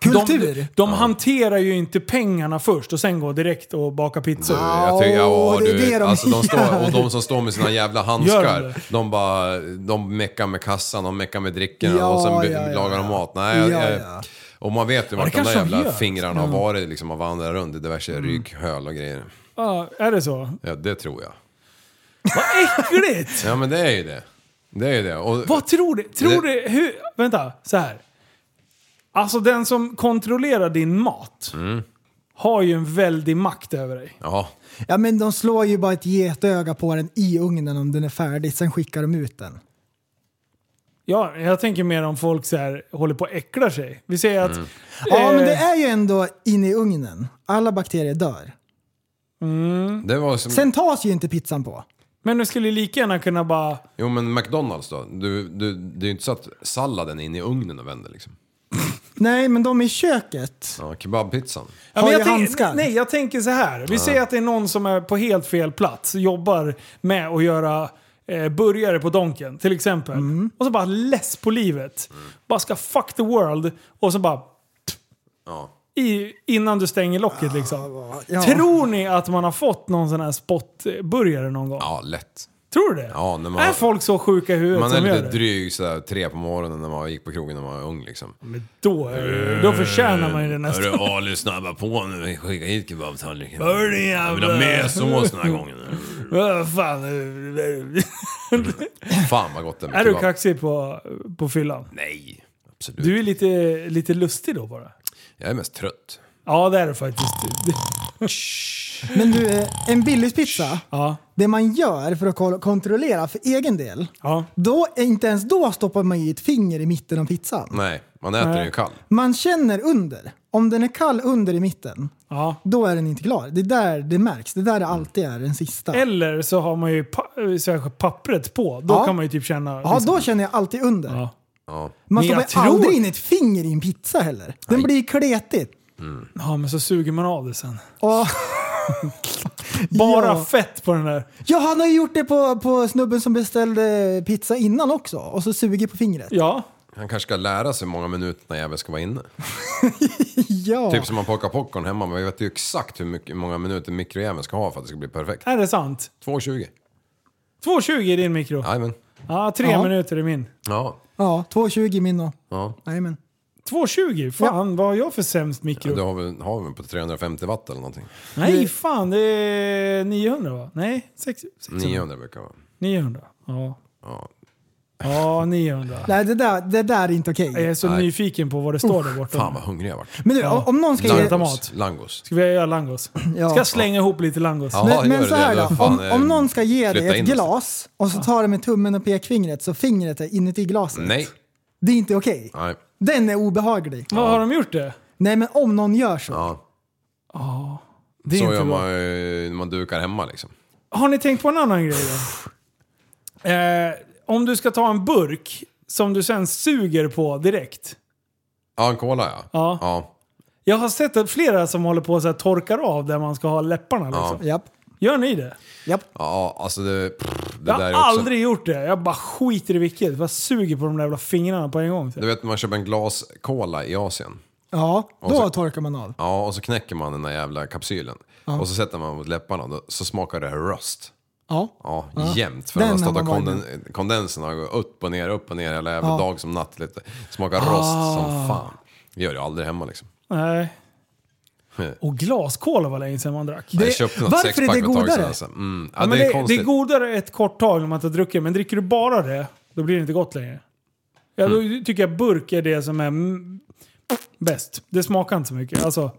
Kultur.
De, de hanterar ju inte pengarna först och sen går direkt och bakar pizzor.
Jag tycker, ja,
Åh, det är
du,
det de
alltså, de står,
gör.
och de som står med sina jävla
Gör de
handskar,
det?
de bara, de meckar med kassan, de meckar med drickorna
Ja,
och sen be-
ja, ja.
lagar de mat. Nej, jag-
Ja,
jag-
ja.
Och man vet ju
det
vart de där
kanske de
jävla
gör.
fingrarna har varit liksom och vandrat runt i diverse
Mm.
rygghöl och grejer.
Ja, är det så?
Ja, det tror jag.
Äckligt!
Ja men det är ju det. Det är ju det. Och,
Vad tror du? Tror
Det-
du... Hur, vänta, så här. Alltså den som kontrollerar din mat
Mm.
har ju en väldig makt över dig.
Ja.
Ja men de slår ju bara ett getöga på den i ugnen om den är färdig, sen skickar de ut den.
Ja, jag tänker mer om folk så här, håller på och äcklar sig. Vi säger att...
Mm.
Ja men det
eh,
är ju ändå inne i ugnen. Alla bakterier dör.
Det var som,
Sen tas ju inte pizzan på.
men du skulle ju lika gärna kunna bara...
Jo men McDonalds då. Du, du, det är ju inte så att salladen är inne i ugnen och vänder liksom.
Nej men de i köket.
Ja, kebabpizzan.
Ja,
Har
men jag
ju
tänk-
handskar.
Nej, jag tänker så här. Vi säger att det är någon som är på helt fel plats, jobbar med att göra eh, burgare på Donken till exempel.
Mm.
Och så bara less på livet. Bara ska fuck the world och så bara...
Ja.
I, innan du stänger locket liksom.
Ja.
Tror ni att man har fått någon sån här spottburgare någon gång?
Ja, lätt.
Tror du det?
Ja, när man-
är folk så sjuka i huvudet
Man är
som
lite
gör det?
dryg sådär tre på morgonen när man gick på krogen när man var ung liksom.
Då, är- då förtjänar man ju det nästan.
Hörru Ali, snabba på nu. Skicka hit kebabtallriken. Jag vill ha mer sås den här gången.
Vad fan. eh,
Fan vad gott det är med
Är du
kebab.
kaxig på, på fyllan?
Nej, absolut.
Du är lite, lite lustig då bara.
Jag är mest trött.
Ja, det är du faktiskt.
Men du, eh, en Billys-pizza,
Ja.
det man gör för att kol- kontrollera för egen del,
Ja.
då, inte ens då stoppar man ju ett finger i mitten av pizzan.
Nej, man äter den ju kall.
Man känner under. Om den är kall under i mitten,
Ja.
då är den inte klar. Det är där det märks. Det är där det alltid är den sista.
Eller så har man ju pa- så här, pappret på. Då
Ja.
kan man ju typ känna...
Ja, då känner jag alltid under.
Ja.
Man
Men jag
stoppar
tror-
aldrig in ett finger i en pizza heller. Den blir kletig.
ja, men så suger man av det sen.
Och,
Bara
Ja.
fett på den där.
ja, han har ju gjort det på, på snubben som beställde pizza innan också och så suger på fingret.
Ja.
Han kanske ska lära sig hur många minuter när jäveln ska vara inne.
Ja.
Typ som man plockar popcorn hemma, man vet ju exakt hur mycket, hur många minuter mikrojäveln ska ha för att det ska bli perfekt.
Är det sant?
2,20.
2,20 i din mikro. Ja,
Jajamän.
tre
Ja.
minuter i min.
Ja.
Ja, 2,20 min och...
Ja.
Nej, men.
2,20? Fan, vad har jag för sämst mikro?
Du har väl, har väl på 350 watt eller någonting?
Nej, fan. Det är 900 va? Nej, 600.
900 brukar vara.
900. Ja.
Ja.
Ja, 900.
Nej, det där, det där är inte okej.
Jag är så nyfiken på vad det står där borta.
Fan vad hungrig jag vart.
Men du, om- om någon ska
Nej,
ge...
vänta, mat.
Langos.
Ska vi göra langos?
Ja.
Ska jag slänga ihop lite langos?
Ja.
Men,
gör
men så
det.
här
Då
då,
fan,
om,
eh,
om någon ska ge
flytta
dig
in
ett
oss.
glas och så tar det med tummen och pekfingret så fingret är inuti glaset.
Nej.
Det är inte okej.
Nej.
Den är obehaglig.
Vad har de gjort det?
Nej men om någon gör så.
Ja.
Det är
Så
inte
gör
bra.
man ju när man dukar hemma liksom.
Har ni tänkt på en annan grej då? Eh, om du ska ta en burk som du sen suger på direkt.
Ja, en cola ja.
Ja.
ja.
Jag har sett att flera som håller på och så här torkar av där man ska ha läpparna. Liksom.
Japp.
Gör ni det?
Ja, alltså det, pff, det
Jag
där
har
är också...
aldrig gjort det. Jag bara skiter i vilket. Jag bara suger på de där jävla fingrarna på en gång. typ.
Du vet när man köper en glas cola i Asien.
Ja, då
så-
torkar man av.
Ja, och så knäcker man den där jävla kapsylen. Och så sätter man mot läpparna då, så smakar det röst.
Ja.
Ja, jämt. För
Den
annars
har
startar
man
konden, kondensen har gått upp och ner, upp och ner hela jävla dag som natt. Lite. Smakar rost som fan. Det gör jag aldrig hemma liksom.
Nej. Och glaskola var länge sedan man drack.
jag köpte något
varför är
sexpack för
det
ett tag sedan,
godare?
Alltså. Mm. Ja,
Ja, men
det är
det, det
konstigt.
är godare ett kort tag om man inte har druckit men dricker du bara det, då blir det inte gott längre. Ja, då
Mm.
tycker jag burk är det som är mm, bäst. Det smakar inte så mycket. Alltså,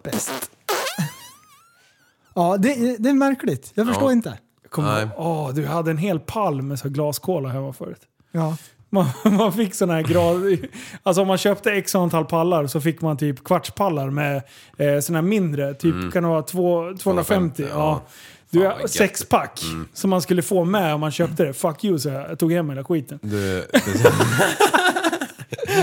Ja, det, det är märkligt. Jag förstår
Ja.
inte.
kommer
Nej.
ihåg- Åh, du hade en hel pall med så här glaskola hemma förut.
Ja.
Man, man fick sådana här grad... Alltså om man köpte x antal pallar så fick man typ kvartspallar med eh, sådana här mindre. Typ kan det vara två, 250.
250,
ja.
Mm. ja.
Du,
Fan, vad gött. Mm.
sexpack som man skulle få med om man köpte det. Fuck you, så jag. jag tog hem hela skiten.
Det,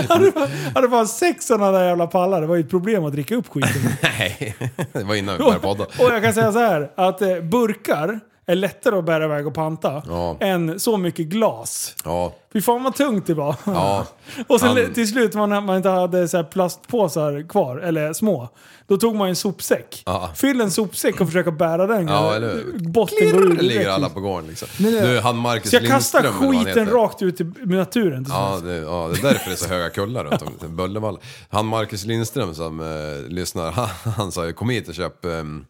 det,
Hade bara sex sådana där jävla pallar, det var ju ett problem att dricka upp skiten.
nej, det var innan vi började podda.
och jag kan säga så här, att eh, burkar är lättare att bära iväg och panta
Ja.
än så mycket glas.
Ja,
Fy fan vad tungt det var.
ja.
Och sen
Han-
till slut, man, man inte hade så här plastpåsar kvar, eller små, då tog man ju en sopsäck.
Ja.
Fyll en sopsäck och försöka bära den.
Ja, eller hur?
Botten går ur
ligger
direkt,
alla
liksom.
på gården liksom.
Men det-
Du, han Marcus
Så jag kastar
Lindström, eller vad han
skiten
heter.
rakt ut i naturen till
Ja
slut.
det, ja, det är därför det är så höga kullar runt om det. Böllevalla. Han Marcus Lindström som eh, lyssnar, han, han sa ju kom hit och köp ehm,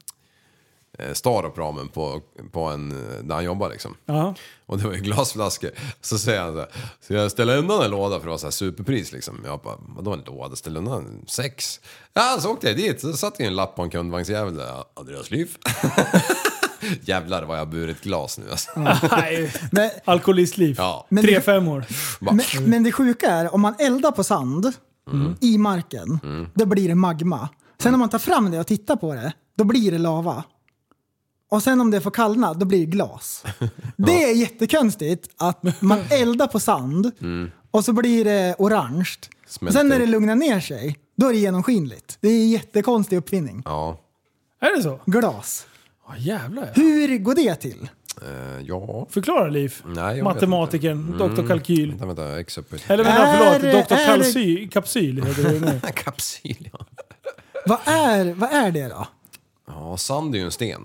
eh, Staropramen på, på en, eh, där han jobbar liksom.
Ja.
Och det var ju glasflaskor. Så säger han så här, så jag ställer undan en låda för att vara så här superpris liksom. Jag bara, vadå en låda? Ställer undan sex? Ja, så åkte jag dit, så satt det ju en lapp på en kundvagnsjävel där. Andreas Lyf. Jävlar vad jag har burit glas nu alltså.
Mm. Nej,
Men,
alkoholistliv.
Ja.
Men-
Tre femmor.
Bara,
men, men det sjuka är, om man eldar på sand i marken, då blir det magma. Sen om man tar fram det och tittar på det, då blir det lava. Och sen om det får kallna, då blir det glas. Det är jättekonstigt att man eldar på sand och så blir det orange. Och
Smälter.
sen när det lugnar ner sig, då är det genomskinligt. Det är en jättekonstig uppfinning.
ja,
Är det så?
Glas.
Ja, jävlar ja.
Hur går det till?
eh, ja.
Förklara Liv.
Nej, jag Mm.
Matematikern, doktor Kalkyl.
Vänta, vänta, x upp
Eller
Är-
vänta, förlåt. Doktor
är-
Kalsyl, Kapsyl heter det nu.
Kapsyl, ja.
Vad är, vad är det då?
Ja, sand är ju en sten.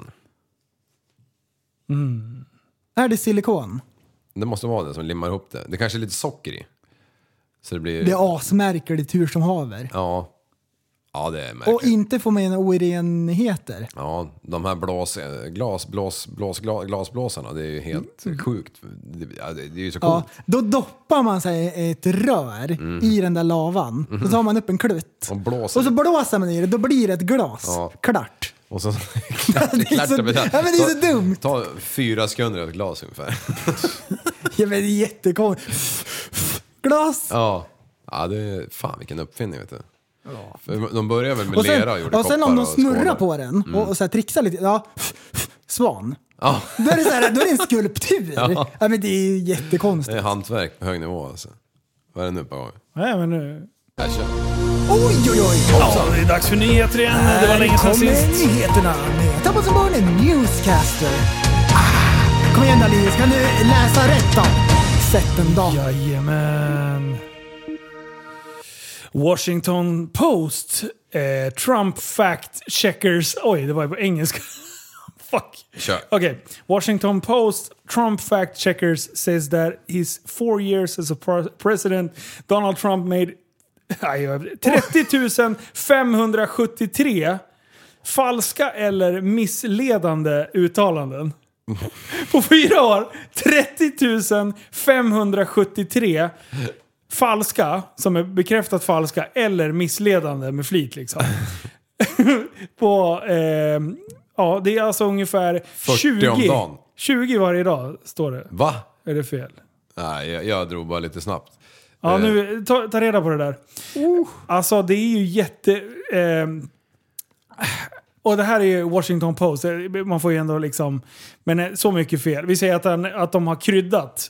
Är det silikon?
Det måste vara det som limmar ihop det. Det kanske är lite socker i. Så det blir...
Det är asmärkligt hur som haver.
Ja. Ja, det är märkligt.
Och inte få med några orenheter.
Ja, de här blås, glas, blås, blås, gla- glasblåsarna, det är ju helt sjukt. Det, ja, det det är ju så
Mm. Ja,
coolt.
då doppar man sig i ett rör i den där lavan. Då tar man upp en klutt.
Och Mhm. blåser.
Och så blåser man i det, då blir det ett glas.
Ja.
Klart.
Och så...
Det är så- Ja, men det är så dumt.
Ta, ta fyra sekunder i ett glas ungefär.
Ja, men det är jättekonstigt. Glas.
Ja. Ja, det är... Fan vilken uppfinning vet du. För De började väl med
Och sen,
lera och gjorde
och sen om
koppar
de
och
snurrar
skålar. Mm.
på den och, och så här trixar lite, ja, svan.
Ja,
Då är det, så här, då är det en skulptur. Ja. men det är
det
jättekonstigt.
är hantverk på hög nivå alltså. Vad är det nu på gång?
Nej, men eh, nu...
Jag kör.
Oj, oj, oj!
Ja, det är dags för nyheter igen. Det var länge sedan
Här kommer
sist.
nyheterna med Tappas som barn är newscaster. Ah, kom igen då Linus, kan du läsa rätt då? Sätt en dag.
Jajamän. Washington Post. Eh, Trump fact checkers. Oj, det var ju på engelska. Fuck.
Kör.
Okay. Washington Post. Trump fact checkers says that his four years as a pr- president, Donald Trump made aj, jag- 30 573 falska eller missledande uttalanden. På fyra år, 30 573 falska, som är bekräftat falska, eller missledande med flit liksom. på, ehm, ja det är alltså ungefär 20,
om dagen.
20 varje dag står det.
Va?
Är det fel?
Nej, jag, jag drog bara lite snabbt.
Ja,
Eh,
nu, ta, ta reda på det där.
Uh.
Alltså det är ju jätte... ehm, och det här är ju Washington Post, eh, man får ju ändå liksom... Men eh, så mycket fel. Vi säger att, den, att de har kryddat.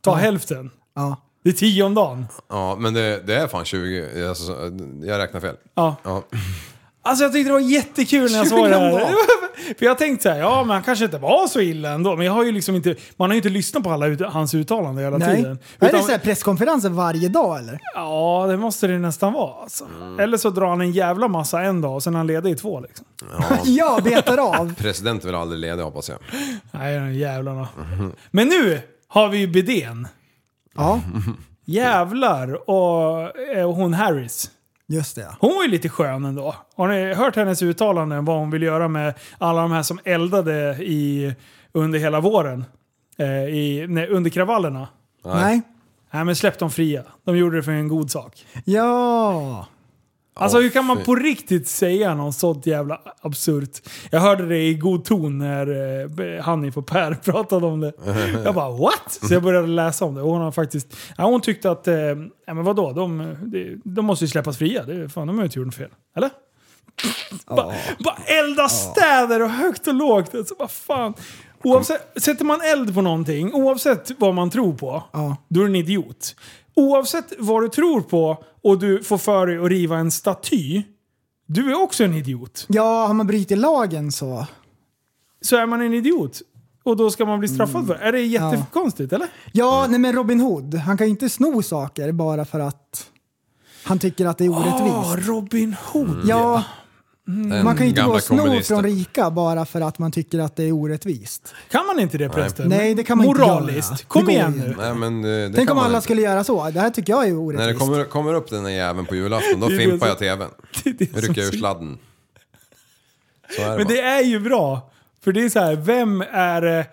Ta hälften.
Ja.
Det är tio om dagen.
Ja, men det, det är fan 20. Alltså, så- jag räknar fel.
Ja.
Ja.
Alltså jag tyckte det var jättekul när jag såg det här. För jag tänkte så här, ja men han kanske inte var så illa ändå. Men jag har ju liksom inte, man har ju inte lyssnat på alla ut, hans uttalanden hela
Nej.
tiden.
Är det
Utan-
så här presskonferenser varje dag eller?
Ja, det måste det nästan vara. Alltså.
Mm.
Eller så drar han en jävla massa en dag och sen är han ledig i två. Liksom.
Jag betar av.
President vill aldrig leda hoppas jag.
Nej, de jävlarna. Men nu har vi ju bidén.
Ja.
Jävlar och, eh, och hon Harris.
Just det.
Hon var ju lite skön ändå. Har ni hört hennes uttalanden vad hon vill göra med alla de här som eldade i, under hela våren? Eh, i, nej, under kravallerna?
Nej.
Nej men släpp dem fria. De gjorde det för en god sak.
Ja.
Alltså hur kan man på riktigt säga något sånt jävla absurt? Jag hörde det i god ton när eh, Hanif och Per pratade om det. Jag bara what? Så jag började läsa om det. Och hon, har faktiskt, ja, hon tyckte att, eh, ja, men vadå, de, de, de måste ju släppas fria. Det, är- fan, de har ju inte gjort något fel. Eller? Bara bara elda städer och högt och lågt. Alltså, vad fan. Oavsett, sätter man eld på någonting, oavsett vad man tror på,
Ja.
då är du en idiot. Oavsett vad du tror på och du får för dig att riva en staty, du är också en idiot.
Ja, har man brutit lagen så.
Så är man en idiot. Och då ska man bli
Mm.
straffad för det. Är det jättekonstigt eller?
Ja, nej men Robin Hood, han kan ju inte sno saker bara för att han tycker att det är
Ah,
orättvist.
Robin Hood.
ja,
Den
man kan ju inte gå
gamla
och sno
kommunisten.
från rika bara för att man tycker att det är orättvist.
Kan man inte det prästen?
Nej, det kan man inte
Moraliskt.
göra. Det
Kom
går
igen
ju
nu.
inte.
Nej, men, eh, det kan
Tänk om
man
alla
inte.
skulle göra så. Det här tycker jag är orättvist.
När det kommer, kommer upp den där jäveln på julafton, då
Det är det
fimpar jag
som-
tvn.
Det är det som
Rycker jag ur
synd.
sladden. Så är det,
Men
bara.
det är ju bra. För det är så här, vem är... eh,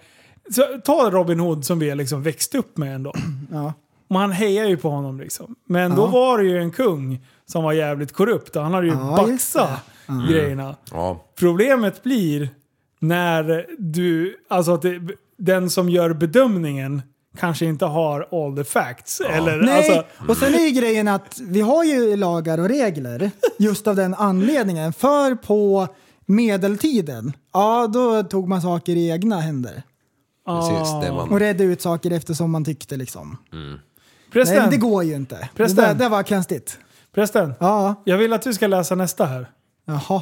Så, ta Robin Hood som vi har liksom växt upp med ändå.
Ja.
Man hejar ju på honom liksom. Men då
Ja.
var det ju en kung som var jävligt korrupt och han hade ju
Ja, just det.
baxat grejerna.
Ja.
Problemet blir när du, alltså att det, den som gör bedömningen kanske inte har all the facts. Eller,
Nej,
alltså,
och sen är ju grejen att vi har ju lagar och regler just av den anledningen. För på medeltiden, ja då tog man saker i egna händer.
Precis, det man.
Ah. Och redde ut saker eftersom man tyckte liksom.
prästen,
Nej, det går ju inte. Det
Prästen.
där, det var konstigt.
prästen
Ja,
jag vill att du ska läsa nästa här.
jaha.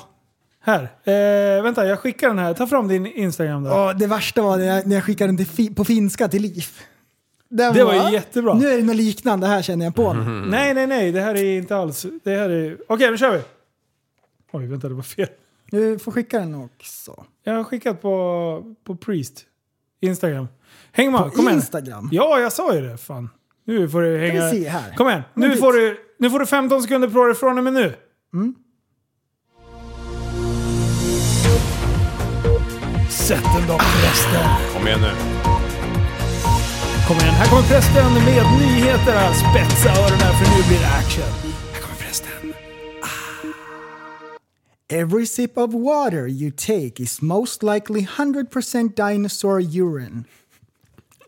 Här. Eh, vänta, jag skickar den här. Ta fram din Instagram där.
Ja, det värsta var när jag, när jag skickade den till fi, på finska till Liv.
Det var ju jättebra.
Nu är det något liknande här känner jag på
Mhm.
mig.
Nej, nej, nej. Det här är inte alls... Det här är... Okej, nu kör vi! Oj, vänta, det var fel.
Du får skicka den också.
Jag har skickat på, på Priest. Instagram. Häng med, kom
På
igen.
Instagram.
Ja, jag sa ju det. Fan. Nu får du hänga...
vi se här?
Kom igen.
Men
Nu
dit.
får, du, nu får du 15 sekunder på dig från och med nu.
Mm.
Sätt den då, prästen.
Kom igen nu.
Kom igen, här kommer prästen med nyheter. här. Spetsa öronen för nu blir det action. Här kommer prästen.
Every sip of water you take is most likely 100% dinosaur urine.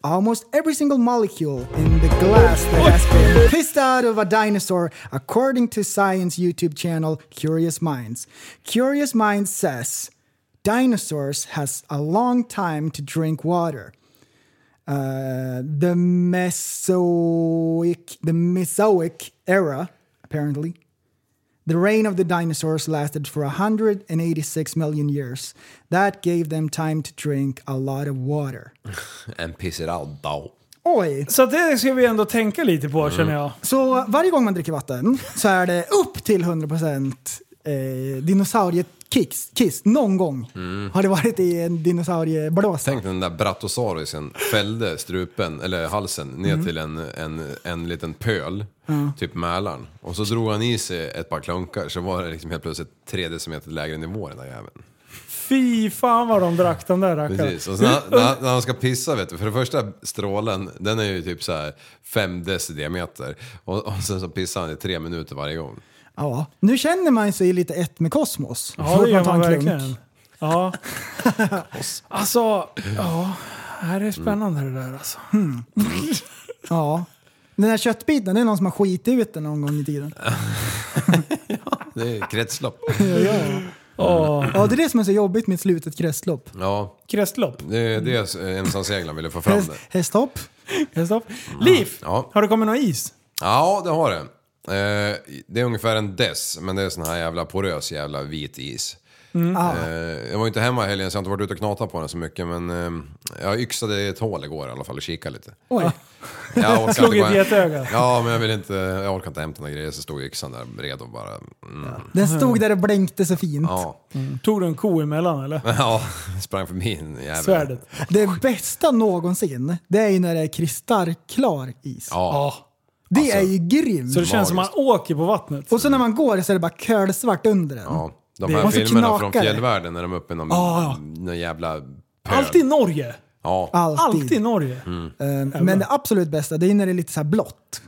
Almost every single molecule in the glass that has been pissed out of a dinosaur, according to science YouTube channel Curious Minds. Curious Minds says dinosaurs has a long time to drink water. Uh, the Mesoic, the Mesoic era, apparently, the reign of the dinosaurs lasted for 186 million years. That gave them time to drink a lot of water.
And piss it out då.
Oj!
Så det ska vi ändå tänka lite
Mm.
på känner jag.
Så varje gång man dricker vatten så är det upp till 100% eh, dinosauriekicks. Kiss. Någon gång har det varit i en dinosaurieblåsa.
Tänk den där brattosaurusen fällde strupen, eller halsen, ner
Mm.
till en, en, en liten pöl, typ Mälaren. Och så drog han i sig ett par klunkar, så var det liksom helt plötsligt tre decimeter lägre nivå den där jäveln.
Fy fan vad de drack de där rackarna.
Precis, och sen när, när, han- när han ska pissa vet du, för det första strålen, den är ju typ så här 5 decimeter. Och, och sen så pissar han i tre minuter varje gång.
Ja. Nu känner man sig lite ett med kosmos.
Ja,
Får
det gör
ta en
man
klunk.
verkligen. Ja. alltså, ja. Här är spännande det där alltså.
Ja. Den här köttbiten, det är någon som har skitit ut den någon gång i tiden.
Det är kretslopp.
Åh,
Ja, det är det som är så jobbigt med slutet kretslopp.
Ja,
kretslopp.
det är det ensamseglaren ville få fram
Häst,
det.
hästhopp.
Kretslopp. Liv,
Ja.
har det kommit någon is?
Ja, det har det. Eh, det är ungefär en dess, men det är sån här jävla porös jävla vit is. Eh, jag var inte hemma i helgen så jag har inte varit ute och knatat på den så mycket men eh, jag yxade i ett hål igår i alla fall och kikade lite.
Oj.
Jag orkar
Slog
inte gå
ett
hem.
getöga.
Ja, men jag vill inte, jag orkar inte hämta några grejer så stod yxan där redo bara. Mm,
Den stod där och blänkte så fint.
ja.
Tog du en ko emellan eller?
ja, sprang förbi en jävel.
Svärdet.
Det bästa någonsin, det är ju när det är kristallklar is.
Ja. Alltså,
Ja.
Det är ju grymt.
Så det känns som att man åker på vattnet.
Och så när man går så är det bara kölsvart under den.
Ja, de
Det-
här
man ska
filmerna
knaka
från
det.
fjällvärlden när de är uppe i någon,
Ja.
någon jävla pöl.
Alltid Norge.
Ja.
Alltid.
Alltid Norge.
Mm.
Eh, Men det absolut bästa, det är när det är lite så här blått.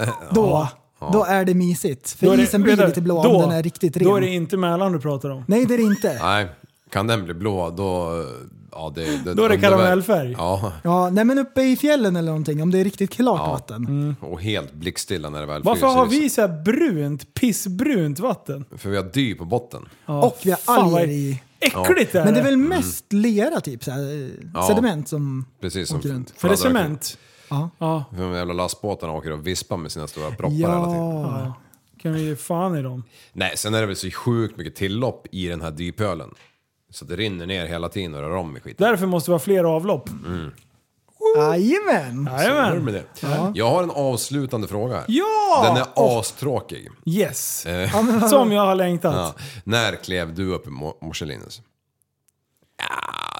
Eh,
Då, då är det mysigt. För
Då är det-
isen blir
vänta,
lite blå om
då-
den är riktigt ren.
Då är det inte Mälaren du pratar om.
Nej, det är det inte.
Nej, kan den bli blå då... Ja, det, det,
Då är det
underverk.
karamellfärg.
Ja,
Ja, nej men uppe i fjällen eller någonting, om det är riktigt klart
Mm.
vatten.
och helt blickstilla när det väl
Varför
fryser
har
is.
vi så här brunt, pissbrunt vatten?
För vi har dy på botten.
Och vi har
Fan, vad
alger i.
Äckligt är det!
Men det är väl mest lera typ, så här, eh,
Ja.
sediment som...
Precis som...
Och grönt.
För det är
fladdermöken.
cement.
Ja.
Ja,
För de jävla lastbåtarna åker och vispar med sina stora proppar hela tiden.
typ.
Ja.
kan vi ge fan i dem.
Nej, sen är det väl så sjukt mycket tillopp i den här dypölen. Så det rinner ner hela tiden och rör om i skiten.
Därför måste vi ha fler avlopp.
Mm.
Jajamän!
Hur är det
Jajamän!
med det? Jag har en avslutande fråga här.
Ja!
Den är astråkig.
Yes!
Eh,
Som jag har längtat.
ja. När klev du upp i mo- morse Linus?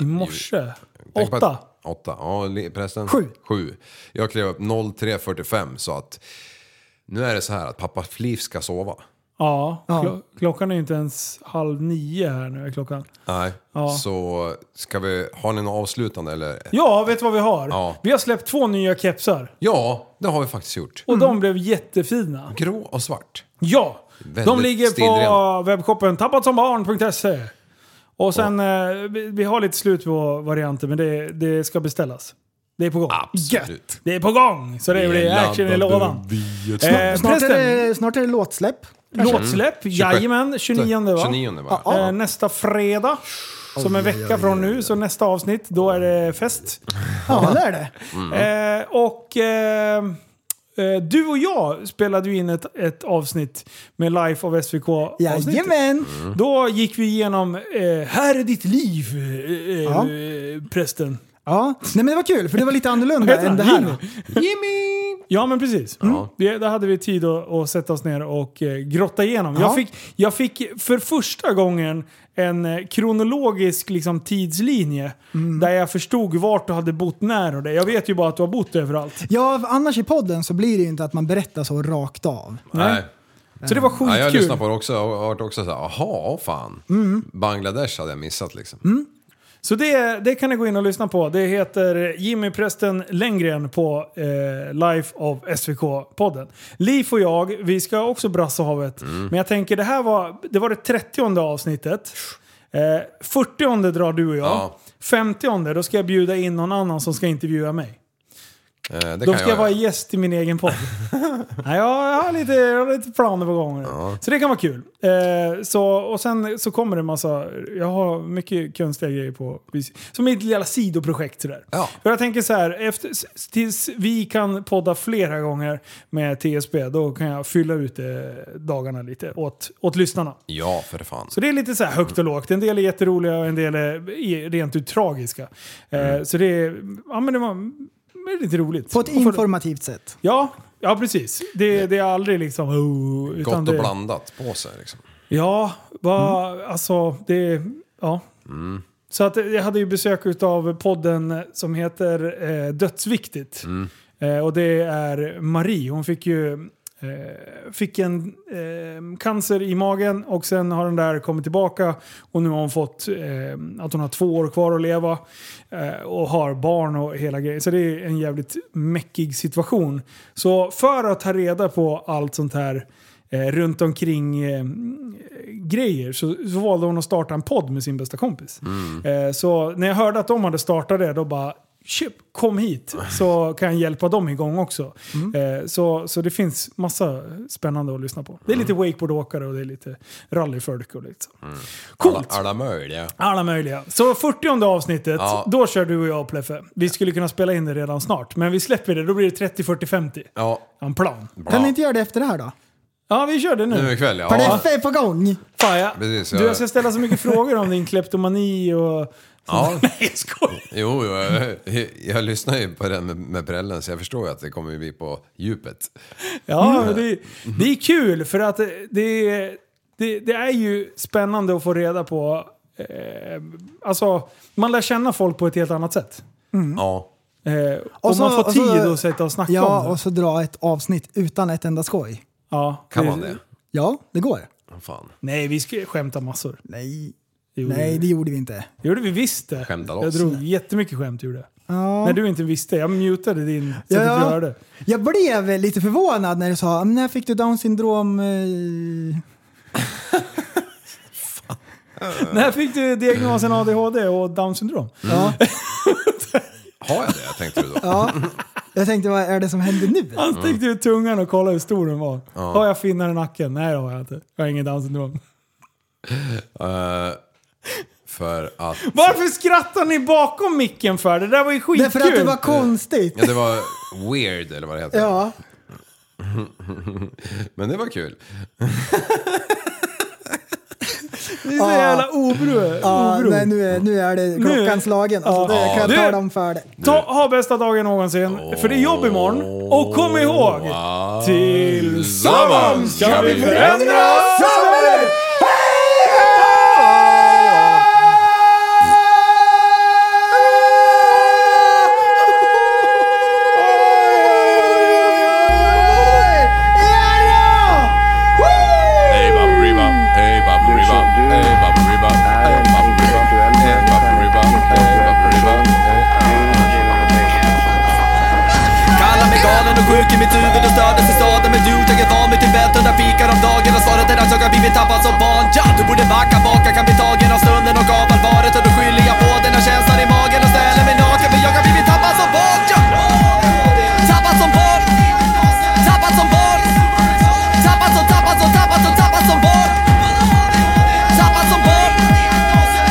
I morse.
Tänk på
Åtta.
Att, åtta. Ja, li- prästen.
Sju.
Sju. Jag klev upp 03.45 så att nu är det så här att pappa Fliv ska sova.
Ja, klo- klockan är ju inte ens halv nio här nu. Är klockan.
Nej. Så ska vi, har ni något avslutande eller?
Ja, vet du vad vi har?
Ja.
Vi har släppt två nya kepsar.
Ja, det har vi faktiskt gjort.
Och de blev jättefina.
Grå och svart.
Ja! de
Väldigt
ligger på
stilrena.
webbshoppen tappatsombaren.se. Och sen, eh, vi, vi har lite slut på varianter, men det, det ska beställas. Det är på gång.
Absolut.
Det är på gång! Så det blir action i lådan. Eh,
Snart är,
förresten,
det, snart är det låtsläpp.
låtsläpp. Jajamän, 29 va?
29 va?
Eh, nästa fredag. Som en vecka från nu, så nästa avsnitt, då är det fest.
Ja, det är det.
Eh, och eh, eh, du och jag spelade ju in ett, ett avsnitt med Life of SVK. avsnittet.
Jajamän!
Då gick vi igenom eh, Här är ditt liv, eh, eh,
Ja.
eh, prästen.
Ja. Nej men det var kul, för det var lite annorlunda
Vad heter
än det
han?
här.
Jimmy! Ja, men precis. Mm. Det, där hade vi tid att, att sätta oss ner och eh, grotta igenom. Jag,
Ja.
fick, jag fick för första gången en eh, kronologisk liksom, tidslinje där jag förstod vart du hade bott när och det. Jag vet ju bara att du har bott överallt.
Ja, annars i podden så blir det ju inte att man berättar så rakt av.
Nej.
Så det var
Ja, jag
skitkul. Mm.
lyssnar på det också och har hört också såhär, aha, fan. Bangladesh hade jag missat liksom.
så det, det kan ni gå in och lyssna på. Det heter Jimmy Prästen Lenngren på eh, Life of SVK-podden. Liv och jag, vi ska också brassa havet.
Mm.
Men jag tänker, det här var det, var det 30 avsnittet. Eh, 40 drar du och jag.
Ja.
50 då ska jag bjuda in någon annan som ska intervjua mig.
Eh, det
Då
kan
ska jag
jag
vara
göra.
gäst i min egen podd. Nej, jag, jag, har lite, jag har lite planer på gång. Så det kan vara kul. Eh, så, och sen så kommer det en massa... Jag har mycket konstiga grejer på... vis- Som mitt lilla sidoprojekt sådär.
Ja.
För jag tänker så här, efter, s- tills vi kan podda flera gånger med TSB, då kan jag fylla ut eh, dagarna lite åt, åt lyssnarna.
Ja, för fan.
Så det är lite så här högt och lågt. En del är jätteroliga och en del är i- rent ut tragiska. Eh,
Mm.
Så det är... Ja, men det var... Det är lite roligt.
På ett
Och för-
informativt sätt.
Ja, ja precis. Det, det är aldrig liksom... Oh,
Gott
utan
och
det,
blandat på sig liksom.
Ja, va, alltså det... Ja. Så att jag hade ju besök av podden som heter eh, Dödsviktigt. Eh, och det är Marie. Hon fick ju... Eh, fick en eh, cancer i magen och sen har den där kommit tillbaka och nu har hon fått eh, att hon har två år kvar att leva eh, och har barn och hela grejen. Så det är en jävligt mäckig situation. Så för att ta reda på allt sånt här eh, runt omkring eh, grejer så, så valde hon att starta en podd med sin bästa kompis.
Mm.
Eh, så när jag hörde att de hade startat det då bara Chip, kom hit så kan jag hjälpa dem igång också.
Mm.
Eh, så, så det finns massa spännande att lyssna på. Det är
Mm.
lite wakeboardåkare och det är lite rallyfolk och lite så.
Alla,
Coolt!
alla möjliga.
Alla möjliga. Så 40 avsnittet,
Ja.
då kör du och jag Pleffe. Vi skulle kunna spela in det redan snart, men vi släpper det. Då blir det 30, 40, 50.
Ja,
En plan.
bra.
Kan ni inte göra det efter det här då?
Ja, vi kör det nu.
Nu ikväll,
För
ja.
det är på gång!
Fan, ja.
Precis,
Du,
jag-
jag ska ställa så mycket frågor om din kleptomani och...
ja.
Nej, jag skojar.
Jo, jo jag, jag lyssnar ju på den med, med brällen så jag förstår ju att det kommer ju bli på djupet.
Ja, men det, det är kul för att det, det, det är ju spännande att få reda på... Eh, alltså, man lär känna folk på ett helt annat sätt.
Ja.
Eh, och
så-
man får
och så-
tid att sitta och snacka
Alltså, Ja,
om
och
det.
så dra ett avsnitt utan ett enda skoj.
Ja,
Kan man det?
Ja, det går.
Fan.
Nej, vi sk- skämtar massor.
Nej,
Det gjorde
nej
vi.
det gjorde vi inte.
Det gjorde vi visst det.
Skämtar
Jag
loss.
drog jättemycket skämt gjorde jag.
Ja.
När du inte visste. Jag mutade din så
Ja.
att du hörde.
Jag blev lite förvånad när du sa "Men när fick du down syndrom? eh?"
När fick du diagnosen ADHD och Downs syndrom?
Ja,
Mm.
Har jag det, tänkte du då?
ja. Jag tänkte vad är det som händer nu?
Han stickte ut tungan och kollade hur stor den var. Har jag finnar i nacken? Nej det har jag inte. Jag har ingen Downs syndrom.
Eh, för att...
Varför skrattar ni bakom micken för? Det där var ju skitkul!
Därför att det var konstigt.
Ja, det var weird, eller vad det heter.
Ja,
Men det var
Typ.
kul.
Ni är så jävla obro.
Ah. ja
obro.
nej, nu, är, nu är det klockan slagen. Alltså,
Ja.
det kan
Du-
jag tala om för det.
Ta, ha bästa dagen någonsin, för det är jobb imorgon. Och kom ihåg!
Ah.
Tillsammans kan vi förändra samhället!
Hey, baberiba, hey, baberiba, hey, baberiba, hey, baberiba, hey, baberiba, hey, baberiba, hey.
Kallar mig galen och sjuk i mitt huvud och stördes i staden Men du, jag är van vid Tibet och där fikar om dagen Och svaret är att jag har blivit tappad som barn ja, Du borde backa bak, jag kan bli tagen av stunden och av allvaret Och då skyller jag på den här känslan i magen och ställer mig naken För jag har blivit tappad som barn ja. Tappad som barn Tappad som barn Tappad som, tappad som, tappad som, tappad som barn Tappad som barn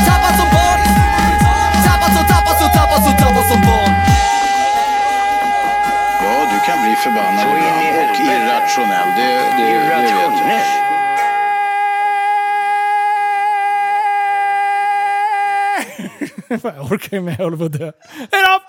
Tappad som barn Tappad som, tappad som, tappad som, tappad som barn
Ja, du kan bli förbannad ibland och irrationell. Det, det, det vet jag.
Fan, jag orkar ju med, jag håller på att dö. Hejdå!